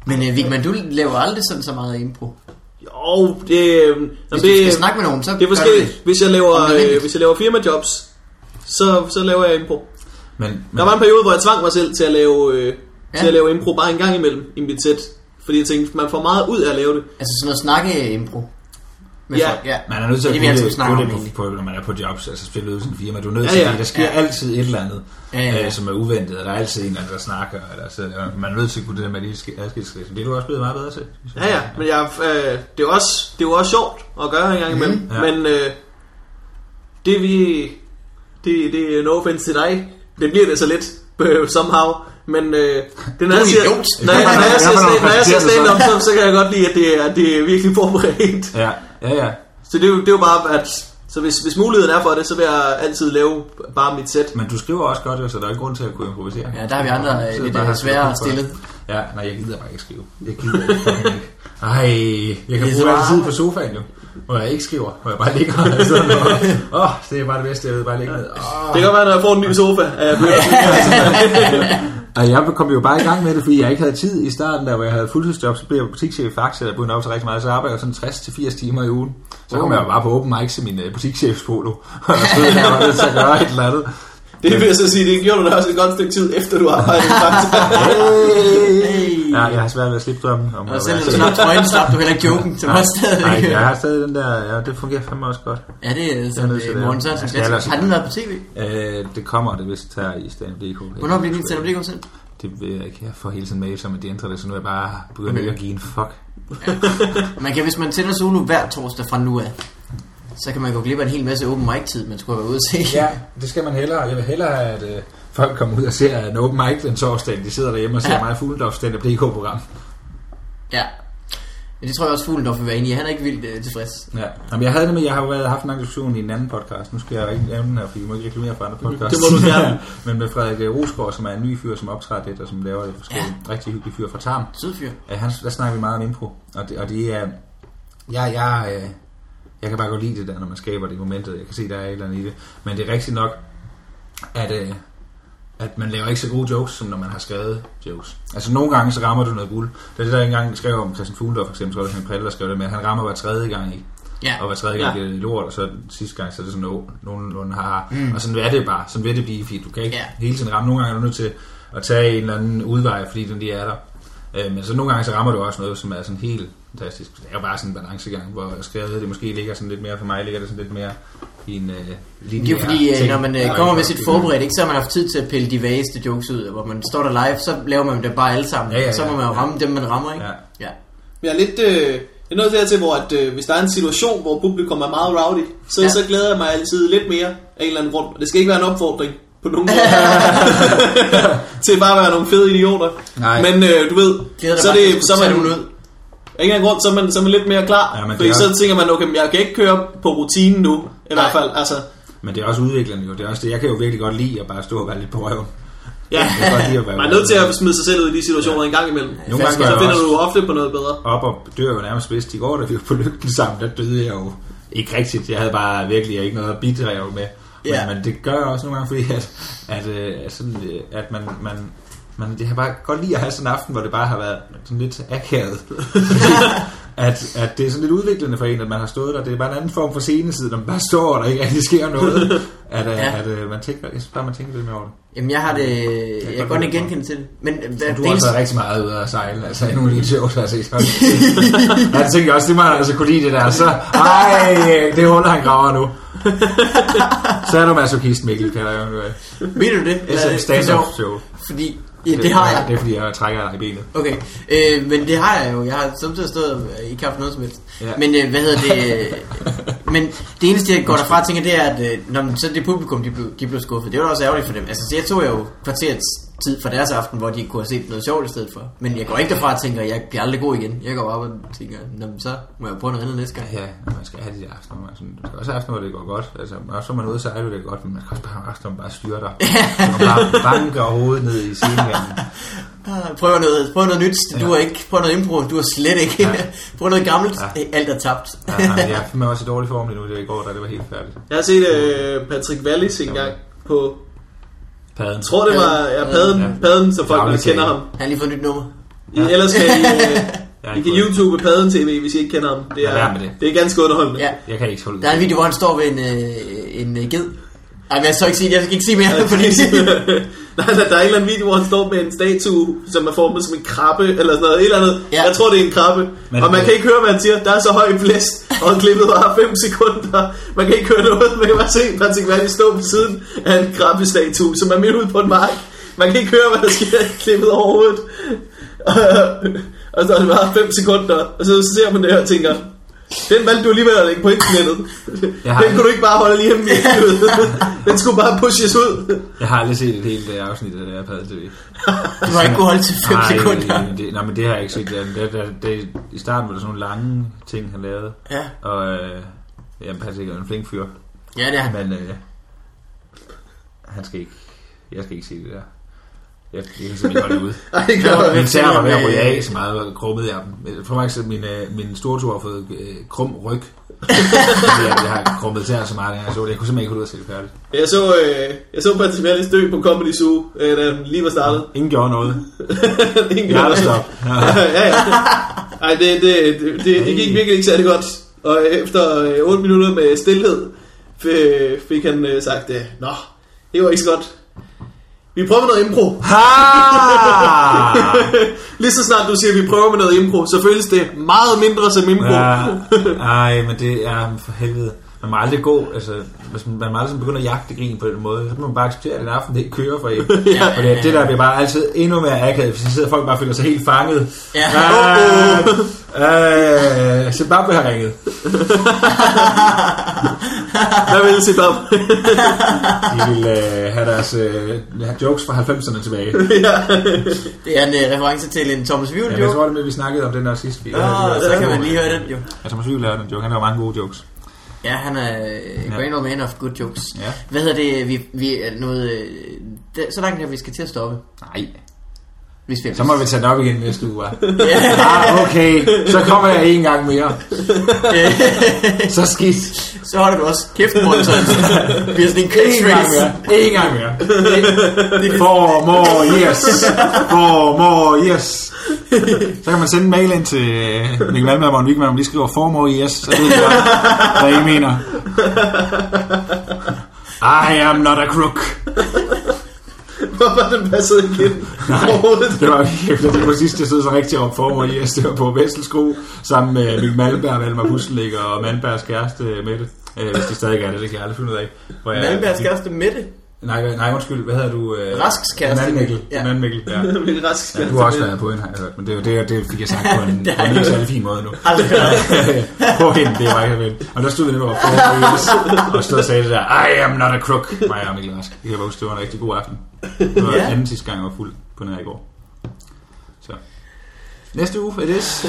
Speaker 2: Men øh, Vigman, du laver aldrig sådan så meget impro. Hvis
Speaker 1: jo, det... øh,
Speaker 2: det,
Speaker 1: det,
Speaker 2: du skal snakke med nogen, så
Speaker 1: det er
Speaker 2: gør du
Speaker 1: forskelligt. Hvis jeg laver,
Speaker 2: Om nødvendigt.
Speaker 1: øh, hvis jeg laver firmajobs, så, så laver jeg impro.
Speaker 3: Men, men
Speaker 1: Der var en periode, hvor jeg tvang mig selv til at lave, øh,
Speaker 2: Ja.
Speaker 1: ja. til at lave impro bare en gang imellem i mit sæt. Fordi jeg tænkte, man får meget ud af at lave det.
Speaker 2: Altså sådan noget snakke-impro. Med
Speaker 1: Ja.
Speaker 2: folk, ja.
Speaker 3: man er nødt
Speaker 2: Det er
Speaker 3: til at
Speaker 2: det, vi altid
Speaker 3: putte-
Speaker 2: snakker om
Speaker 3: putte
Speaker 2: egentlig.
Speaker 3: på, på, når man er på jobs, altså spille ud sådan en firma. Du er nødt
Speaker 1: Ja,
Speaker 3: til,
Speaker 1: ja.
Speaker 3: fordi der sker
Speaker 2: Ja.
Speaker 3: altid et eller andet,
Speaker 2: Ja, ja.
Speaker 3: øh, som er uventet, og der er altid en eller anden, der snakker. Eller, så, og man er nødt til at kunne det der med lige ske- adskillelseskreds. Det er du også blevet meget bedre til. synes jeg.
Speaker 1: Ja, ja. Men jeg, øh, det, er jo også, det er jo også sjovt at gøre en gang imellem. Mm,
Speaker 3: Ja.
Speaker 1: Men øh, det vi... Det, det er no offense til dig. Det bliver det så lidt, øh, somehow. Men øh, det, når, jeg siger,
Speaker 2: idiot.
Speaker 1: når, jeg, når jeg
Speaker 3: Ja,
Speaker 1: ser,
Speaker 3: men
Speaker 1: stand-
Speaker 3: når
Speaker 1: når jeg ser
Speaker 3: præsenterer det
Speaker 1: stand-up, så, så kan jeg godt lide, at det er, at det er virkelig forberedt.
Speaker 3: Ja, ja, ja.
Speaker 1: Så det, er jo- det er jo bare, at Så hvis, hvis muligheden er for det, så vil jeg altid lave bare mit sæt.
Speaker 3: Men du skriver også godt, jo, så der er ikke grund til at kunne improvisere.
Speaker 2: Ja, der har vi andre, øh,
Speaker 3: Sidder
Speaker 2: lidt,
Speaker 3: bare
Speaker 2: øh,
Speaker 3: her og skriver
Speaker 2: sværere
Speaker 3: på.
Speaker 2: stillet.
Speaker 3: Ja, nej, jeg gider bare ikke skrive. Jeg gider ikke. fucking ikke. Ej,
Speaker 2: Det er
Speaker 3: jeg kan bruge
Speaker 2: så
Speaker 3: al
Speaker 2: rart.
Speaker 3: tid på sofaen jo, hvor jeg ikke skriver, hvor jeg bare ligger og sådan noget. Åh, oh, det er bare det bedste, jeg ved bare ligge ned. Åh.
Speaker 1: Det kan godt være, når jeg får en ny sofa, at jeg begynder at
Speaker 3: Og jeg kom jo bare i gang med det, fordi jeg ikke havde tid i starten, da hvor jeg havde fuldtidsjob, så blev jeg butikschef i Faxe, og jeg begyndte op til rigtig meget, så arbejdede jeg sådan 60-80 timer i ugen. Så kom
Speaker 2: Wow.
Speaker 3: jeg jo bare på open mic til min uh, butikschefspolo, og så stod jeg der og var nødt til at gøre et eller andet.
Speaker 1: Det vil jeg så sige, det gjorde du da også et godt stykke tid, efter du arbejdede faktisk.
Speaker 3: Hey. Ja, jeg har svært ved at slippe drømmen om
Speaker 2: Og
Speaker 3: at
Speaker 2: selv
Speaker 3: være
Speaker 2: når du slap trøjen, slap du heller ikke joken, som også stadigvæk.
Speaker 3: Nej, jeg har stadig den der, ja, det fungerer fandme også godt.
Speaker 2: Ja, det er
Speaker 3: Jeg er
Speaker 2: sådan
Speaker 3: nødt til
Speaker 2: øh,
Speaker 3: det.
Speaker 2: Morten Sørensen
Speaker 3: Jeg skal ellers-
Speaker 2: klassisk. Har den været på tv?
Speaker 3: Øh, det kommer det vist her i stand.dk.
Speaker 2: Hvornår bliver din stand-up selv?
Speaker 3: Det ved jeg ikke. Jeg får hele tiden mails om, at de ændrer det, så nu er jeg bare begyndt
Speaker 2: Okay.
Speaker 3: okay. at give en fuck.
Speaker 2: Man kan, hvis man tænder solo hver torsdag fra nu af, så kan man gå glip af en hel masse open mic tid, man skulle have været ude at se.
Speaker 3: Ja, det skal man hellere. Jeg vil hellere have, at øh, folk kommer ud og ser en open mic den torsdag, end de sidder derhjemme og ser
Speaker 2: Ja.
Speaker 3: mig Fuglendorf stand-up.dk-program.
Speaker 2: ja. Men det tror jeg også Fuglendorf vil være enig i. Han er ikke vildt øh, tilfreds.
Speaker 3: Ja. Jamen, jeg havde det med, jeg har jo været, haft en lang diskussion i en anden podcast. Nu skal jeg jo ikke nævne den her, for I må ikke reklamere for andre podcasts.
Speaker 1: det må du gerne.
Speaker 3: Men med Frederik øh, Rosgaard, som er en ny fyr, som optræder lidt, og som laver det forskellige. Ja. Rigtig hyggelig fyr fra Tarm.
Speaker 2: Sød fyr.
Speaker 3: Øh, han, der snakker vi meget om impro, og det, og det er... Jeg, jeg, øh, jeg kan bare godt lide det der, når man skaber det i momentet. Jeg kan se, der er et eller andet i det. Men det er rigtigt nok, at, øh, at man laver ikke så gode jokes, som når man har skrevet jokes. Altså nogle gange, så rammer du noget guld. Det er det, der ikke engang skrev om Christian Fuglendorf, for eksempel, så var det han Prille, der skrev det med, at han rammer hver tredje gang i.
Speaker 2: Ja.
Speaker 3: Og hver tredje gang bliver det lort, og så den sidste gang, så er det sådan, no, nogenlunde har mm. Og sådan er det bare. Sådan vil det blive, fordi du kan ikke
Speaker 2: Ja.
Speaker 3: hele tiden ramme. Nogle gange er du nødt til at tage en eller anden udvej, fordi den lige er der. Øh, men så nogle gange så rammer du også noget, som er sådan helt fantastisk. Det er jo bare sådan en balancegang, hvor skrevet det måske ligger sådan lidt mere, for mig ligger det sådan lidt mere i en øh,
Speaker 2: Det er
Speaker 3: linje.
Speaker 2: jo fordi, øh, når man øh, kommer med sit forberedt, ikke, så har man haft tid til at pille de vageste jokes ud. og Hvor man står der live, så laver man det bare alle sammen.
Speaker 3: Ja, ja, ja.
Speaker 2: Så må man jo ramme dem, man rammer, ikke?
Speaker 3: Ja.
Speaker 2: ja.
Speaker 1: Jeg er lidt... Øh, jeg er nået dertil, hvor at, øh, hvis der er en situation, hvor publikum er meget rowdy, så,
Speaker 2: Ja.
Speaker 1: ja. så glæder jeg mig altid lidt mere af en eller anden grund. Og Det skal ikke være en opfordring på nogen måde. til bare at være nogle fede idioter.
Speaker 3: Nej.
Speaker 1: Men øh, du ved,
Speaker 2: Glæder dig
Speaker 1: så er
Speaker 2: bare til at
Speaker 1: det, så er
Speaker 2: tage
Speaker 1: man,
Speaker 2: nogen ud.
Speaker 1: af en eller anden grund, så er man, så er man lidt mere klar.
Speaker 3: Ja, men det
Speaker 1: fordi
Speaker 3: er
Speaker 1: så
Speaker 3: også-
Speaker 1: tænker man, okay, men jeg kan ikke køre på rutinen nu, i
Speaker 2: Nej.
Speaker 1: hvert fald. Altså,
Speaker 3: Men det er også udviklende jo. Det er også det, jeg kan jo virkelig godt lide at bare stå og være lidt på røven.
Speaker 1: ja.
Speaker 3: Jeg kan godt lide at være
Speaker 1: Man er nødt til at smide sig selv ud i de situationer en gang imellem.
Speaker 3: Nogle gange
Speaker 1: Så
Speaker 3: gør jeg
Speaker 1: finder
Speaker 3: også-
Speaker 1: du ofte på noget bedre.
Speaker 3: op og dør jo nærmest bedst. I går, da vi var på lygten sammen, der døde jeg jo ikke rigtigt. Jeg havde bare virkelig ikke noget at bidrage med. Men,
Speaker 2: Ja.
Speaker 3: men det gør jeg også nogle gange, fordi at, at, øh, at, sådan, øh, at man, man, man, jeg har bare godt lide at have sådan en aften, hvor det bare har været sådan lidt akavet. at, at det er sådan lidt udviklende for en, at man har stået der. Det er bare en anden form for sceneside, når man bare står, og der ikke rigtig sker noget. At,
Speaker 2: Ja.
Speaker 3: ja. at, at man tænker, jeg synes bare, man tænker lidt mere over det.
Speaker 2: Jamen, jeg har det... Jeg kan
Speaker 3: godt
Speaker 2: godt
Speaker 3: lide
Speaker 2: ikke
Speaker 3: det.
Speaker 2: genkende til det. Men øh,
Speaker 3: Men
Speaker 2: det,
Speaker 3: du har altså også
Speaker 2: eneste,
Speaker 3: været rigtig meget ude at sejle, altså i nogle af de shows, jeg har set. ja, det tænker jeg også, det må han altså kunne lide det der. Så, ej, det hul, han graver nu. så er du masochist, Mikkel, kalder jeg jo. øh,
Speaker 2: ved du det? Eller er
Speaker 3: Det er
Speaker 2: det
Speaker 3: stand-up
Speaker 2: for sjov?
Speaker 3: show.
Speaker 2: Fordi, ja, det har jeg.
Speaker 3: Det er fordi, jeg trækker dig i benet.
Speaker 2: Okay, øh, men det har jeg jo. Jeg har samtidig stået og ikke haft noget som helst. Ja.
Speaker 3: Ja.
Speaker 2: Men øh, hvad hedder det? øh, men det eneste, jeg går derfra og tænker, det er, at øh, når man, så det publikum, de blev, de blev skuffet. Det var da også ærgerligt for dem. Altså, så jeg tog jo kvarterets tid fra deres aften, hvor de kunne have set noget sjovt i stedet for. Men jeg går ikke derfra og tænker, at jeg bliver aldrig god igen. Jeg går op og tænker, "Nå, men så må jeg prøve noget andet næste gang.
Speaker 3: Ja, og man skal have de der aftener. Man, sådan, man skal også have aftener, hvor det går godt. Altså, også når man er ude at sejle, hvor det går godt, men man skal også bare have aftener, hvor man bare styrer dig. og bare banker hovedet ned i scenegangen.
Speaker 2: Ah, Prøv noget, prøv noget nyt, det
Speaker 3: Ja.
Speaker 2: duer ikke. Prøv noget impro, du er slet ikke. Ja.
Speaker 3: Ja.
Speaker 2: prøv noget gammelt,
Speaker 3: Ja.
Speaker 2: ja. alt er tabt.
Speaker 3: Ja, jamen, jeg er fandme også i dårlig form lige nu. Det var i går, da det var helt færdigt.
Speaker 1: Jeg har set øh, Patrick Wallis engang på
Speaker 3: Paden.
Speaker 1: Jeg tror, det var ja, Paden,
Speaker 3: Ja.
Speaker 1: Paden, så folk
Speaker 3: Daglig
Speaker 1: ja,
Speaker 3: tale.
Speaker 1: kender ham.
Speaker 2: Jeg har lige fået et nyt nummer.
Speaker 1: I, ellers kan I, øh,
Speaker 3: Ja,
Speaker 1: I
Speaker 3: ikke
Speaker 1: kan
Speaker 3: fået-
Speaker 1: YouTube Paden TV, hvis I ikke kender ham. Det
Speaker 3: Lad
Speaker 1: er,
Speaker 3: være med det.
Speaker 1: det er ganske underholdende.
Speaker 2: Ja.
Speaker 3: Jeg kan ikke holde ud.
Speaker 2: Der er en video, hvor han står ved en, øh, en øh, ged. Ej, men jeg så ikke sige det. Jeg skal ikke sige mere,
Speaker 1: Altså,
Speaker 2: fordi...
Speaker 1: Nej, der, der er en eller anden video, hvor han står med en statue, som er formet som en krabbe, eller sådan noget. Et eller andet.
Speaker 2: Ja.
Speaker 1: Ja. Jeg tror, det er en krabbe.
Speaker 3: Men
Speaker 1: Men og man
Speaker 3: det-
Speaker 1: kan ikke høre, hvad han siger. Der er så høj en blæst, og klippet var 5 sekunder. Man kan ikke høre noget. Man kan bare se Patrick Valli stå på siden af en krabbestatue, som er midt ude på en mark. Man kan ikke høre, hvad der sker i klippet overhovedet. og så er det bare 5 sekunder. Og så ser man det her og tænker, den valgte du alligevel at lægge på internettet.
Speaker 3: Jeg har
Speaker 1: Den kunne du ikke bare holde lige hjemme i livet. Den skulle bare pushes ud.
Speaker 3: Jeg har aldrig set et helt øh, afsnit af det her Padel TV.
Speaker 2: Du har ikke kunnet holde til 5 sekunder.
Speaker 3: Det, nej, men det har jeg ikke set. Det, det, det, det, I starten var der sådan nogle lange ting, han lavede.
Speaker 2: Ja.
Speaker 3: Og øh, jamen, Patrick er en flink fyr.
Speaker 2: Ja, det er han.
Speaker 3: Men øh, han skal ikke... Jeg skal ikke se det der. Jeg, jeg kan simpelthen godt ud.
Speaker 2: Ej, det
Speaker 3: Ja,
Speaker 2: gør
Speaker 3: min tær var ved at
Speaker 2: Øh,
Speaker 3: ryge af, så meget krummede jeg dem. For mig så min, øh, min store tur har fået øh, krum ryg. Fordi jeg, jeg har krummet tær så meget, da jeg så det. Jeg kunne simpelthen ikke holde ud at se det færdigt.
Speaker 1: Jeg så, øh, jeg så Patrick Mellis dø på Comedy Zoo, øh, da han lige var startet.
Speaker 3: Ingen gjorde noget.
Speaker 1: Ingen
Speaker 3: Jeg har da
Speaker 1: gang.
Speaker 3: stop.
Speaker 1: ja, ja. Ej, det, det, det, det, det gik virkelig ikke særlig godt. Og efter øh, 8 minutter med stillhed f- fik han øh, sagt, øh, Nå, det var ikke så godt. Vi prøver noget impro.
Speaker 3: Ha!
Speaker 1: Lige så snart du siger, at vi prøver med noget impro, så føles det meget mindre som impro.
Speaker 3: Ja, ej, men det er for helvede. Man må aldrig gå, altså, hvis man, man må aldrig begynde at jagte grin på den måde, så må man bare acceptere, at den aften det ikke kører for en. ja, Fordi det der bliver bare altid endnu mere akavet, hvis sidder folk bare føler sig helt fanget.
Speaker 2: Ja.
Speaker 3: Ah, øh, Zimbabwe har ringet.
Speaker 1: Hvad vil sit op?
Speaker 3: De vil øh, have deres øh, have jokes fra 90'erne tilbage.
Speaker 1: ja.
Speaker 2: Det er en øh, reference til en Thomas Wivel,
Speaker 3: Ja,
Speaker 2: jo.
Speaker 3: jeg tror, det med, vi snakkede om den der sidste. Ja,
Speaker 2: Nå, så kan man lige høre den, jo.
Speaker 3: Ja, Thomas Hyl laver den joke. Han laver mange gode jokes.
Speaker 2: Ja, han er øh,
Speaker 3: Ja.
Speaker 2: Grand Old Man of Good Jokes.
Speaker 3: Ja.
Speaker 2: Hvad hedder det? Vi, vi er noget... Øh, det, så langt er vi skal til at stoppe.
Speaker 3: Nej.
Speaker 2: Hvis vi er-
Speaker 3: Så må vi tage den op igen næste uge, hva'?
Speaker 2: Ja.
Speaker 3: Ah, okay, så kommer jeg en gang mere. Så skidt.
Speaker 2: så holder du også kæft, Morten Sørensen. Vi er sådan en cage
Speaker 3: En gang
Speaker 2: race.
Speaker 3: mere. En gang mere. For more years. For more years. Så kan man sende en mail ind til øh, Mikkel Malmø og Morten Wigman, om de skriver for more years, så ved jeg, hvad I mener. I am not a crook.
Speaker 1: Hvorfor den passede ikke ind? Overhovedet.
Speaker 3: Det var virkelig det var sidst, jeg stod så rigtig op for more years. Det var på Vesselsko, sammen med Mikkel Malmberg, Valmar Busselæg og Malmbergs kæreste Mette. Øh, hvis de stadig er det, det kan jeg aldrig finde ud af. Hvor jeg-
Speaker 2: Malmbergs kæreste Mette.
Speaker 3: Nej, nej, undskyld, hvad hedder du? Øh,
Speaker 2: Rasks kæreste.
Speaker 3: Mandmikkel.
Speaker 2: Ja.
Speaker 3: Ja. Mandmikkel, ja.
Speaker 1: Min rask
Speaker 3: Ja, du har også været på en, har jeg hørt, men det, er jo- det, er- det fik jeg sagt på en, på en ikke særlig fin måde nu.
Speaker 2: Aldrig hørt.
Speaker 3: Prøv hende, det var ikke vel. Og der stod vi nemlig op på og stod og sagde det der, I am not a crook, mig og Mikkel Rask. Det kan jeg bare huske, det var en rigtig god aften. Det var
Speaker 2: Ja.
Speaker 3: anden sidste gang, jeg var fuld på nær i går. Så. Næste uge, it is.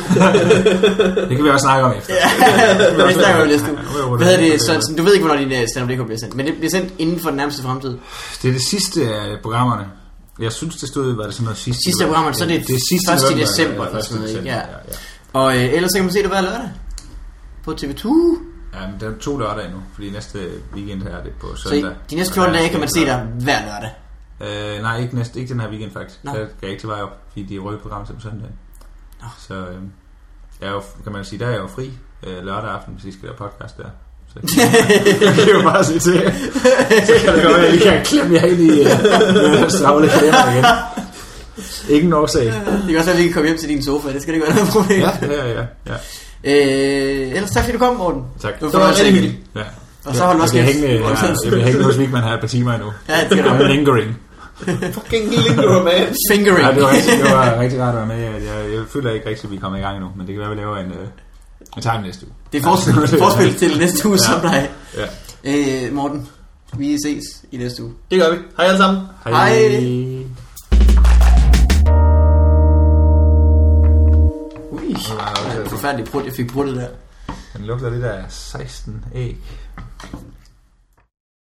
Speaker 3: det kan vi også snakke om efter.
Speaker 2: Ja, det snakker vi om næste uge.
Speaker 3: Ja, nu er jeg rundt
Speaker 2: Hvad hedder
Speaker 3: af.
Speaker 2: det? Sørensen, du ved ikke, hvornår din øh, stand-up DK bliver sendt, men det bliver sendt inden for den nærmeste fremtid.
Speaker 3: Det er det sidste af programmerne. Jeg synes, det stod, var det sådan noget sidste?
Speaker 2: Sidste af programmerne, så er det
Speaker 3: det er sidste
Speaker 2: først i
Speaker 3: november,
Speaker 2: december
Speaker 3: ja,
Speaker 2: eller
Speaker 3: første
Speaker 2: sådan noget, ikke?
Speaker 3: december,
Speaker 2: Ja. Og øh, ellers så kan man se det hver lørdag på TV2.
Speaker 3: ja. ja. men der er to lørdage nu, fordi næste weekend her er det på
Speaker 2: Så
Speaker 3: søndag.
Speaker 2: i, de næste
Speaker 3: Og
Speaker 2: 14
Speaker 3: der er
Speaker 2: dage kan man se
Speaker 3: skægt
Speaker 2: dig hver lørdag.
Speaker 3: Øh, nej, ikke, næste, ikke den her weekend faktisk.
Speaker 2: Nå.
Speaker 3: Nå. Der skal jeg ikke til vej op, fordi de røde program til på søndag.
Speaker 2: Nå.
Speaker 3: Så øh, jeg er jo, kan man sige, der er jeg jo fri øh, lørdag aften, hvis I skal lave podcast der. Så kan jeg kan jo bare se til. Så kan det godt være, at I kan klemme jer ind i øh, savle kalender igen. Ingen årsag.
Speaker 2: Det kan også være, at vi kan komme hjem til din sofa. Det skal det ikke være noget problem.
Speaker 3: Ja, ja, ja. ja.
Speaker 2: Øh, ellers tak, fordi du kom, Morten.
Speaker 3: Tak.
Speaker 2: Du
Speaker 1: Det var rigtig hyggeligt.
Speaker 3: Ja.
Speaker 2: Og så hold
Speaker 3: Jeg
Speaker 2: også
Speaker 3: bliver
Speaker 2: kæft.
Speaker 3: hængende, ja, jeg bliver hængende hos Vigman her et par timer endnu.
Speaker 2: Ja, det skal du.
Speaker 3: I'm lingering.
Speaker 1: Fucking linger, man.
Speaker 2: Fingering.
Speaker 3: Ja, det var rigtig, det var rigtig rart at være med. Jeg, jeg, jeg føler ikke rigtig, at vi er kommet i gang endnu, men det kan være, at vi laver en... Øh, vi tager den næste uge.
Speaker 2: Det er forspil, forspil til næste uge,
Speaker 3: Ja.
Speaker 2: som dig.
Speaker 3: Ja.
Speaker 2: Øh, Morten, vi ses i næste uge.
Speaker 1: Det gør vi. Hej alle sammen.
Speaker 2: Hej. Ui, det var en forfærdelig brud, jeg fik bruttet der.
Speaker 3: Den lugter lidt af 16 æg.